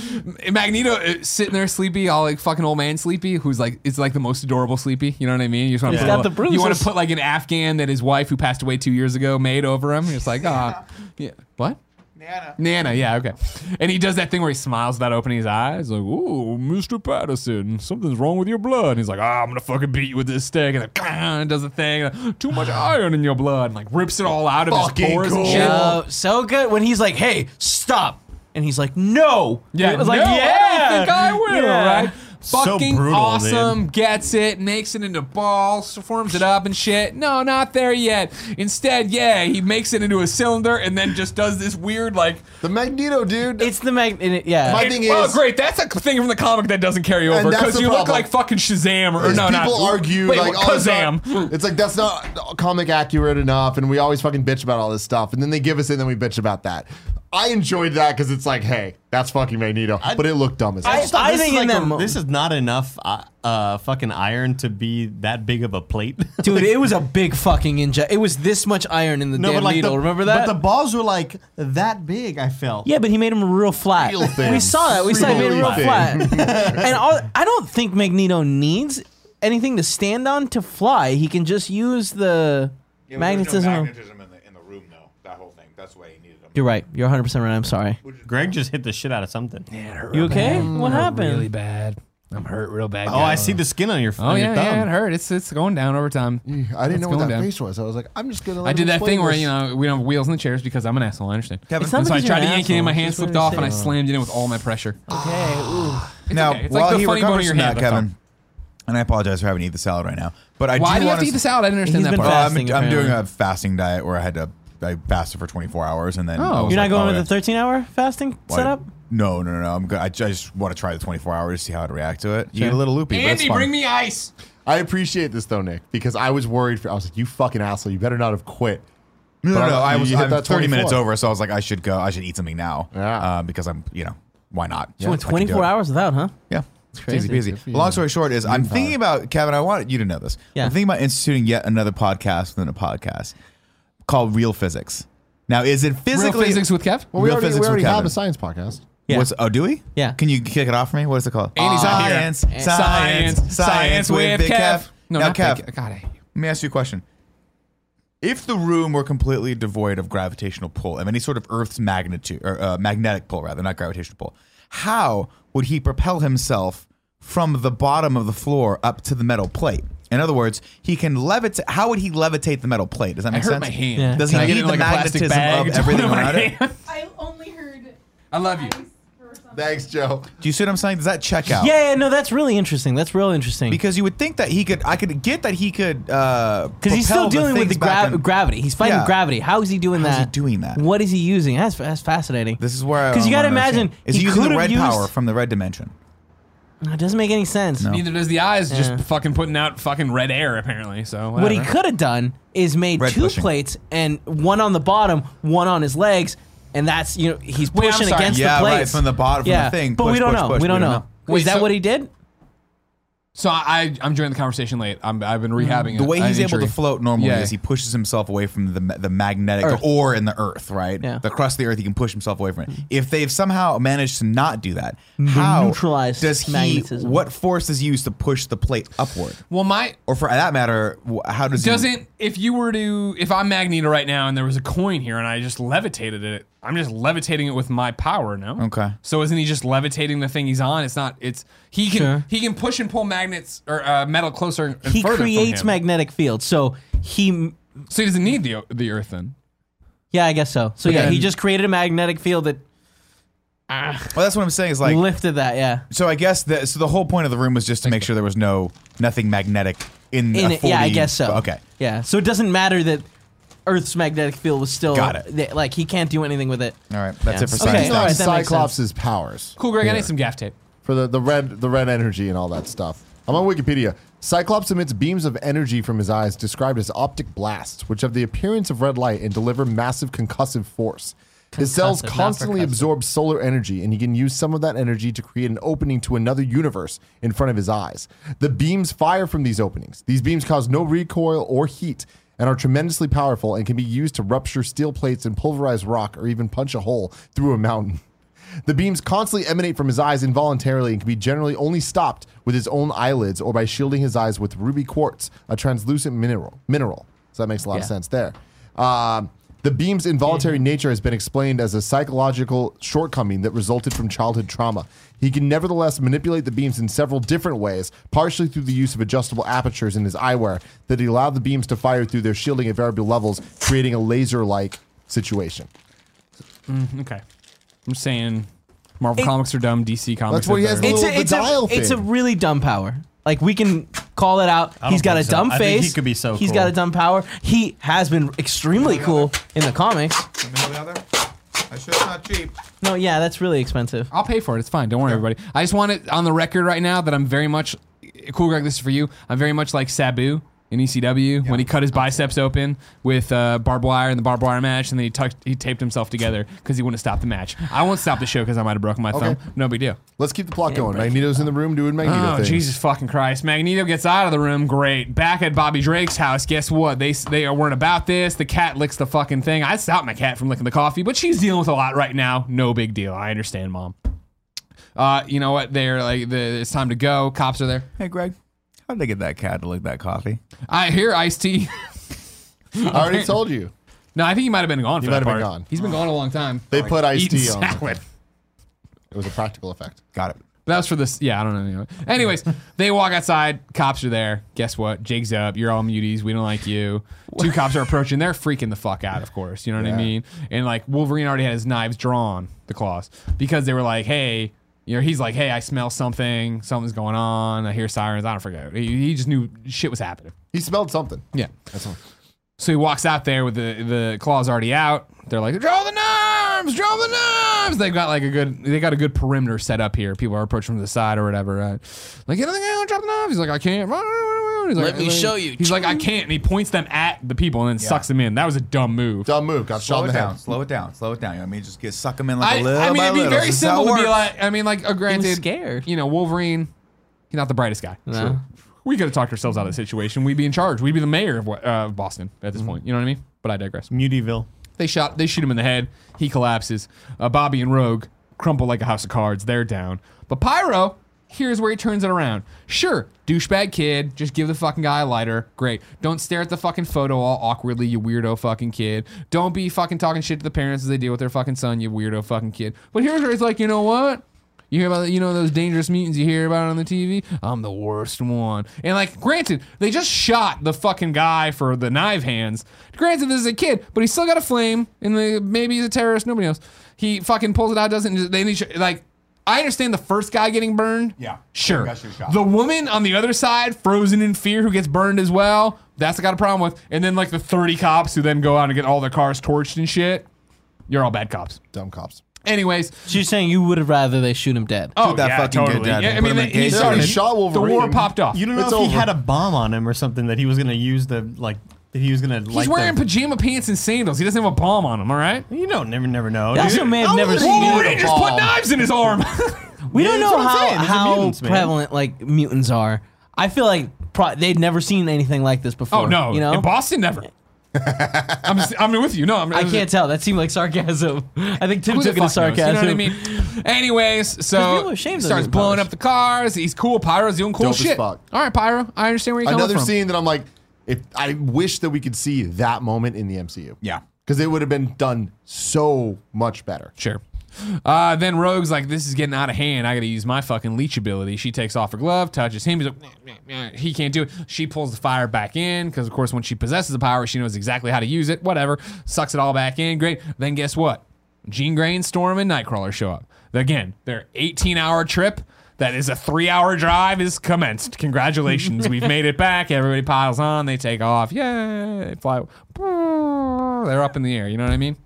Magneto uh, sitting there sleepy, all like fucking old man sleepy, who's like, it's like the most adorable sleepy. You know what I mean? You just want to put, got a the little- you want to bruises. put like an Afghan that his wife, who passed away two years ago, made over him. It's like, ah, yeah. What? Nana. Nana, yeah, okay. And he does that thing where he smiles without opening his eyes, like, "Ooh, Mister Patterson, something's wrong with your blood." And he's like, "Ah, I'm gonna fucking beat you with this stick," and then "Gah," does the thing, and, too much iron in your blood, and like rips it all out of Fucking his pores and cool. shit. Yo, so good when he's like, "Hey, stop," and he's like, "No." Yeah, it was like, "No, I "Yeah, don't think *laughs* I will." Yeah. Right? So Fucking brutal, awesome. Gets it, makes it into balls, forms it up and shit. No, not there yet. Instead, yeah, he makes it into a cylinder and then just does this weird like. The Magneto dude. It's the mag. and it- yeah, My- thing oh, is- great! That's a thing from the comic that doesn't carry over that's because the you look problem. like fucking Shazam or is no, people not argue wait, like what, oh, it's Kazam. not- *laughs* It's like that's not comic accurate enough, and we always fucking bitch about all this stuff, and then they give us it, and then we bitch about that. I enjoyed that because it's like, hey, that's fucking Magneto, but it looked dumb as I, hell. just thought I this, think is in like that a- mo- this is not enough uh, uh, fucking iron to be that big of a plate. *laughs* dude, it was a big fucking inject. It was this much iron in the damn needle. the, Remember that? But the balls were like that big. I felt. yeah, but he made him real flat. Real thin. We saw that. We saw he made him Real real thin. flat. *laughs* and all, I don't think Magneto needs anything to stand on to fly. He can just use the magnetism. magnetism in the, in the room, though. That whole thing. That's why he needed him. You're right. You're 100 percent right. I'm sorry. Greg just hit the shit out of something. Yeah. *laughs* You okay? What happened? Really bad. I'm hurt real bad. Oh, I see the skin on your, Oh on yeah, your thumb. yeah, it hurt. It's it's going down over time. I didn't know what going that down. face was. I was like, I'm just gonna. Let I him did that explain thing where this. you know we don't have wheels in the chairs because I'm an asshole. I understand. Kevin, It's not And so I because you're tried to uh, an yank it, and my asshole, hand it's just slipped what off, it and I says. slammed it in with all my pressure. It's now okay. It's while like the he funny bone recovers in your from that, hand, that's Kevin, and I apologize for having to eat the salad right now, but I Why do you have wanna to eat s- the salad? I didn't understand He's that been part. fat. Um, I'm, Fasting, I'm doing a apparently. fasting diet where I had to I fasted for 24 hours and then I Oh. was You're not like, going oh, with yeah. the 13 hour fasting Why- setup? No, no, no, no. I'm good. I, I just want to try the 24 hours to see how I react to it. You get a little loopy. but it's Andy, fun. bring me ice. I appreciate this though, Nick, because I was worried for. I was like, you fucking asshole, you better not have quit. No, no, But no. I you was hit I'm that 30 minutes 24. over, so I was like, I should go. I should eat something now. Yeah. Uh, because I'm, you know, why not? You went 24 hours without, huh? Yeah. It's crazy, busy. you. Long story short is I'm thinking about Kevin. I want you to know this. Yeah. I'm thinking about instituting yet another podcast within a podcast called Real Physics. Now, is it Real physically physics with Kev. Well, we Real already, physics we with already have Kevin. a science podcast. Yeah. What's oh, do we? Yeah. Can you kick it off for me? What is it called? Andy's not here. science, Science, science, science, with Big Kev. No, now, not Kev. Big Kev. God, I hate you. Let me ask you a question. If the room were completely devoid of gravitational pull, of any sort of Earth's magnitude or uh, magnetic pull, rather not gravitational pull, how would he propel himself from the bottom of the floor up to the metal plate? In other words, he can levitate. How would he levitate the metal plate? Does that I make hurt sense? my hand. Yeah. Does Can I he get need it in the like a magnetism plastic bag of *laughs* to put everything in my around it? hand? I only heard. I love you. ice for something. Thanks, Joe. Do you see what I'm saying? Does that check out? Yeah, yeah, no, that's really interesting. That's real interesting. Because you would think that he could. I could get that he could. uh, Because Because he's still dealing with the gra- gravity. He's fighting Yeah. gravity. How is he doing How is that? he doing that? What is he using? That's, that's fascinating. This is where I- because you I got to wanna imagine understand. is he, using the could've red used, power from the red dimension? No, It doesn't make any sense. Neither does the eyes. Yeah. Just fucking putting out fucking red air apparently. So What he whatever. could have done is made Red two pushing. plates and one on the bottom, one on his legs, and that's you know he's Wait, I'm pushing sorry. against Yeah, the right, plates from the bottom- from the thing. But Push, we don't push, know. push. we don't know. Was Wait, that so- what he did? So I, I'm joining the conversation late. I'm, I've been rehabbing. Mm. The way a- he's an able to injury. float normally Yeah. is he pushes himself away from the ma- the magnetic Earth. ore in the earth, right? Yeah. Mm. The crust of the earth, he can push himself away from it. If they've somehow managed to not do that, how neutralized does he? magnetism. What force is used to push the plate upward? Well, my Or for that matter, wh- how does he, doesn't. If you were to, if I'm Magneto right now, and there was a coin here, and I just levitated it, I'm just levitating it with my power. No. Okay. So isn't he just levitating the thing he's on? It's not. It's he can Sure. he can push and pull magnets or uh, metal closer. And He further from creates him. magnetic fields, so he. So he doesn't need the the Earth then. Yeah, I guess so. So yeah, then- he just created a magnetic field that Well, that's what I'm saying. Is like lifted that. Yeah, So I guess the so the whole point of the room was just to make sure there was no nothing magnetic in, in a it. Yeah, I 40 guess so. Okay, Yeah, so it doesn't matter that Earth's magnetic field was still Got it. th- like he can't do anything with it. all right, that's Yeah. it for Okay, science. all right. Thanks. that makes Cyclops' powers Cool, Greg. I need some gaff tape. for the, the red the red energy and all that stuff. I'm on Wikipedia. Cyclops emits beams of energy from his eyes described as optic blasts, which have the appearance of red light and deliver massive concussive force. His cells Concussive, not constantly percussive. absorb solar energy, and he can use some of that energy to create an opening to another universe in front of his eyes. The beams fire from these openings. These beams cause no recoil or heat and are tremendously powerful and can be used to rupture steel plates and pulverize rock or even punch a hole through a mountain. *laughs* The beams constantly emanate from his eyes involuntarily and can be generally only stopped with his own eyelids or by shielding his eyes with ruby quartz, a translucent mineral. Mineral. So that makes a lot of Yeah. sense there. Um, the beam's involuntary Mm-hmm. nature has been explained as a psychological shortcoming that resulted from childhood trauma. He can nevertheless manipulate the beams in several different ways, partially through the use of adjustable apertures in his eyewear that allow the beams to fire through their shielding at variable levels, creating a laser-like situation. Okay. I'm saying Marvel comics are dumb. DC That's comics. what are he has the better. It's little a, it's, dial a, it's a thing. really dumb power. Like we can call it out. I don't He's got a think so. dumb I face. think he could be so He's cool. got a dumb power. He has been extremely cool in the comics. I sure it's not cheap. No, yeah, that's really expensive. I'll pay for it. It's fine. Don't worry, everybody. I just want it on the record right now that I'm very much cool, Greg. This is for you. I'm very much like Sabu in ECW when he cut his biceps open with uh, barbed wire in the barbed wire match, and then he tucked, he taped himself together because he wouldn't stop the match. I won't stop the show because I might have broken my Okay. thumb. No big deal. Let's keep the plot going. Magneto's in the room doing Magneto Oh things. Jesus fucking Christ! Magneto gets out of the room. Great. Back at Bobby Drake's house. Guess what? They they weren't about this. The cat licks the fucking thing. I stopped my cat from licking the coffee, but she's dealing with a lot right now. No big deal. I understand, mom. Uh, you know what? They're like, the, it's time to go. Cops are there. Hey, Greg, how did I get that cat to lick that coffee? I hear Ice T. *laughs* I already told you. no, I think he might have been gone. For might that have been part. gone. He's been gone a long time. They put iced Eating tea on. salad. It was a practical effect. Got it. But that was for this. Yeah, I don't know. Anyway. Anyways, they walk outside. Cops are there. Guess what? Jig's up. You're all muties. We don't like you. Two cops are approaching. They're freaking the fuck out, of course. You know what I mean? And like Wolverine already had his knives drawn, the claws, because they were like, hey, you know, he's like, hey, I smell something. Something's going on. I hear sirens. I don't forget. He, he just knew shit was happening. He smelled something. Yeah. That's all. So he walks out there with the, the claws already out. They're like, draw the knives, draw the knives. They've got like a good, they got a good perimeter set up here. People are approaching from the side or whatever. Right? Like, anything out, drop the knives. He's like, I can't. He's like, Let me show you. He's like, I can't. And he points them at the people and then sucks them in. That was a dumb move. Dumb move. Got shot in Slow it the down. head. Slow it down. Slow it down. You know what I mean? Just get suck them in like I, a little I mean, by it'd be little. very This is how simple it to be works. like, I mean, like, uh, granted, scared. You know, Wolverine, he's not the brightest guy. No. We could have talked ourselves out of the situation. We'd be in charge. We'd be the mayor of what- uh, Boston at this Mm-hmm. point. You know what I mean? But I digress. Mutieville. They shot. They shoot him in the head. He collapses. Uh, Bobby and Rogue crumple like a house of cards. They're down. But Pyro, here's where he turns it around. Sure, douchebag kid. Just give the fucking guy a lighter. Great. Don't stare at the fucking photo all awkwardly, you weirdo fucking kid. Don't be fucking talking shit to the parents as they deal with their fucking son, you weirdo fucking kid. But here's where he's like, you know what? You hear about you know those dangerous mutants you hear about on the TV? I'm the worst one. And like, granted, they just shot the fucking guy for the knife hands. Granted, this is a kid, but he's still got a flame, and the, maybe he's a terrorist. Nobody knows. He fucking pulls it out, doesn't. and Then he sh- like, I understand the first guy getting burned. Yeah. sure. That's your shot. The woman on the other side, frozen in fear, who gets burned as well. That's I got a problem with. And then like the 30 cops who then go out and get all their cars torched and shit. You're all bad cops. Dumb cops. Anyways, She's saying you would have rather they shoot him dead. oh that yeah, fucking kid totally. down. Yeah, I Put mean, him in he cage. They started already shot the Wolverine. war popped off. You don't know It's if he over. had a bomb on him or something that he was gonna use the like that he was gonna. He's wearing *laughs* pajama pants and sandals. He doesn't have a bomb on him. All right. you don't never never know. That's dude. what may have never seen. Wolverine just put knives in his arm. We don't that's know what I'm how, saying. These are how mutants, man. prevalent like mutants are. I feel like pro- they'd never seen anything like this before. oh no! you know in Boston, never. I'm just, I'm with you. No, I'm. I can't tell. That seemed like sarcasm. I think Tim Who the took it as fuck knows? sarcasm. You know what I mean? Anyways, people so are ashamed he of starts their blowing powers. up the cars. He's cool. Pyro's doing cool Dope as shit. fuck. All right, Pyro. I understand where you're coming Another from. scene that I'm like, if I wish that we could see that moment in the MCU. Yeah. Because it would have been done so much better. Sure. Uh, then Rogue's like, "This is getting out of hand. I got to use my fucking leech ability." She takes off her glove, touches him. He's like, "Meh, meh, meh." "He can't do it." She pulls the fire back in because, of course, when she possesses the power, she knows exactly how to use it. Whatever, sucks it all back in. Great. Then guess what? Jean Grey, and Storm, and Nightcrawler show up. Again, their 18-hour trip. That is a three-hour drive is commenced. Congratulations, we've made it back. Everybody piles on. They take off. Yay! Fly. They're up in the air. You know what I mean?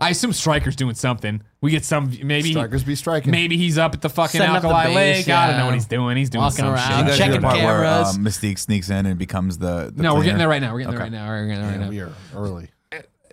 I assume Striker's doing something. We get some maybe Strikers be striking. Maybe he's up at the fucking Setting up the alkali base, lake. I don't know yeah. what he's doing. He's doing Walking some around. shit. You guys Checking do the part where cameras. um, Mystique sneaks in and becomes the. the No, we're getting cleaner. there right now. We're getting there right now. We're getting there right now. We are early.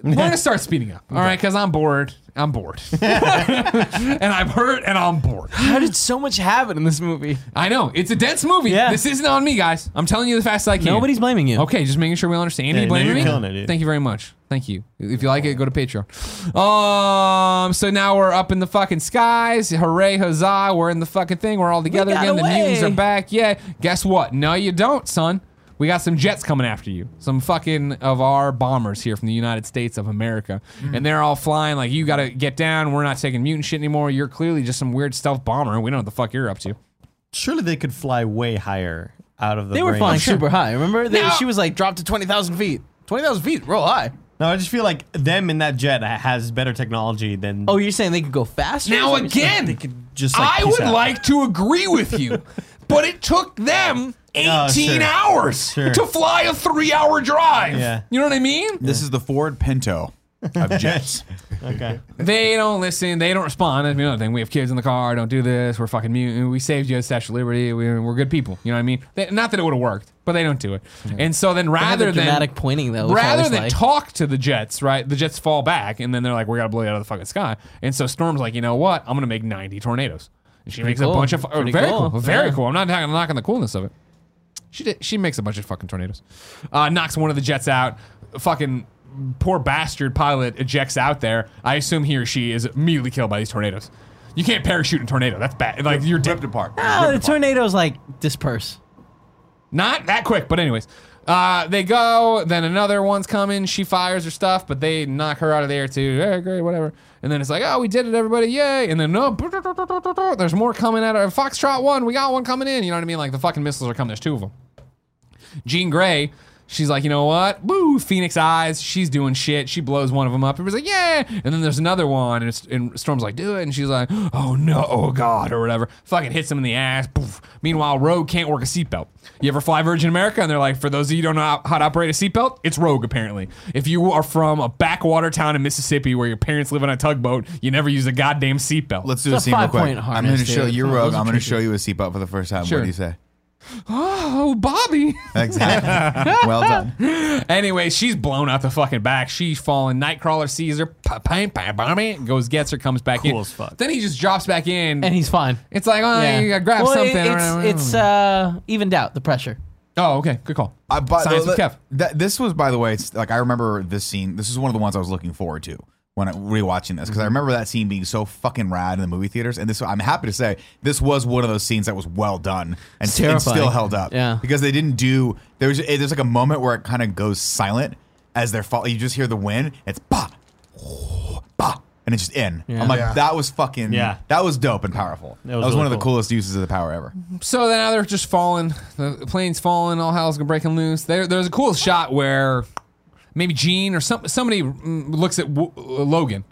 We're gonna start speeding up, all right? Because I'm bored. I'm bored, *laughs* and I'm hurt, and I'm bored. How did so much happen in this movie? I know it's a dense movie. Yeah. This isn't on me, guys. I'm telling you the fastest I can. Nobody's blaming you. Okay, just making sure we all understand. Andy, Yeah, no, blaming you're me? killing it, dude. Thank you very much. Thank you. If you like it, go to Patreon. Um, so now we're up in the fucking skies. Hooray, huzzah! We're in the fucking thing. We're all together got again. The away. mutants are back. Yeah. Guess what? No, you don't, son. We got some jets coming after you. Some fucking of our bombers here from the United States of America, Mm. and they're all flying like you got to get down. We're not taking mutant shit anymore. You're clearly just some weird stealth bomber. We don't know what the fuck you're up to. Surely they could fly way higher out of the. They were brain. flying super high. Remember, they, Now- she was like dropped to twenty thousand feet. Twenty thousand feet, real high. No, I just feel like them in that jet has better technology than. Oh, you're saying they could go faster? Now Is that what you're saying? again, They could- just like, I peace would out. like to agree with *laughs* you, but it took them 18 Oh, sure. hours Sure. to fly a three hour drive. Yeah. You know what I mean? This is the Ford Pinto of jets. Okay. They don't listen. They don't respond. That's another thing. We have kids in the car. Don't do this. We're fucking mutant. We saved you at Statue of Liberty. We, we're good people. You know what I mean? They, not that it would have worked, but they don't do it. And so then They had rather the than. dramatic pointing though, which I rather always than like. talk to the Jets, right? The Jets fall back, and then they're like, "We gotta blow you out of the fucking sky." And so Storm's like, "You know what? I'm gonna make 90 tornadoes." And she makes cool. a bunch of Pretty very cool, cool. very Yeah. cool. I'm not knocking, knocking the coolness of it. She did, she makes a bunch of fucking tornadoes, uh, knocks one of the Jets out. Fucking poor bastard pilot ejects out there. I assume he or she is immediately killed by these tornadoes. You can't parachute in tornado. That's bad. Like you're dead. Ripped apart. Ah, the tornadoes like disperse. Not that quick, but anyways. Uh, they go, then another one's coming. She fires her stuff, but they knock her out of the air too. Eh, great, whatever. And then it's like, oh, we did it, everybody, yay! And then no, there's more coming at her. Foxtrot one, we got one coming in. You know what I mean? Like the fucking missiles are coming. There's two of them. Jean Grey, she's like, you know what? Woo! Phoenix Eyes, she's doing shit. She blows one of them up. Everybody's like, yeah. And then there's another one, and, it's, and Storm's like, do it. And she's like, oh no, oh god, or whatever. Fucking hits him in the ass. Poof. Meanwhile, Rogue can't work a seatbelt. You ever fly Virgin America? And they're like, for those of you who don't know how- how to operate a seatbelt, it's Rogue apparently. If you are from a backwater town in Mississippi where your parents live on a tugboat, you never use a goddamn seatbelt. Let's do the It's a scene real quick. five-point I'm going to harness, show dude. you Come on, Rogue. those are I'm going to tricky. show you a seatbelt for the first time. Sure. What do you *laughs* say? Oh, Bobby. *laughs* Exactly. well done. Anyway, she's blown out the fucking back. She's falling. Nightcrawler sees her, pa- pam, pam, pam, pam, goes gets her, comes back in. Cool as fuck. Then he just drops back in. and he's fine. it's like, oh, Yeah. you gotta grab Well, it- something. it's it's uh, evened out the pressure. oh, okay, good call. I, but Science with the- Kev. that- this was, by the way, it's, like I remember this scene. This is one of the ones I was looking forward to when I rewatching this because I remember that scene being so fucking rad in the movie theaters. And this, I'm happy to say, this was one of those scenes that was well done and, It's and still terrifying. held up. Yeah. because they didn't do there's it- there's like a moment where it kind of goes silent as they're fall. You just hear the wind. It's *gasps* bah, bah, and it's just in. I'm like, Yeah. that was fucking. Yeah. that was dope and powerful. That was, really one of the cool. coolest uses of the power ever. So then now they're just falling. The plane's falling. All hell's gonna breaking loose. There, there's a cool shot where maybe Gene or some somebody mm, looks at w- uh, Logan,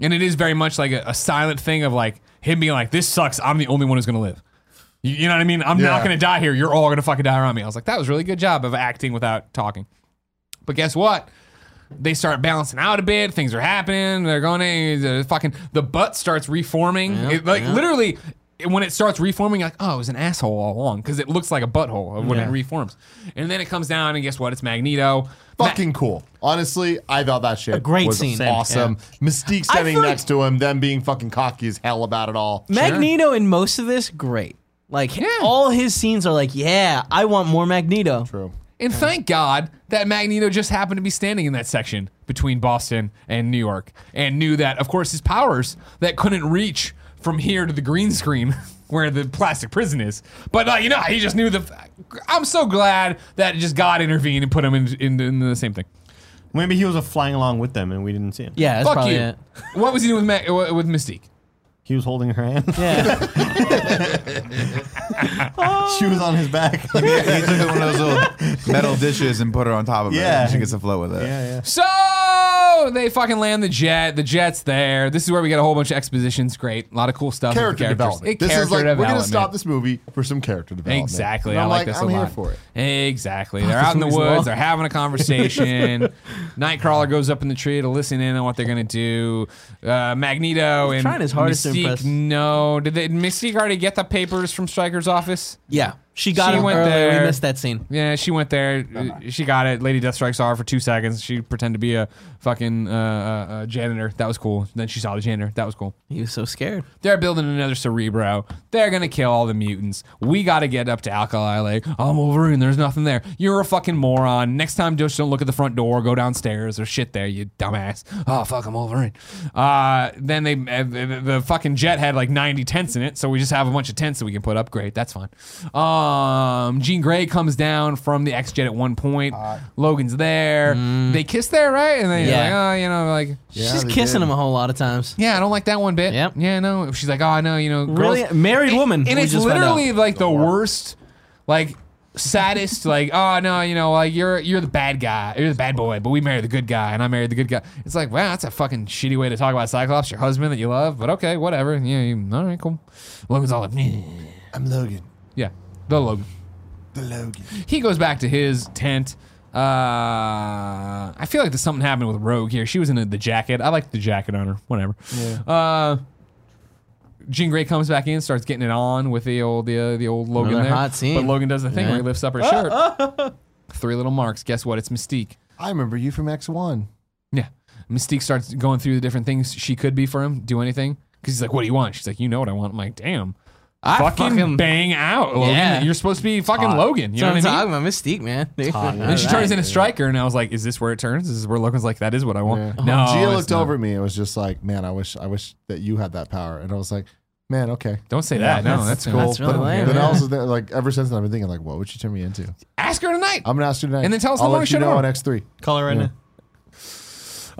and it is very much like a, a silent thing of like him being like, "This sucks. I'm the only one who's gonna live." You, you know what I mean? I'm not Yeah. gonna die here. You're all gonna fucking die around me. I was like, that was a really good job of acting without talking. But guess what? They start balancing out a bit. Things are happening. They're going. eh, The fucking the butt starts reforming. It, like literally, it- when it starts reforming, you're like oh, it was an asshole all along because it looks like a butthole when it reforms. And then it comes down, and guess what? It's Magneto. Ma- Fucking cool. Honestly, I thought that shit great was scene. awesome. Mystique standing feel like- next to him, them being fucking cocky as hell about it all. Magneto in most of this, great. Like all his scenes are like, yeah, I want more Magneto. True. And thank God that Magneto just happened to be standing in that section between Boston and New York and knew that, of course, his powers that couldn't reach from here to the green screen *laughs* where the plastic prison is. But, uh, you know, he just knew the. F- I'm so glad that just God intervened and put him in, in, in the same thing. Maybe he was a flying along with them and we didn't see him. Yeah, that's Fuck probably you. it. *laughs* What was he doing with, Ma- uh, with Mystique? He was holding her hand. *laughs* *laughs* Yeah, she was on his back. *laughs* yeah, Yeah, he took one of those *laughs* little metal dishes and put it on top of it. Yeah. and she gets afloat with it. yeah. So they fucking land the jet. The jet's there. This is where we get a whole bunch of expositions. Great. A lot of cool stuff. with the Character characters. development. It- This character is like we're gonna development. stop this movie for some character development. Exactly. And I I'm like, this I'm a here lot. for it. *laughs* Exactly. They're out in the movie's woods. long. They're having a *laughs* conversation. Nightcrawler goes up in the tree to listen in on what they're gonna do. Uh, Magneto and trying his hardest to Mystique. impress. No, did they, Mystique already get the papers from Stryker's office? yeah. She got She him went early. there. We missed that scene. Yeah, she went there. Uh, She got it. Lady Deathstrike saw her for two seconds. She pretended to be a fucking uh, uh, uh, janitor. That was cool. Then she saw the janitor. That was cool. He was so scared. They're building another Cerebro. They're gonna kill all the mutants. We gotta get up to Alkali Lake. I'm Wolverine. There's nothing there. You're a fucking moron. Next time, just don't look at the front door. Go downstairs or shit there, you dumbass. Oh fuck, I'm Wolverine. Uh, then they uh, the the fucking jet had like 90 tents in it, so we just have a bunch of tents that we can put up. Great, that's fine. Um, Jean Grey comes down from the X jet at one point. Logan's there. They kiss there, right? And then Yeah. you're like, oh, you know, like. She's they kissing did. him a whole lot of times. Yeah, I don't like that one bit. Yep. Yeah, no. She's like, oh, no, you know, girls. Really? Married And- woman, And, we it's just found literally like the worst, like saddest, *laughs* like, oh no, you know, like you're you're the bad guy, you're the bad boy, but we married the good guy, and I married the good guy. It's like, wow, that's a fucking shitty way to talk about Cyclops, your husband that you love. But okay, whatever. Yeah, you, all right, cool. Logan's all like, "Meh." I'm Logan. yeah, the Logan. The Logan. He goes back to his tent. Uh, I feel like there's something happened with Rogue here. She was in the, the jacket. I liked the jacket on her. Whatever. Uh, Jean Grey comes back in, starts getting it on with the old the, uh, the old Logan Another there. hot scene. But Logan does the thing where he Yeah. lifts up her shirt. *laughs* Three little marks. Guess what? It's Mystique. I remember you from X One. Yeah. Mystique starts going through the different things she could be for him. Do anything. Because he's like, "What do you want?" She's like, "You know what I want." I'm like, "Damn." I fucking, bang out, Logan. Yeah. You're supposed to be fucking Logan. You So know I'm what I mean? talking about Mystique, man. hot, man. And she Alright. turns into Striker, and I was like, "Is this where it turns? Is this where Logan's like, that is what I want?" No, Gia it's looked not. over at me and was just like, "Man, I wish, I wish that you had that power." And I was like, "Man, okay." Don't say that. No, that's, that's- cool. that's really but lame, then yeah. I was there, like, ever since then, I've been thinking, like, what would she turn me into? Ask her tonight. I'm gonna ask you tonight. And then tell us I'll how long let it should you know run. on X three. Call her right now.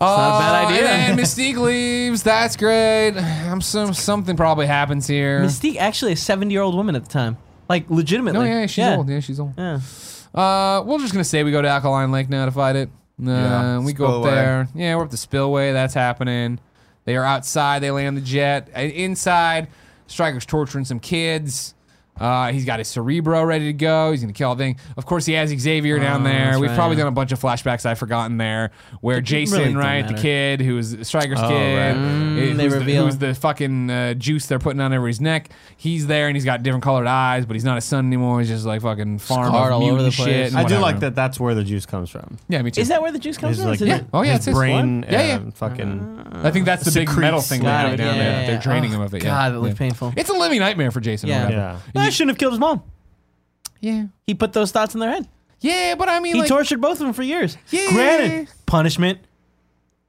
not a bad idea. Uh, And Mystique leaves. That's great. *sighs* I'm some something probably happens here. *laughs* Mystique actually a 70 year old woman at the time. Like legitimately. no, yeah, she's old. Yeah, she's old. Yeah. Uh, we're just gonna say we go to Alkaline Lake now to fight it. Uh, Yeah. we go up Spillway. there. Yeah, we're up the spillway. That's happening. They are outside. They land the jet Uh, inside. Striker's torturing some kids. Uh, he's got his cerebro ready to go. He's gonna kill everything. Of course, he has Xavier down Oh, there. that's We've right, probably yeah. done a bunch of flashbacks I've forgotten there, where Jason, really didn't right, the matter. kid who is Striker's kid, right. Mm, who's they the- reveal. who's the fucking uh, juice they're putting on everybody's neck. He's there and he's got different colored eyes, but he's not his son anymore. He's just like fucking farm Scarred of all mutant over the shit. place. and I do whatever. like that. That's where the juice comes from. Yeah, me too. Is that where the juice comes His from? like Is it- Uh, Yeah. Oh, yeah, his it's his brain. Yeah, yeah. and Fucking. I think that's the big Secretes metal thing they Got have it, down yeah, there. yeah, They're yeah. draining Oh, him of it. Yeah. God, that Yeah. looked painful. It's a living nightmare for Jason. Yeah. whatever. Yeah. I shouldn't have killed his mom. yeah, He put those thoughts in their head. yeah. But I mean, He like, tortured both of them for years. Yeah. Granted, punishment.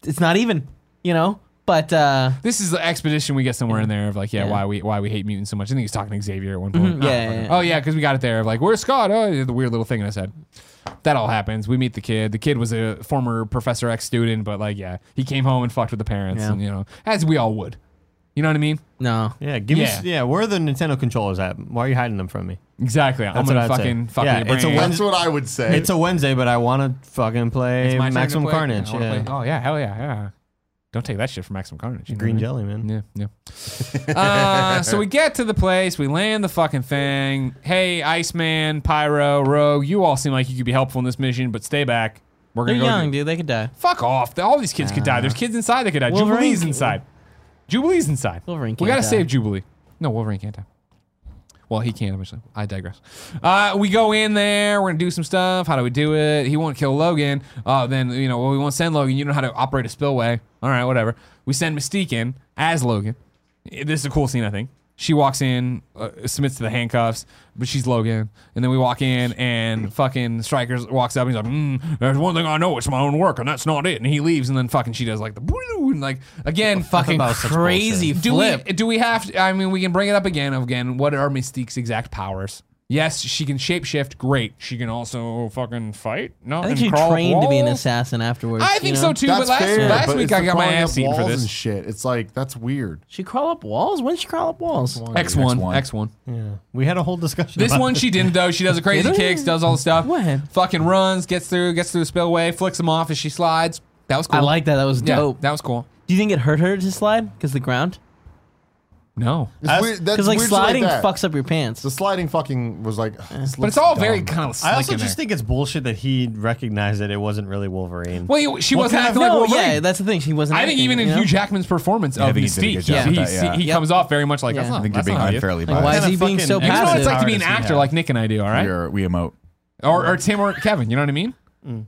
It's not even, you know. But uh, this is the expedition we get somewhere in there of like, yeah, Yeah. why we why we hate mutants so much. I think he's talking to Xavier at one point. Mhm. Yeah, yeah, yeah. Oh yeah, because we got it there of like, where's Scott? Oh, he did the weird little thing in his head. That all happens. We meet the kid. The kid was a former Professor X student, but like, yeah, he came home and fucked with the parents, Yeah. and, you know, as we all would. You know what I mean? no, Yeah. Give me. Yeah. s- Yeah. Where are the Nintendo controllers at? Why are you hiding them from me? Exactly. I'm That's gonna what I'd say. fucking fuck Yeah, your brain. it's a Wednesday. That's what I would say. It's a Wednesday, but I want to fucking play It's my turn to Maximum play. Carnage. I wanna Yeah. play- Oh yeah, hell yeah, yeah. Don't take that shit from Maximum Carnage. you know Green what jelly, man. I mean? Yeah, *laughs* yeah. uh, so we get to the place, we land the fucking thing. Hey, Iceman, Pyro, Rogue, you all seem like you could be helpful in this mission, but stay back. We're they're gonna go. young, do- dude. They could die. Fuck off! All these kids could die. There's kids inside that could die. Wolverine Jubilee's can- inside. Jubilee's inside. Wolverine we can't gotta die. save Jubilee. No, Wolverine can't die. Well, he can eventually. I digress. Uh, we go in there. We're gonna do some stuff. How do we do it? He won't kill Logan. Uh, then you know, well, we won't send Logan. You know how to operate a spillway. All right, whatever. We send Mystique in as Logan. Eh, This is a cool scene, I think. She walks in, uh, submits to the handcuffs, but she's Logan. And then we walk in, and *clears throat* fucking Strikers walks up. And he's like, mm, "There's one thing I know. It's my own work, and that's not it." And he leaves. And then fucking she does like the *laughs* and like again, fucking That was such Crazy bullshit. flip. do we do we have to, I mean we can bring it up again again what are Mystique's exact powers yes she can shapeshift great she can also fucking fight no I think she trained to be an assassin afterwards. I you think know? so too That's but last, fair, last but week it's I the got my crawling ass up eaten for walls this and shit. It's like that's weird. She crawl up walls. When did she crawl up walls? X1. X1 X1 Yeah. We had a whole discussion. this about one she didn't though she does the crazy Did I? kicks does all the stuff When? fucking runs gets through gets through the spillway flicks him off as she slides that was cool I like that. That was yeah, dope. that was cool Do you think it hurt her to slide? Because the ground? no It's That's- weird. That's Because like weird shit sliding like that. Eh. fucks up your pants. The sliding fucking was *sighs* like. but it's all very kind of slick I also in just there. think it's bullshit that he recognized that it wasn't really Wolverine. well you- she What wasn't kind of- acting like no, Wolverine yeah, that's the thing. She wasn't. I think acting, even in you know? Hugh Jackman's performance I of think he did a Mystique, good job Yeah. he, with that, yeah. he Yep. comes off very much like Yeah. that's not. I think you're that's being not how you- unfairly Like, why biased. is he being so Kinda fucking- You know what it's passive? like to be an Power does he actor have? like Nick and I do, all We right? are- we emote. Or, or Tim or Kevin, you know what I mean?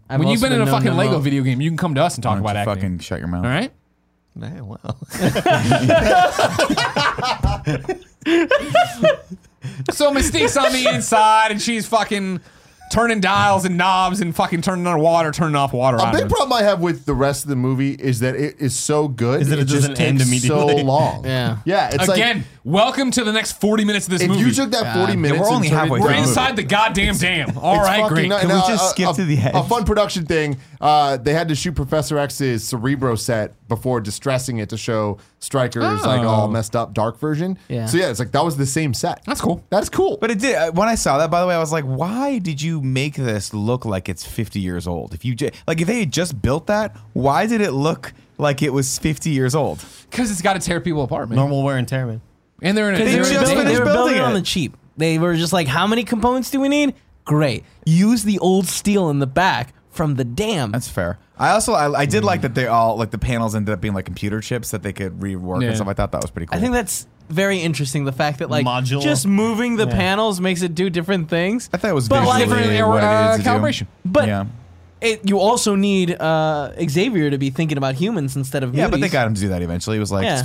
I've when you've also been in a known uh, fucking them Lego all. video game, you can come to us and Why talk don't about you acting. fucking shut your mouth. all right? Man, wow. So Mystique's on the inside and she's fucking turning dials and knobs and fucking turning on water, turning off water. A on big him. problem I have with the rest of the movie is that it is so good. Is that it just doesn't end takes immediately. *laughs* So long. Yeah. Yeah. It's Again, welcome to the next 40 minutes of this Like, if movie. you took that forty God. minutes, Yeah, we're only and turned it- halfway We're through. inside the goddamn dam. All It's right, fucking great. nut- Can we now, just a- skip a- to the A end? fun production thing. Uh, they had to shoot Professor X's Cerebro set before distressing it to show Strikers like Oh. all messed up dark version. Yeah. So yeah, it's like that was the same set. That's cool. That's cool. But it did. uh, When I saw that, by the way, I was like, "Why did you make this look like it's 50 years old? If you j- like, if they had just built that, why did it look like it was 50 years old? Because it's got to tear people apart, man. Normal wear and tear, man. And they're in a They, They were just building, finished they were building building it on it. the cheap. They were just like, how many components do we need? Great. Use the old steel in the back from the dam. That's fair. I also I, I did like that they all like the panels ended up being like computer chips that they could rework Yeah. and stuff. I thought that was pretty cool. I think that's very interesting. The fact that like Modular. just moving the panels makes it do different things. I thought it was but like- visually different, uh, what it needed to do. calibration. But yeah, it, you also need uh, Xavier to be thinking about humans instead of yeah, but they muties. got him to do that eventually. He was like, Yeah.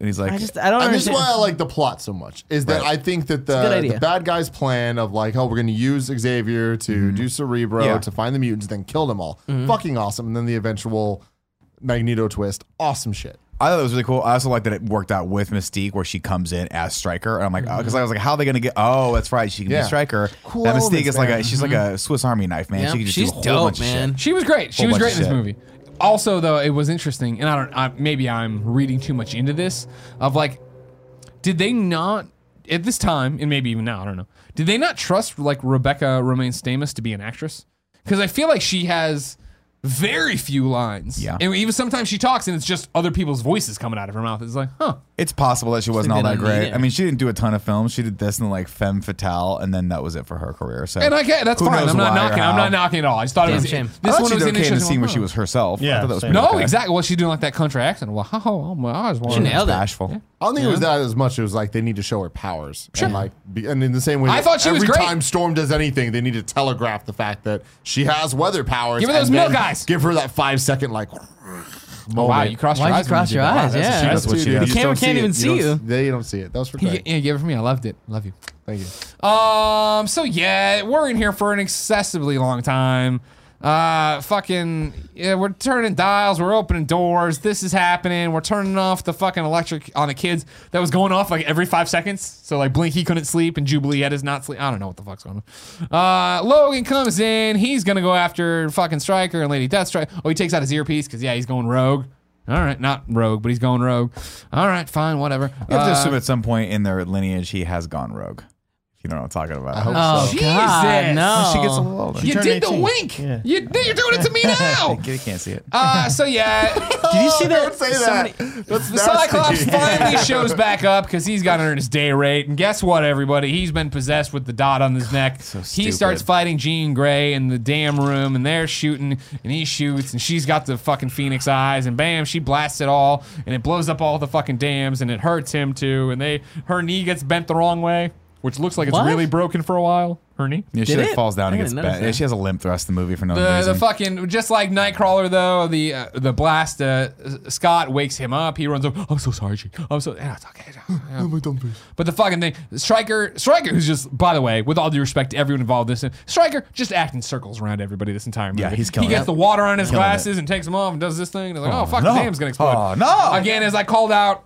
and he's like, I just I don't and this is understand. why I like the plot so much is that Right. I think that good the, idea. the bad guy's plan of like, oh, we're going to use Xavier to do Cerebro Yeah. to find the mutants, then kill them all. Fucking awesome. And then the eventual Magneto twist. Awesome shit. I thought it was really cool. I also like that it worked out with Mystique, where she comes in as Striker, and I'm like, Mm-hmm. because I was like, how are they gonna get? Oh, that's right, she can Yeah. be Striker. Cool that Mystique elements is like there. a she's like Mm-hmm. a Swiss Army knife, man. Yeah, She can just do she's a whole dope, bunch man. of shit. She was great. She Whole was bunch great in of this shit. movie. Also, though, it was interesting, and I don't. I, maybe I'm reading too much into this. Of like, did they not at this time, and maybe even now, I don't know. Did they not trust like Rebecca Romaine Stamus to be an actress? Because I feel like she has very few lines. Yeah. and even sometimes she talks, and it's just other people's voices coming out of her mouth. It's like, huh. It's possible that she wasn't all they that don't need great. it. I mean, she didn't do a ton of films. She did this and like Femme Fatale, and then that was it for her career. So And I get that's who fine. knows I'm not why or knocking. I'm how. not knocking at all. I just thought it Damn was shame. I this thought one she was did okay an in the interesting scene one. where she was herself. I Yeah, thought that was same. pretty No, okay. exactly. Well, she's doing like that country accent. Well, *laughs* oh, my eyes. She wide. nailed it. Bashful. I don't think it was that as much. It was like they need to show her powers, and like, be, and in the same way, I that thought she was every great. time Storm does anything, they need to telegraph the fact that she has weather powers. Give her those and then milk eyes. Give her that five second like. Wow, moment. you crossed your Why'd eyes. you cross your eyes? That's Yeah. what she does. That's what she You does. just Camera don't can't even it. see don't you. s- They don't see it. That was for Yeah, Craig. yeah, give it for me. I loved it. Love you. Thank you. Um. So yeah, we're in here for an excessively long time. Uh, fucking. Yeah, we're turning dials. We're opening doors. This is happening. We're turning off the fucking electric on the kids that was going off like every five seconds. So like Blinky couldn't sleep and Jubilee had his not sleep. I don't know what the fuck's going on. Uh, Logan comes in. He's gonna go after fucking Striker and Lady Deathstrike. Oh, he takes out his earpiece because yeah, he's going rogue. All right, not rogue, but he's going rogue. All right, fine, whatever. You have to Uh, assume at some point in their lineage he has gone rogue. If you don't know what I'm talking about. Oh, Oh Jesus. God, no. She gets a little older. You turned did the 18. wink. You did, you're doing it *laughs* to me now. Kitty can't see it. uh, so yeah, Did you see that? Don't say Somebody- that. That's the Cyclops nasty. finally shows back up because he's got to earn his day rate. And guess what, everybody? He's been possessed with the dot on his neck. he stupid. starts fighting Jean Grey in the damn room, and they're shooting, and he shoots, and she's got the fucking phoenix eyes, and bam, she blasts it all, and it blows up all the fucking dams, and it hurts him too. And they, her knee gets bent the wrong way, which looks like it's What? really broken for a while. Her knee. Yeah, she Did like it? falls down I and gets didn't notice bent. that. Yeah, she has a limp the rest of the movie for no The, reason. the fucking just like Nightcrawler though the uh, the blast uh, Scott wakes him up he runs up I'm so sorry G. I'm so yeah, it's okay Yeah. but the fucking thing Striker Striker who's just by the way with all due respect to everyone involved in this Striker just acting circles around everybody this entire movie Yeah, he's killing he gets it. the water on his Killing glasses and takes them off and does this thing and they're like oh, fuck no. the dam's gonna explode Oh, no. again as I called out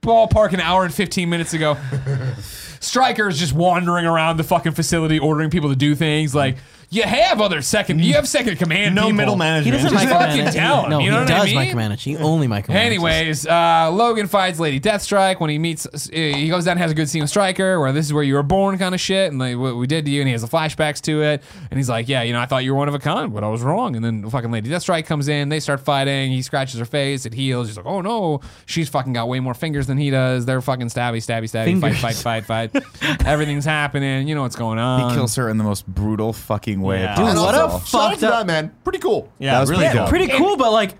ballpark an hour and 15 minutes ago *laughs* Striker is just wandering around the fucking facility, ordering people to do things. Like you have other second, you have second command. No people. middle He management. doesn't Just- fucking micromanage. down, No, you he know what I does mean? micromanage. He only micromanages. Anyways, uh, Logan fights Lady Deathstrike when he meets. He goes down and has a good scene with Striker, where this is where you were born, kind of shit, and like what we did to you. And he has the flashbacks to it, and he's like, "Yeah, you know, I thought you were one of a kind, but I was wrong." And then fucking Lady Deathstrike comes in, they start fighting. He scratches her face, it heals. She's like, "Oh no, she's fucking got way more fingers than he does." They're fucking stabby, stabby, stabby, Fingers. fight, fight, fight, fight. Everything's happening. You know what's going on. he kills her in the most brutal fucking way. Yeah. Dude, And what also, a shout out to fucked up. that man. Pretty cool. yeah, That was really pretty dope. dope. Pretty cool, but like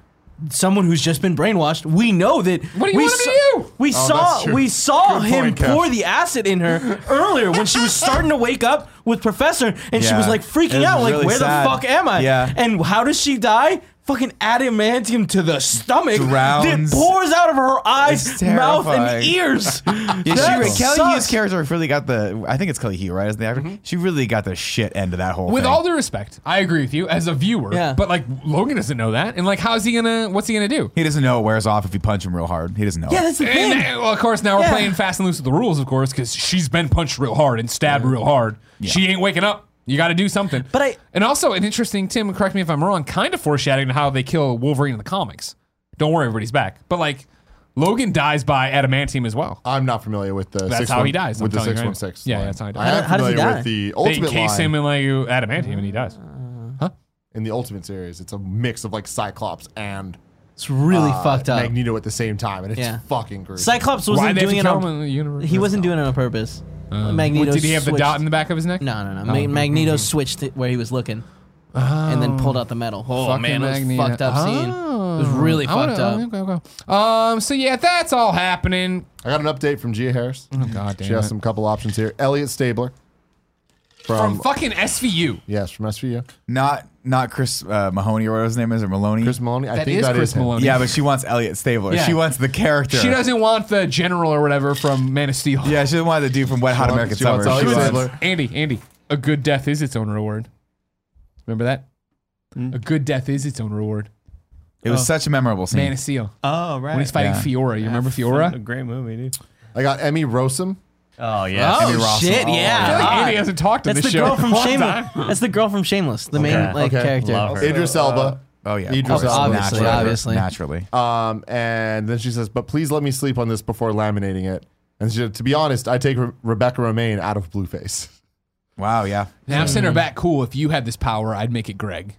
someone who's just been brainwashed. We know that. What do you we want him to saw- do? We Oh, that's true. saw we saw Good him point, Kev. pour the acid in her earlier *laughs* when she was starting to wake up with Professor, and she Yeah. was like It freaking was out, like really where sad. the fuck am I? Yeah. And how does she die? Fucking adamantium to the stomach Drowns. that pours out of her eyes, It's mouth, and terrifying. ears. *laughs* Yeah, That she, Kelly sucks. Hughes' character really got the. I think it's Kelly Hugh, right? As the actor, she really got the shit end of that whole. With thing. all due respect, I agree with you as a viewer. Yeah. But like Logan doesn't know that, and like how's he gonna? What's he gonna do? he doesn't know it wears off if you punch him real hard. He doesn't know. Yeah, it. that's the And, thing. uh, well, of course, now we're Yeah. playing fast and loose with the rules, of course, because she's been punched real hard and stabbed real hard. She ain't waking up. You got to do something. But I- and also an interesting Tim. Correct me if I'm wrong. Kind of foreshadowing how they kill Wolverine in the comics. Don't worry, everybody's back. But like Logan dies by adamantium as well. I'm not familiar with the. That's 6 how he one- dies, I'm With the telling you six right one now. six. Yeah, that's how he dies. I am How- how does he familiar die? with the They ultimate encase line him in like adamantium and he dies. Uh, in the ultimate series. It's a mix of like Cyclops and It's really Ah, uh, fucked up. Magneto at the same time, and it's Yeah. fucking gruesome. Cyclops Why wasn't they have to doing it kill him in on. the universe? He wasn't doing it on purpose. Magneto. Did he have the switched- dot in the back of his neck? No, no, Oh, no. Ma- Magneto switched it where he was looking, and then pulled out the metal. Oh Fucking man, it was Magneto. fucked up scene. It was really I wanna- fucked up. okay, okay. Um. So yeah, that's all happening. I got an update from Gia Harris. Oh, God damn She has it. some couple options here. Elliot Stabler From from, fucking SVU. yes from SVU. Not not Chris uh, Mahoney or whatever his name is or Maloney. Chris Maloney. I That think is that Chris is him. Maloney. Yeah, but she wants Elliot Stabler. Yeah. She wants the character. She doesn't want the general or whatever from Man of Steel. Yeah, she doesn't want the dude from Wet Hot wants- American she wants Summer. Elliot She wants- Stabler. Andy, Andy, a good death Hmm? is its own reward. Remember that? A good death is its own reward. It Oh. was such a memorable scene. Man of Steel. Oh right. When he's fighting Hmm. Yeah. Fiora. You remember A Fiora? great movie, dude. I got Emmy Rossum. Oh yeah. Oh shit! I feel Yeah, like hot. Andy hasn't talked in that's this the show. girl from one Shameless. time. That's the girl from Shameless, the main Okay. like Okay. character. Love her. Idris Elba. Oh yeah, Idris Elba. Obviously, naturally. obviously. naturally. Uh, Um, and then she says, "But please let me sleep on this before laminating it." And she said, "To be honest, I take Re- Rebecca Romaine out of *laughs* Blueface." Wow, yeah. Now I'm center back. Cool. If you had this power, I'd make it Greg.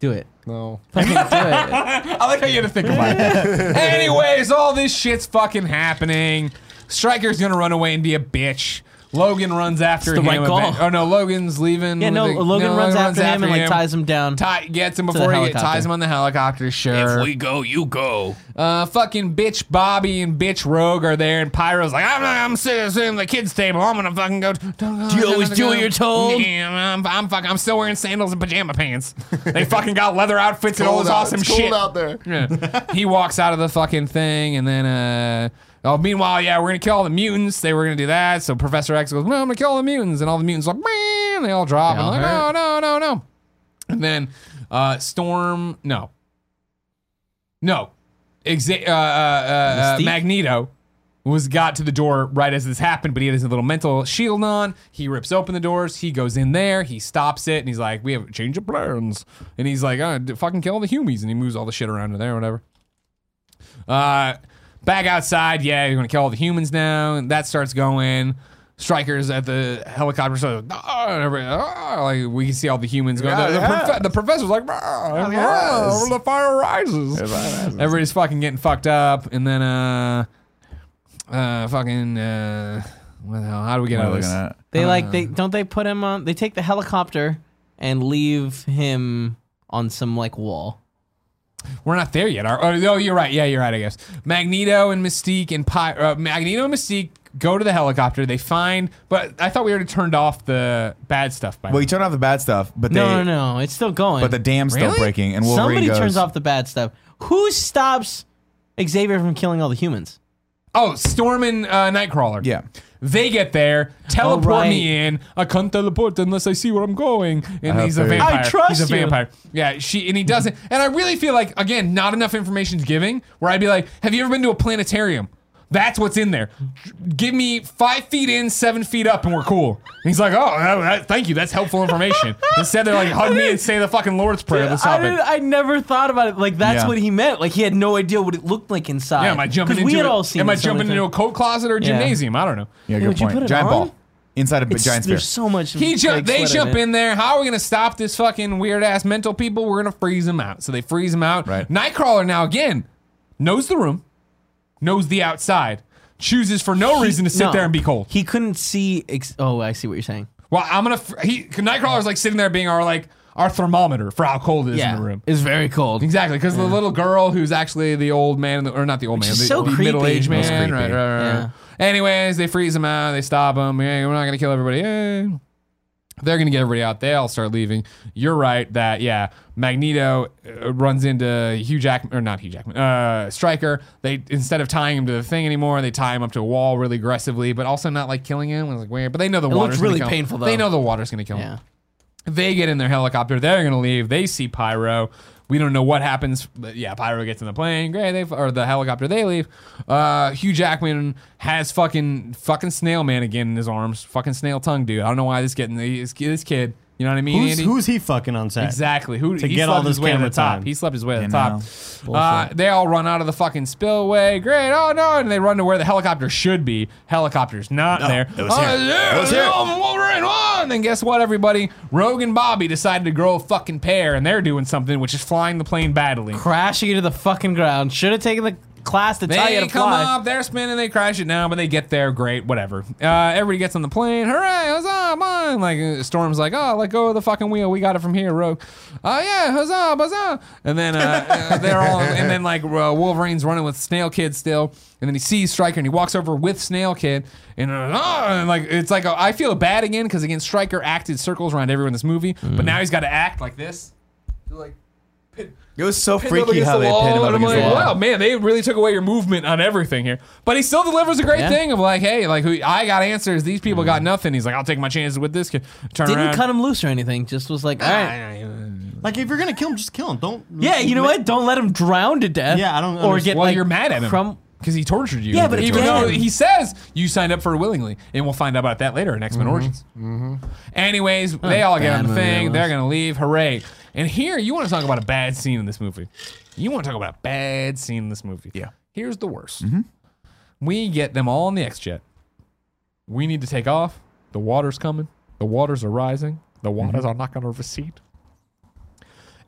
Do it. No, Fucking do it. I like how you had to think about *laughs* it. Anyways, all this shit's fucking happening. Striker's gonna run away and be a bitch. Logan runs after It's the him. right and- call. Oh no, Logan's leaving. Yeah, with no. the- Logan runs after him and like ties him down. Ti- gets him before he Mm-hmm. helicopter. ties him on the helicopter. Sure. If we go, you go. Uh, fucking bitch Bobby and bitch Rogue are there, and Pyro's like, I'm not, I'm sitting, sitting at the kids' table. I'm gonna fucking go. Do you always do what you're told? Yeah, I'm, I'm fucking. I'm still wearing sandals and pajama pants. They fucking got leather outfits and all this Cold out- awesome it's shit. Cold out *laughs* there. Yeah. he walks out of the fucking thing, and then uh, oh, meanwhile, yeah, we're gonna kill all the mutants. They were gonna do that. So Professor X goes, well, I'm gonna kill all the mutants, and all the mutants like, man, they all drop, They all and like, hurt. no, no, no, no. And then uh, Storm, no, no, Exa- uh, uh, uh, uh, Mystique? Magneto was got to the door right as this happened, but he had his little mental shield on. He rips open the doors. He goes in there. He stops it, and he's like, "We have a change of plans." And he's like, oh, d- "Fucking kill all the humies," and he moves all the shit around in there, or whatever. Uh, back outside, yeah, you're gonna kill all the humans now, and that starts going. Strikers at the helicopter, so "Ah," and everybody, "Ah," like we can see all the humans going. Yeah, the, the yeah. Oh, profe- the professor's like, "Ah, yes. ah, the fire rises. Everybody's fucking getting fucked up, and then uh, uh, fucking uh, what the hell? How do we get What out are of we this? gonna- They like they don't they put him on. They take the helicopter and leave him on some like wall. We're not there yet. Are, oh, no, you're right. Yeah, you're right. I guess Magneto and Mystique and Py- uh, Magneto and Mystique go to the helicopter. They find, but I thought we already turned off the bad stuff. By Well, you now. turn off the bad stuff, but they, No, no, no. It's still going. but the dam's Really? still breaking, and Wolverine Somebody goes. turns off the bad stuff. Who stops Xavier from killing all the humans? oh, Storm and uh, Nightcrawler. Yeah. They get there, teleport right. me in. I can't teleport unless I see where I'm going. And he's a faith. vampire. I trust he's a you. vampire. Yeah, she and he doesn't. And I really feel like again, not enough information's giving. Where I'd be like, have you ever been to a planetarium? That's what's in there. Give me five feet in, seven feet up, and we're cool. And he's like, oh, that- that- thank you. That's helpful information. *laughs* Instead, they're like, hug me and say the fucking Lord's prayer. Let's I, stop it. didn't- I never thought about it. Like that's Yeah. what he meant. Like he had no idea what it looked like inside. Yeah, am I jumping 'Cause into? we had a- all seen am I so many jumping into a times. coat closet or a Yeah. gymnasium? I don't know. Yeah, Hey, good would you point. put it giant on? ball inside a b- It's- giant sphere. There's so much. He jump. like, They sweat jump it. in there. How are we gonna stop this fucking weird ass mental people? We're gonna freeze them out. So they freeze them out. Right. Nightcrawler now again knows the room, knows the outside, chooses for no reason to sit No. there and be cold. He couldn't see. Ex- oh, I see what you're saying. Well, I'm gonna. Fr- he Nightcrawler's like sitting there being our like our thermometer for how cold it is in the room. it's very cold. Exactly, because the little girl who's actually the old man, in the, or not the old man, is the, so the creepy. middle-aged That's man. Right, creepy. right, right, right. Anyways, they freeze him out. They stop him. Yeah, we're not gonna kill everybody. Yeah. They're gonna get everybody out. They all start leaving. You're right that yeah, Magneto uh, runs into Hugh Jackman or not Hugh Jackman, uh, Striker. They instead of tying him to the thing anymore, they tie him up to a wall really aggressively, but also not like killing him. It was like weird, but they know the looked water's gonna really kill him. painful, though. They know the water's gonna kill him. Yeah. They get in their helicopter. They're gonna leave. They see Pyro. We don't know what happens. But yeah, Pyro gets in the plane. Great, they or the helicopter. They leave. Uh, Hugh Jackman has fucking fucking snail man again in his arms. Fucking snail tongue dude. I don't know why this getting this, this kid. You know what I mean? Who's, Andy? who's he fucking on set? exactly who To he get slept all this his way to the camera top. time. He slept his way to the You top. Uh, they all run out of the fucking spillway. Great. Oh no! And they run to where the helicopter should be. Helicopter's not there. it was oh, here. it's there. It was It's here. Oh, Wolverine. Oh, and then guess what, everybody? Rogue and Bobby decided to grow a fucking pair, and they're doing something, which is flying the plane badly. Crashing into the fucking ground. Should have taken the class to tell you They to come fly. up, they're spinning, they crash it now, but they get there, great, whatever. Uh, everybody gets on the plane, hooray, huzzah, mine. Like uh, Storm's like, oh, let go of the fucking wheel, we got it from here, Rogue. Oh yeah, huzzah, huzzah. And then uh, uh, they're all, and then like uh, Wolverine's running with Snail Kid still, and then he sees Stryker and he walks over with Snail Kid, and, uh, ah, and like it's like a, I feel bad again because again Stryker acted circles around everyone in this movie, but now he's got to act like this. Like it was so pinned up freaky against how they the wall, pinned him up and I'm against like, the wow, wall. man, they really took away your movement on everything here. But he still delivers a great Yeah. thing of like, hey, like who, I got answers, these people Mm-hmm. got nothing. He's like, I'll take my chances with this kid. Turn Didn't around. cut him loose or anything. Just was like, all right. Like if you're gonna kill him, just kill him. Don't. Yeah, you know what? Don't let him drown to death. Yeah, I don't Or understand- get well, like, you're mad at him Crum- because he tortured you. Yeah, but it's even though dead. he says you signed up for it willingly, and we'll find out about that later in X Mm-hmm. Men Origins. Anyways, they all get bad on the movie that thing. was. They're gonna leave. Hooray! And here you want to talk about a bad scene in this movie. You want to talk about a bad scene in this movie. Yeah. Here's the worst. Mm-hmm. We get them all in the X jet. We need to take off. The water's coming. The waters are rising. The waters Mm-hmm. are not going to recede.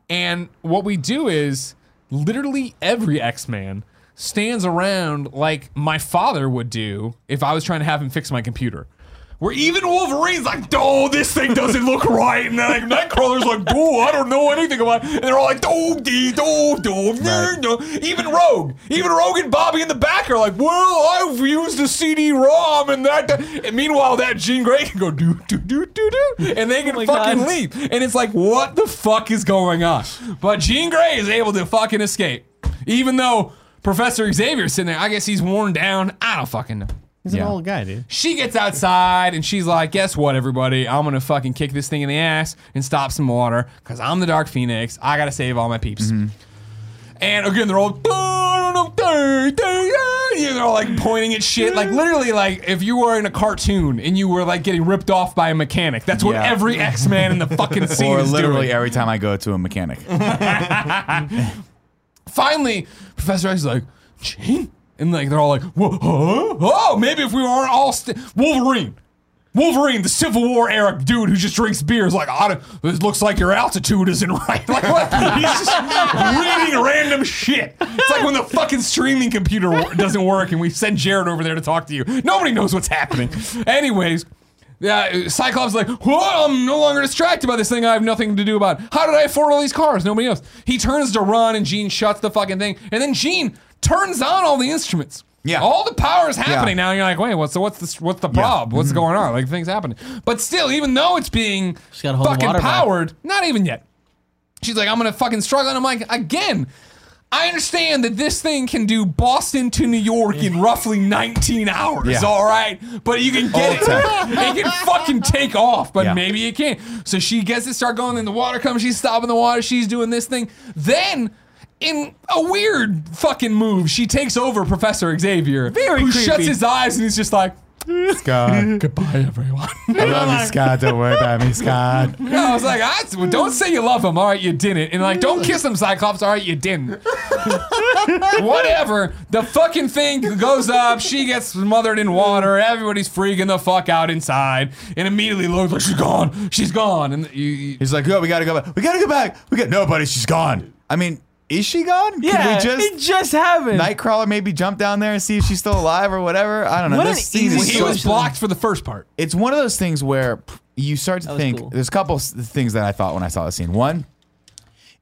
And what we do is literally every X Man stands around like my father would do if I was trying to have him fix my computer. Where even Wolverine's like, oh, this thing doesn't look right. And then like, Nightcrawler's like, oh, I don't know anything about it. And they're all like, oh, dee, do, do, no, no. Even Rogue, even Rogue and Bobby in the back are like, well, I've used a CD-ROM and that. And meanwhile, that Gene Grey can go, do, do, do, do, do. And they can Oh my fucking God. leave leave. And it's like, what the fuck is going on? But Jean Grey is able to fucking escape. Even though Professor Xavier's sitting there, I guess he's worn down. I don't fucking know. He's an old guy, dude. She gets outside and she's like, guess what, everybody? I'm gonna fucking kick this thing in the ass and stop some water because I'm the Dark Phoenix. I gotta save all my peeps. Mm-hmm. And again, they're all, "Dun, dun, dun, dun, dun," and they're all like pointing at shit. Like literally, like if you were in a cartoon and you were like getting ripped off by a mechanic, that's what Yeah. every X Man in the *laughs* fucking scene Or is literally doing. every time I go to a *laughs* mechanic. finally, Professor X is like, Jean? And like they're all like, Whoa, huh? oh, maybe if we weren't all st- Wolverine. Wolverine, the Civil War era dude who just drinks beer is like, I don't, it looks like your altitude isn't *laughs* right. Like, what? he's just reading random shit. It's like when the fucking streaming computer wor- doesn't work and we send Jared over there to talk to you. Nobody knows what's happening. Anyways, yeah, Cyclops is like, whoa, I'm no longer distracted by this thing I have nothing to do about. How did I afford all these cars? Nobody knows. He turns to run and Gene shuts the fucking thing. And then Gene turns on all the instruments. Yeah. All the power is happening now. And you're like, wait, what's the, what's the, what's the problem? What's Mm-hmm. going on? Like, things happening. But still, even though it's being gotta hold the fucking water back. powered, not even yet. She's like, I'm gonna fucking struggle. And I'm like, again, I understand that this thing can do Boston to New York in roughly 19 hours, Yeah. all right? But you can get it. *laughs* it can fucking take off, but Yeah. maybe it can't. So she gets it, start going, then the water comes, she's stopping the water, she's doing this thing. Then, in a weird fucking move, she takes over Professor Xavier, Very who shuts creepy. his eyes and he's just like, Scott. goodbye, everyone. *laughs* I love you, Scott. Don't worry about me, Scott. I was like, I, well, don't say you love him. All right, you didn't. And like, don't kiss him, Cyclops. All right, you didn't. *laughs* Whatever. The fucking thing goes up. She gets smothered in water. Everybody's freaking the fuck out inside. And immediately Logan's like, she's gone. She's gone. And you, you- He's like, oh, we gotta go back. We gotta go back. We got nobody. She's gone. I mean, is she gone? yeah, Can we it just just happened. Nightcrawler maybe jump down there and see if she's still alive or whatever? I don't know. What This an scene easy is he so- was blocked for the first part. It's one of those things where pff, you start to was think. cool. There's a couple s- things that I thought when I saw the scene. One,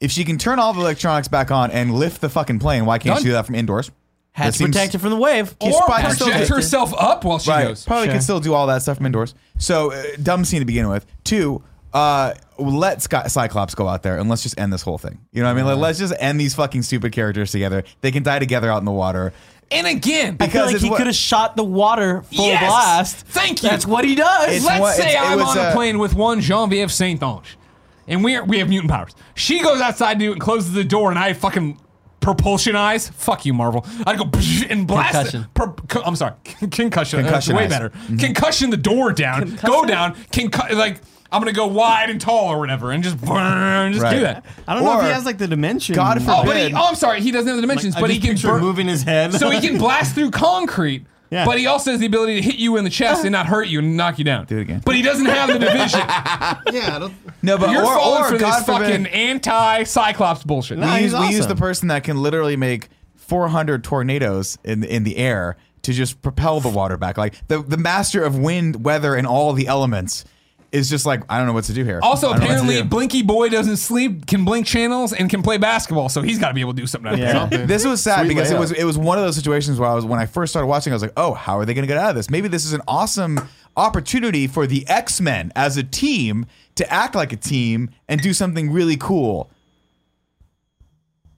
if she can turn all the electronics back on and lift the fucking plane, why can't Done. she do that from indoors? Had That to seems- protect her from the wave. He's or probably still project just- herself up while she right. goes. Probably Sure. could still do all that stuff from indoors. So uh, dumb scene to begin with. Two, uh, let Sky- Cyclops go out there and let's just end this whole thing. You know what I mean? Like, let's just end these fucking stupid characters together. They can die together out in the water. And again, I feel because like it's he what- could have shot the water full Yes! blast. Thank you. That's what he does. It's Let's what- say it's- it I'm was, on a uh, plane with one Genevieve Saint Ange, and we are, we have mutant powers. She goes outside to it and closes the door, and I fucking propulsion eyes. Fuck you, Marvel. I'd go *laughs* and blast. Concussion. per- co- I'm sorry, *laughs* concussion. Concussion Concussion. Way eyes. Mm-hmm. better. Concussion the door down. Go down. Concu- like I'm gonna go wide and tall or whatever, and just *laughs* burn, just Right. do that. I don't know if Or- he has like the dimension. God Oh, forbid. but he, oh, I'm sorry. He doesn't have the dimensions, I but he just can picture burn. moving his head. So he *laughs* can blast through concrete. Yeah. But he also has the ability to hit you in the chest and not hurt you and knock you down. Do it again. But he doesn't have *laughs* the division. Yeah, I don't, No, but You're or, falling or, for God this forbid, fucking anti-Cyclops bullshit. we, use, he's we use awesome. the person that can literally make 400 tornadoes in in the air to just propel the water back. Like the, the master of wind, weather, and all the elements is just like I don't know what to do here. Also, I don't know what to apparently, do. Blinky Boy doesn't sleep, can blink channels, and can play basketball. So he's got to be able to do something. Out yeah. something. This was sad Sweet because it layup. was it was one of those situations where I was when I first started watching, I was like, oh, how are they going to get out of this? Maybe this is an awesome opportunity for the X Men as a team to act like a team and do something really cool.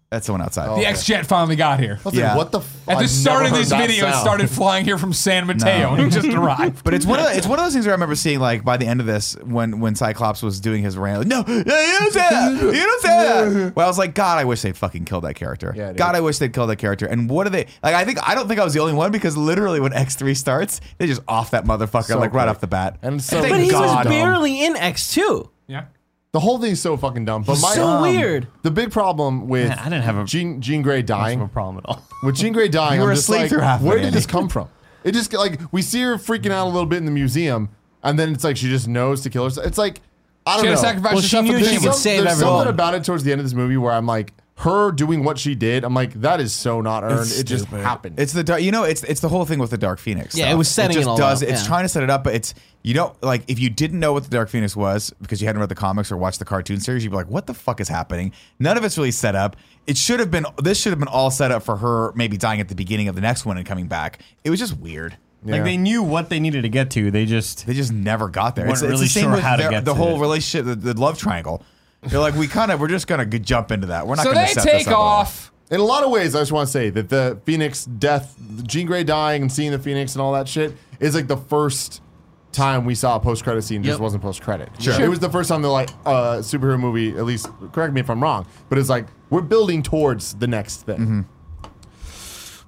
That's someone outside. The X Jet finally got I here. was like, Yeah. what the? F- At the I've start of never this heard that video, it sound. started flying here from San *laughs* Mateo. No. He just arrived. But it's one of it's one of those things where I remember seeing like by the end of this when when Cyclops was doing his rant. Like, no, you don't say that. You don't *laughs* say that. Well, I was like, God, I wish they'd fucking killed that character. Yeah, dude. God, I wish they'd killed that character. And what are they like? I think I don't think I was the only one because literally when X three starts, they just off that motherfucker So like right quick. off the bat. And so thank But he God. was barely in X two. Yeah. The whole thing's so fucking dumb. But my so weird. The big problem with Man, I didn't have a- Jean, Jean Grey dying. No problem at all. With Jean Grey dying, You were I'm just asleep like, through half of where it, did this Andy. come from? It just like we see her freaking out a little bit in the museum, and then it's like she just knows to kill herself. It's like I don't She had know. to sacrifice Well, she herself for knew the she team. would Some- save there's everyone. something about it towards the end of this movie where I'm like, her doing what she did. I'm like, that is so not earned. It's it just stupid. happened. It's the dark, you know, it's it's the whole thing with the Dark Phoenix. Yeah, stuff. it was setting just it all does. up, It's yeah. trying to set it up, but it's you don't like if you didn't know what the Dark Phoenix was because you hadn't read the comics or watched the cartoon series, you'd be like, "What the fuck is happening?" None of it's really set up. It should have been. This should have been all set up for her maybe dying at the beginning of the next one and coming back. It was just weird. Yeah. Like they knew what they needed to get to. They just They just never got there. Weren't really sure with how to their- get the to whole it. relationship, the, the love triangle. They're like, we kind of, we're just gonna g- jump into that. We're not So gonna they set this take up at all. off. In a lot of ways, I just want to say that the Phoenix death, Jean Grey dying and seeing the Phoenix and all that shit is like the first time we saw a post credit scene just Yep. wasn't post credit. Sure. It was the first time they're like a superhero movie, at least correct me if I'm wrong, but it's like we're building towards the next thing.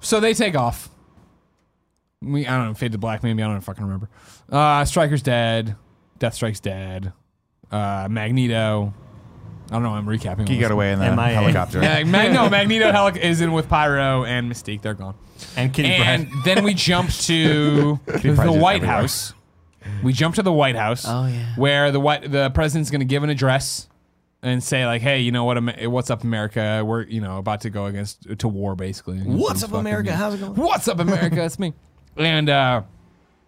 So they take off. We, I don't know, fade to black, maybe. I don't fucking remember. Uh, Striker's dead. Death Strike's dead. Uh, Magneto. I don't know. I'm recapping. He all got this. away in the MIA. helicopter. Yeah, *laughs* Mag- no, Magneto Helic is in with Pyro and Mystique. They're gone. and Kitty And Pryde. then we jump to the Pryde's White everywhere. House. We jump to the White House. Oh, yeah. Where the white the president's going to give an address and say like, "Hey, you know what? Am- What's up, America? We're you know about to go against to war, basically." What's Some up, America? fucking- How's it going? What's up, America? it's me. *laughs* And uh,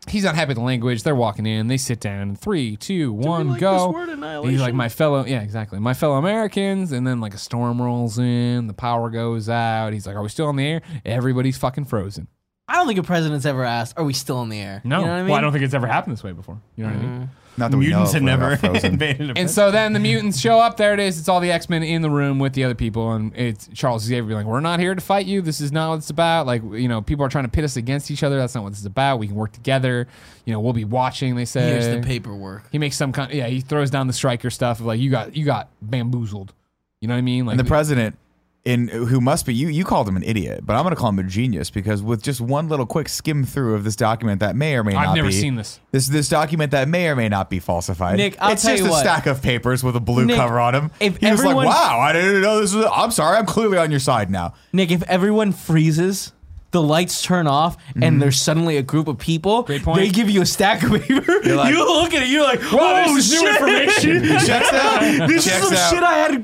he's not happy with the language. They're walking in. They sit down. Three, two, one, like go. this word, And he's like, annihilation? my fellow, yeah, exactly. My fellow Americans. And then like a storm rolls in. The power goes out. He's like, are we still on the air? Everybody's fucking frozen. I don't think a president's ever asked, "Are we still in the air?" No, you know what I mean. Mm-hmm. well, I don't think it's ever happened this way before. You know what I mean? Not that *laughs* we mutants know had of, we're never not *laughs* frozen. invaded. And so then the mutants show up. There it is. It's all the X Men in the room with the other people, and it's Charles Xavier being like, "We're not here to fight you. This is not what it's about. Like, you know, people are trying to pit us against each other. That's not what this is about. We can work together. You know, we'll be watching." They say, Here's the paperwork. He makes some kind. Yeah, he throws down the striker stuff of like, "You got, you got bamboozled." You know what I mean? Like And the president, in who must be you, you called him an idiot, but I'm going to call him a genius because with just one little quick skim through of this document that may or may I've not never be- seen this. this this document that may or may not be falsified. Nick, I'll it's tell just you a what. stack of papers with a blue Nick, cover on them. if he was like, everyone- "Wow, I didn't know this was." I'm sorry, I'm clearly on your side *laughs* now. Nick, if everyone freezes, the lights turn off, and there's suddenly a group of people. Mm-hmm. Great point. They give you a stack *laughs* of paper. like- you look at it, you're like, Wow, "Oh this is shit!" new information. Checks out. *laughs* This Checks is some out. *laughs* shit I hadn't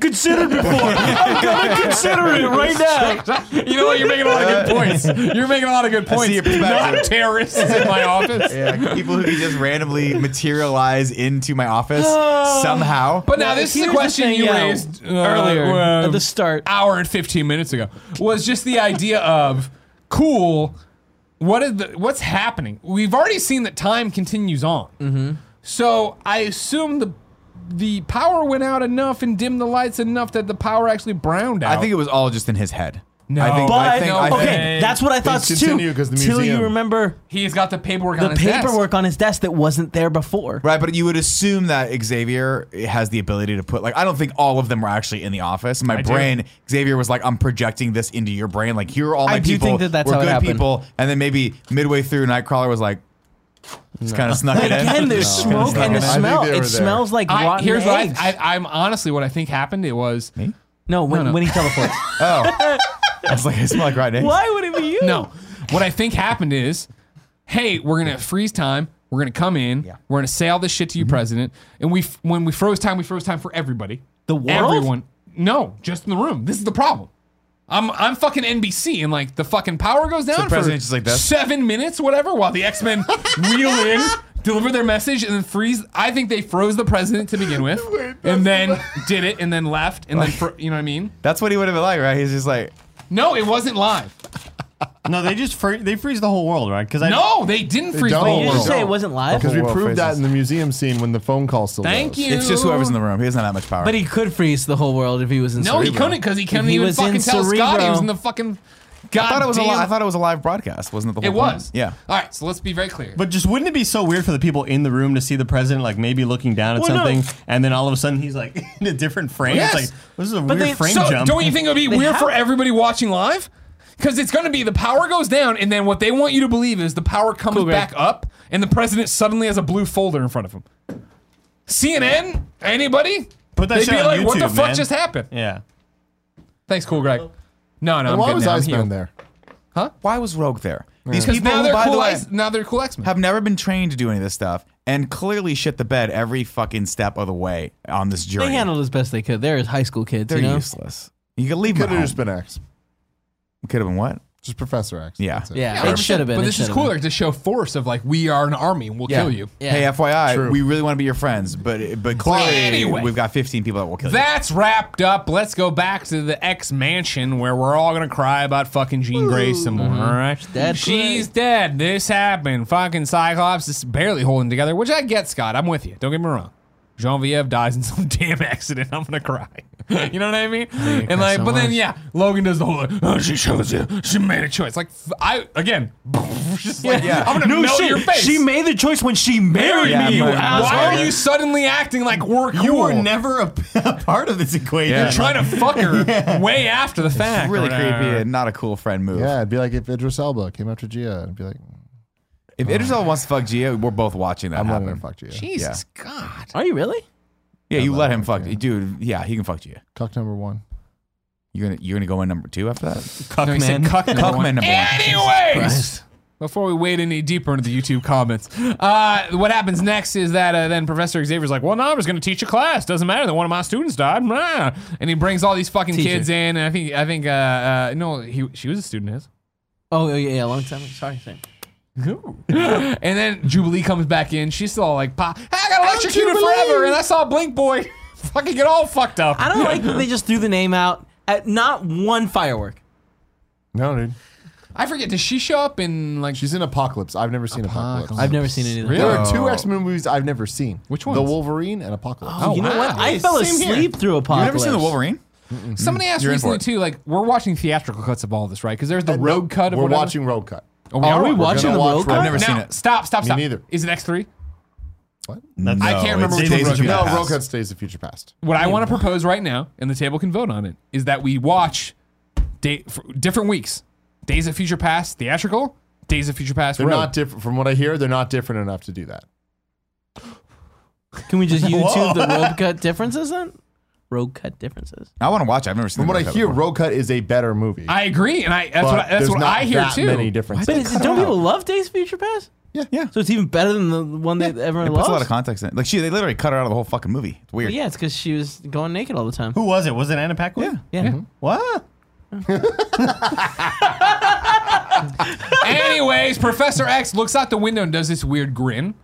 *laughs* considered before. I'm gonna consider it right now. you know what? You're making a *laughs* lot of good points. You're making a lot of good points. your perspective. Not terrorists in *laughs* my office. Yeah, people who can just randomly materialize into my *sighs* office somehow. But now this is Here's the the question thing, you yeah. raised uh, Earlier, uh, at the start. hour and fifteen minutes ago, was just the idea of cool. What is the what's happening? We've already seen that time continues on. Mm-hmm. So I assume the the power went out enough and dimmed the lights enough that the power actually browned out. I think it was all just in his head. No. I think, I But think, no, I okay, think, think- that's what I thought Things too. continue 'cause the Till you museum. remember he's got the paperwork the on his desk. paperwork on his desk that wasn't there before. Right, but you would assume that Xavier has the ability to put like I don't think all of them were actually in the office. My I do. brain, Xavier was like, I'm projecting this into your brain. Like here are all my I do people. think that that's we're how it good happened. people. And then maybe midway through, Nightcrawler was like, just kind of snuck it in. Again, there's Just kinda smoke snuck and it the in. I think smell. they were It there. smells like I, rotten here's what I, eggs. I, I'm honestly what I think happened. It was no, when, no. when he *laughs* teleports. Oh, I was like, I smell like rotten eggs. Why would it be you? No. What I think happened is, hey, we're gonna freeze time. We're gonna come in. We're gonna say all this shit to you, president. And we, f- when we froze time, we froze time for everybody. The world? Everyone. No, just in the room. This is the problem. I'm I'm fucking NBC and like the fucking power goes down for president's just like this? seven minutes, whatever, while the X Men wheel in, deliver their message, and then freeze. I think they froze the president to begin with, and then *laughs* did it, and then left, and then fro- you know what I mean? That's what he would have been like, right? He's just like, No, it wasn't live. No, they just free, they freeze the whole world, right? Because I No, they didn't freeze the don't. Wait, whole Did you World. just world. say it wasn't live? Because we world proved that faces. in the museum scene when the phone call still Thank goes. you. It's just whoever's in the room. He doesn't have much power. But he could freeze the whole world if he was in No, he Cerebro. couldn't because he couldn't If he even was fucking in tell Scott he was Cerebro- in the fucking. I God thought it was a li- I thought it was a live broadcast, wasn't it? The it whole point? was. Yeah. All right, so let's be very clear. But just wouldn't it be so weird for the people in the room to see the president like maybe looking down at something, and then all of a sudden he's like *laughs* in a different frame? Yes. It's like this is a weird they- frame so jump. don't you think it would be weird for everybody watching live? Because it's going to be the power goes down, and then what they want you to believe is the power comes Cool, Greg. back up, and the president suddenly has a blue folder in front of him. CNN, anybody? Put that They'd shit be on like, "What the YouTube, fuck man." just happened?" yeah. Thanks, cool Greg. No, no, I'm Why good was now. I'm Iceman healed. there? Why was Rogue there? These Because people, now who, they're by cool. the way, Ice, now they're cool X Men. have never been trained to do any of this stuff and clearly shit the bed every fucking step of the way on this journey. They handled as best they could. They're high school kids, They're you know? useless. You could leave Could them. have just been X. Could have been what? Just Professor X. Yeah. That's it. Yeah, Yeah, it should have been. But it this is should have been. cooler to show force of like we are an army and we'll Yeah. kill you. Yeah. Hey, FYI, True. we really want to be your friends, but but clearly Anyway. we've got 15 people that will kill That's wrapped up. Let's go back to the X mansion where we're all gonna cry about fucking Jean Grey some more. All right, she's dead, dead. This happened. Fucking Cyclops is barely holding together, which I get, Scott. I'm with you. Don't get me wrong. Genevieve dies in some *laughs* damn accident. I'm gonna cry. *laughs* you know what I mean? And like, so but then much. yeah, Logan does the whole. Like, oh, she chose you. She made a choice. Like f- I again, *laughs* just like Yeah. I'm gonna melt your face. made the choice when she married Yeah, me, you I'm not- asshole. Why are you suddenly acting like we're cool? You were never *laughs* a, a part of this equation. Yeah. You're trying to fuck her way after the you. fact. Really or whatever. creepy and not a cool friend move. Yeah, it'd be like if Idris Elba came after Gia. It'd be like, If Idris Elba wants to fuck Gia, we're both watching that I'm not happen. going to fuck Gia. Jesus God. Are you really? Yeah, you let him fuck, dude. Yeah, he can fuck Gia. Cuck number one. You're gonna you're gonna go in number two after that. Cuck No, he said man. cuck number Cuck one. man number one. Anyways, before we wade any deeper into the YouTube comments, uh, what happens next is that uh, then Professor Xavier's like, "Well, no, I was going to teach a class. Doesn't matter that one of my students died." Nah. And he brings all these fucking Teacher. kids in, and I think I think uh, uh, no, he she was a student his. Oh, yeah, yeah, a long time. ago. Sorry. sorry. *laughs* and then Jubilee comes back in. She's still all like, "Pop, I got electrocuted forever," and I saw Blink Boy *laughs* fucking get all fucked up. I don't like that they just threw the name out at not one firework. No, dude. I forget. Does she show up in like? She's in Apocalypse. I've never seen Apocalypse. I've never seen any of them. There Oh. are two X Men movies I've never seen. Which The ones? Wolverine and Apocalypse. Oh, you know wow. what? I Yeah, fell same here. asleep through You've Apocalypse. never seen the Wolverine? Somebody asked You're in for recently it. too. Like we're watching theatrical cuts of all this, right? Because there's the road cut. Or Uh, We're whatever. watching Road Cut. Oh, we Are we We're watching gonna the watch road? Road cut? I've never gonna- seen now, it. Stop! Stop! Stop! neither. Is it X three? No, I can't remember it's which Days one of Future No, Past. Road Cut's Days of Future Past. What I want to propose right now, and the table can vote on it, is that we watch day, for different weeks: Days of Future Past theatrical, Days of Future Past They're road. not different. From what I hear, they're not different enough to do that. Can we just YouTube the road cut differences then? Road cut differences. I want to watch. it. I've never seen. From what I it. hear, Road Cut is a better movie. I agree, and I that's but what I, that's there's what not I hear that too. Many differences. But is, don't people love Days of Future Past? Yeah, yeah. So it's even better than the one that everyone It puts loves. a lot of context in it. Like she, they literally cut her out of the whole fucking movie. It's weird. yeah, it's because she was going naked all the time. Who was it? Was it Anna Paquin? Yeah. Yeah. What? Anyways, Professor X looks out the window and does this weird grin.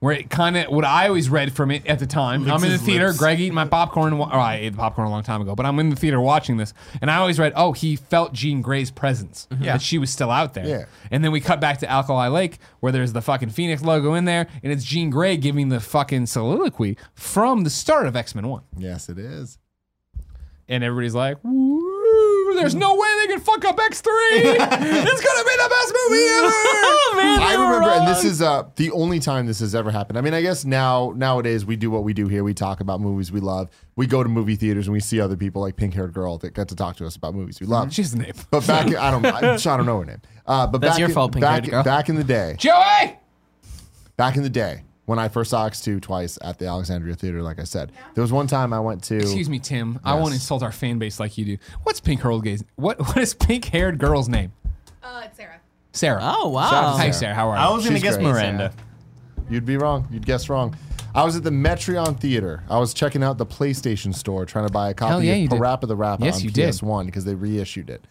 Where it kind of, what I always read from it at the time, I'm in the his theater, lips. Greg eating my popcorn, wa- or I ate the popcorn a long time ago, but I'm in the theater watching this, and I always read, oh, he felt Jean Grey's presence, Yeah. that she was still out there. Yeah. And then we cut back to Alkali Lake, where there's the fucking Phoenix logo in there, and it's Jean Grey giving the fucking soliloquy from the start of X Men 1. Yes, it *laughs* is. And everybody's like, Woo, there's no way they can fuck up X3! *laughs* it's gonna be the best movie ever! I remember, and this is uh, the only time this has ever happened. I mean, I guess now nowadays we do what we do here. We talk about movies we love. We go to movie theaters and we see other people like pink haired girl that got to talk to us about movies we love. She's the name. But back, I don't, I, I don't know her name. Uh, but That's back your in- fault, pink-haired back, girl. back in the day, Joey! back in the day when I first saw X2 twice at the Alexandria Theater, like I said, there was one time I went to. Excuse me, Tim. I won't insult our fan base like you do. What's pink haired gays? What *laughs* what is pink haired girl's name? Uh, it's Sarah. Sarah. Oh wow. Hi Sarah, how are you? I was gonna She's guess great. Miranda. You'd be wrong. You'd guess wrong. I was at the Metreon Theater. I was checking out the PlayStation store trying to buy a Hell copy yeah, you of did. Parappa the Rapper Yes, on you did. PS1 because they reissued it.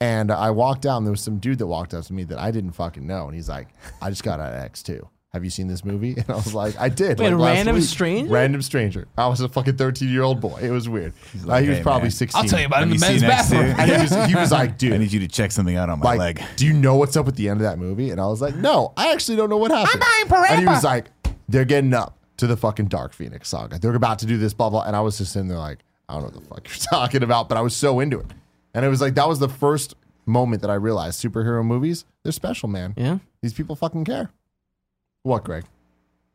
And I walked down. There was some dude that walked up to me that I didn't fucking know. And he's like, I just got out of X2. "Have you seen this movie?" *laughs* And I was like, "I did." Wait, like last Random week. Stranger? Random stranger. I was a fucking thirteen-year-old boy. It was weird. Uh, he "Hey, was probably man, sixteen. I'll tell you about it in Have the you seen men's that, bathroom. And he was, he was like, "Dude, I need you to check something out on my like, leg. do you know what's up at the end of that movie? And I was like, no, I actually don't know what happened. I'm buying Parappa. And he was like, they're getting up to the fucking Dark Phoenix saga. They're about to do this, blah, blah. And I was just sitting there like, I don't know what the fuck you're *laughs* talking about, but I was so into it. And it was like, that was the first moment that I realized superhero movies, they're special, man. Yeah. These people fucking care. What, Greg?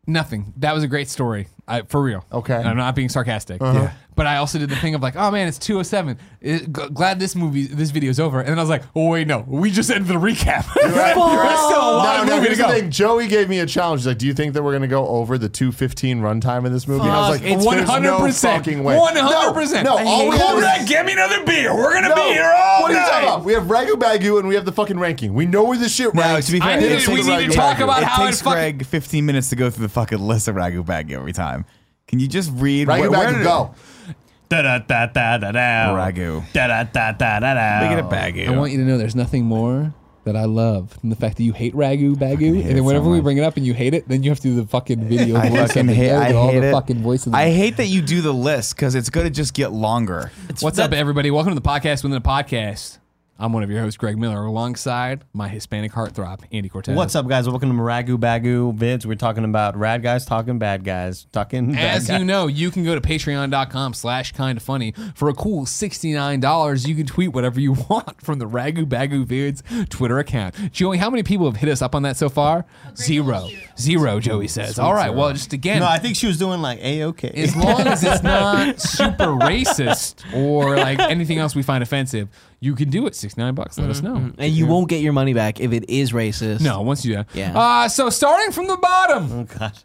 Nothing. That was a great story. I, for real. Okay. Uh-huh. And I'm not being sarcastic. Yeah. But I also did the thing of like, oh man, it's 207. It, g- glad this movie, this video's over. And then I was like, oh wait, no, we just ended the recap. *laughs* There's still a lot of no, no, movie to here's the go. thing. Joey gave me a challenge. He's like, do you think that we're going to go over the 215 runtime of this movie? And I was Fuck, like, it's "There's no 100%. fucking way. 100%. No, I no all hate we it. had was- give me another beer. We're gonna No. what are you talking about? We have Ragu Bagu and we have the fucking ranking. We know where this shit No, ranks. to be fair, I need it to- takes we need to Ragu talk Bagu. about it how takes it fucking- Greg 15 minutes to go through the fucking list of Ragu Bagu every time. Can you just read Ragu where, where did Bagu, it- go. Da da da da da da. Ragu. Da da da da da Look da. at a Bagu. I want you to know there's nothing more that I love than the fact that you hate ragu bagu, it and then whenever so we much. bring it up and you hate it, then you have to do the fucking video. I voice fucking of it. hate. Yeah, I all hate the it. fucking voices. I hate that you do the list because it's gonna just get longer. What's up, everybody? Welcome to the podcast within a podcast. I'm one of your hosts, Greg Miller, alongside my Hispanic heartthrob, Andy Cortez. What's up, guys? Welcome to Maragu Bagu Vids. We're talking about rad guys talking bad guys talking. bad As guys. you know, you can go to patreon.com slash kind of funny for a cool $69. You can tweet whatever you *laughs* want from the Ragu Bagu Beards Twitter account. Joey, how many people have hit us up on that so far? Zero. Zero, Joey says. All right, well, just again. no, I think she was doing like a okay. as *laughs* long as it's not super racist or like anything else we find offensive, you can do it. 69 bucks. Let us know. mm-hmm. And you won't get your money back if it is racist. No, once you do that. Yeah. Uh, so starting from the bottom. Oh God.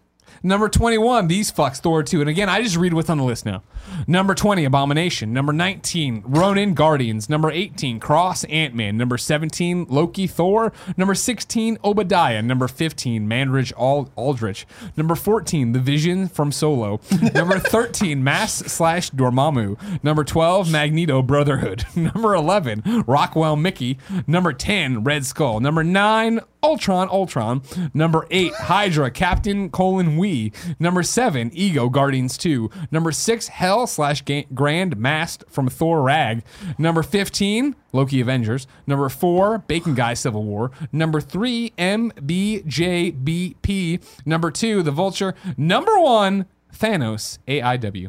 Number 21, these fucks, Thor 2. And again, I just read what's on the list now. Number 20, Abomination. Number 19, Ronin Guardians. Number 18, Cross Ant Man. Number 17, Loki Thor. Number 16, Obadiah. Number 15, Manridge Al- Aldrich. Number 14, The Vision from *laughs* Solo. Number 13, Mass slash Dormammu. Number 12, Magneto Brotherhood. *laughs* Number 11, Rockwell Mickey. Number 10, Red Skull. Number 9, Ultron Ultron. Number 8, Hydra Captain Colon Wee. Number 7, Ego Guardians 2. Number 6, Hell slash Ga- Grand Mast from Thor Rag. Number 15, Loki Avengers. Number 4, Bacon Guy Civil War. Number 3, MBJBP. Number 2, The Vulture. Number 1, Thanos AIW.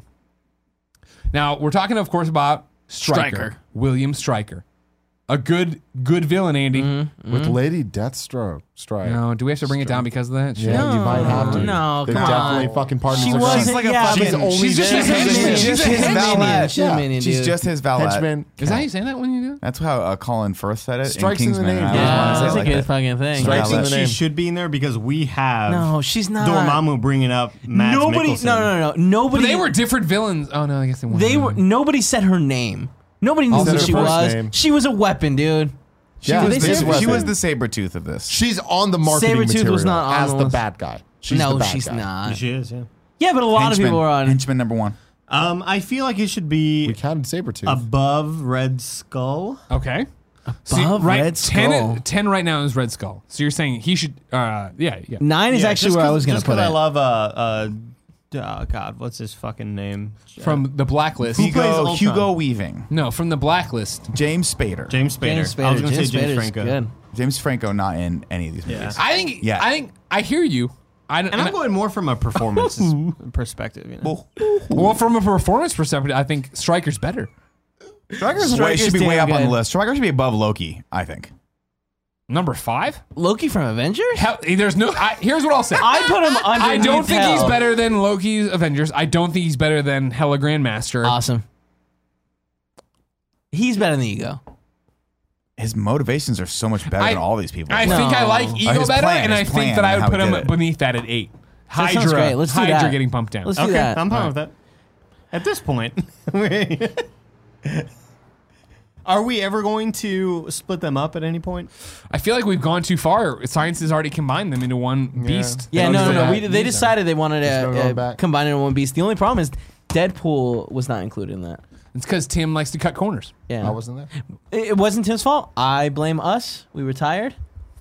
Now we're talking, of course, about Stryker, Stryker. William Stryker, a good good villain, Andy. With Lady Deathstroke strike. No, do we have to bring it down because of that? Yeah, you might have to. no, They come definitely on. fucking pardons She her. wasn't- She's She's like a yeah, fucking. she's only she's just, there. she's just, She's a his henchman. valet. She's a Yeah. minion, She's dude. just his valet. henchman. Is that how you say that when you do? it? That's how uh, Colin Firth said it Strikes in in the Kingsman. name. I always Yeah, wanted to say it Uh, that's a like good that. fucking thing. Strike- I That's in think the she name. should be in there because we have No, she's not. Dormammu bringing up Mads Nobody. Mikkelsen. No, no, no. But Nobody. they were different villains. Oh no, I guess they weren't. They were. Nobody said her name. Nobody knew Also who her she first was. name. She was a weapon, dude. She, She was was this the- She weapon. was the saber tooth of this. She's on the marketing Sabretooth material was not on as the the list. bad guy. She's no, the bad she's guy. not. She is, yeah. Yeah, but a lot of people were on. henchman number one. Um, I feel like it should We be counted Sabretooth. above Red Skull. okay. Above right, Red Skull. Ten, ten right now is Red Skull. So you're saying he should? Uh, yeah, yeah. Nine is Yeah, actually just where I 'cause- was gonna just put 'cause it. I love uh uh. Oh God, what's his fucking name? From the blacklist. plays Hugo, Ultron? Hugo Weaving, No, from the blacklist. James Spader, James, James Spader. James Spader. I was gonna James say James Spader's Franco. Good. Franco, not in any of these movies. I think. Yeah. I think. I hear you. I don't. And I'm going more from a *laughs* performance perspective. You know? well, from a performance perspective, I think Stryker's better. Striker's way, Stryker's should be way damn up on the good. list. Striker should be above Loki, I think. Number five. Loki from Avengers. Hell, there's no. I, here's what I'll say. I put him under. I don't think he's better than Loki's Avengers. I don't think he's better than Hella Grandmaster. Awesome. He's better than Ego. His motivations are so much better I- than all these people. I think I like Ego Uh, his better, plan- and I his plan think that I and would how put he him did it. beneath that at eight. That Hydra, sounds great. Let's do Hydra that. getting pumped down. Let's do Okay, that. I'm fine with that. At this point, *laughs* are we ever going to split them up at any point? I feel like we've gone too far. Science has already combined them into one beast. Yeah, Don't no, do no, no. that. We, they Neither. decided they wanted There's no to going uh, back. combine it in one beast. The only problem is Deadpool was not included in that. It's because Tim likes to cut corners. Yeah, I wasn't there. it, it wasn't Tim's fault. I blame us. We were tired.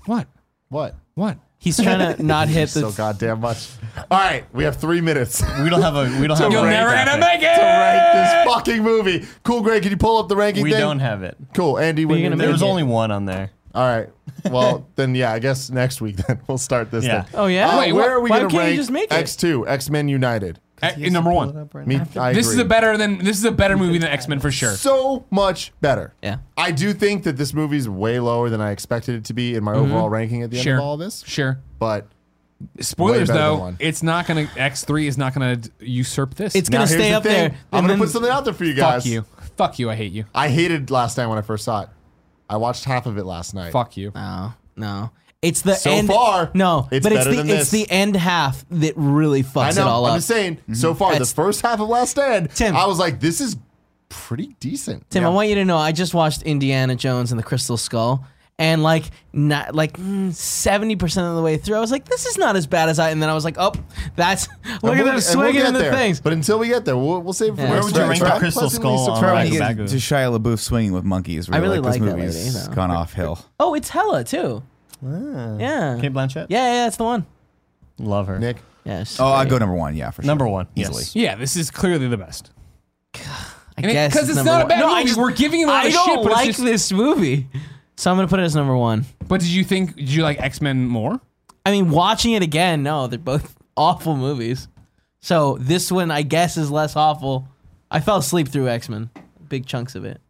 What? What? What? He's *laughs* trying to not hit so the. goddamn much. All right, we have three minutes *laughs* to We don't have a. We don't have. You'll a never rank, I gonna think. make it. rank this fucking movie. Cool, Greg. Can you pull up the ranking? We thing? don't have it. Cool, Andy. When You're you gonna There make was it. only one on there. All right. *laughs* Well, then yeah, I guess next week then *laughs* we'll start this. Yeah. Thing. oh yeah. Uh, Wait, where what- are we why going to can't you rank just make it? X two X Men United? Uh, number one. Me, I This is agree. a better than this is a better movie than X Men for sure. so much better. Yeah. I do think that this movie's way lower than I expected it to be in my Mm-hmm. overall ranking at the end Sure. of all this. Sure. But Spoilers better than though, one. it's not gonna X three is not gonna d- usurp this. It's now gonna here's stay the up thing. there. I'm and gonna then- put something out there for you fuck guys. you. Fuck you. I hate you. I hated last night when I first saw it. I watched half of it last night. Fuck you. No, no. It's the So end. far, no, it's but it's better the than it's this. the end half that really I fucks it know. all I'm up. Mm-hmm. just saying. So far, That's- the first half of Last Stand, Tim. I was like, this is pretty decent. Tim, I want you to know I just watched Indiana Jones and the Crystal Skull, and like not like seventy percent of the way through, I was like, this is not as bad as I. And then I was like, oh, that's *laughs* look And at we'll- them and we'll swinging get in the there. things. But until we get there, we'll, we'll save it for Yeah. next Where would you time. rank the I'm Crystal pleasantly Skull on surprised. Trying Ragga to get Bagga. to Shia LaBeouf swinging with monkeys. Really, I really like this like that movie's lady, though. gone off hill. oh, it's Hella too. Ah. Yeah. Kate Blanchett. yeah, yeah, that's the one. Love her. Nick, Yeah, she's Oh, I'd go great. number one. Yeah, for sure. Number one. Easily. Yes. Yeah, this is clearly the best. I guess because it's, number not a one. bad No, movie. I just, We're giving it a lot I of don't shit, but it's like just- this movie, so I'm gonna put it as number one. But did you think? Did you like X Men more? I mean, watching it again, no, they're both *laughs* awful movies. So this one, I guess, is less awful. I fell asleep through X Men, big chunks of it.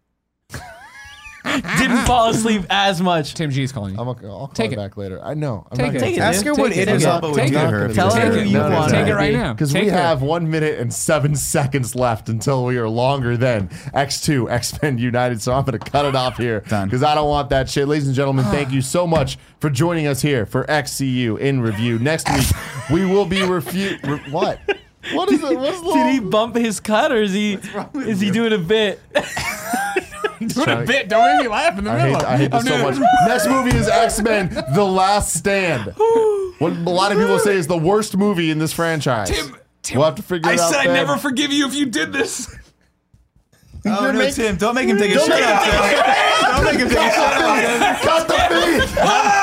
Didn't fall asleep as much. Tim G is calling you. I'm okay. I'll call Take it it. back later. I know. I'm Take not it. gonna- Take it. Ask dude. her what Take it it. is Uh, Take it. about what we Take do it. to her. if Tell you her listen who to you No, no, want. no. Take it right now. Because Take we it. have one minute and seven seconds left until we are longer than X2, X Men United. So I'm going to cut it off here Done. because I don't want that shit. Ladies and gentlemen, Ah. thank you so much for joining us here for XCU in review. Next week, we will be review. Re- what? What is it? What's the Did he whole- bump his cut or is he is he doing a bit? Doing a bit. Don't make me laugh in the I middle. Oh, hate, I hate this I'm so doing- much. *laughs* *laughs* Next movie is X Men: The Last Stand. What a lot of people say is the worst movie in this franchise. Tim, Tim, we'll have to figure I it out. said I then. never forgive you if you did this. Oh, no, making- Tim, don't make him take a shit make off. Tim. Don't make him take a shit off. Cut the feed.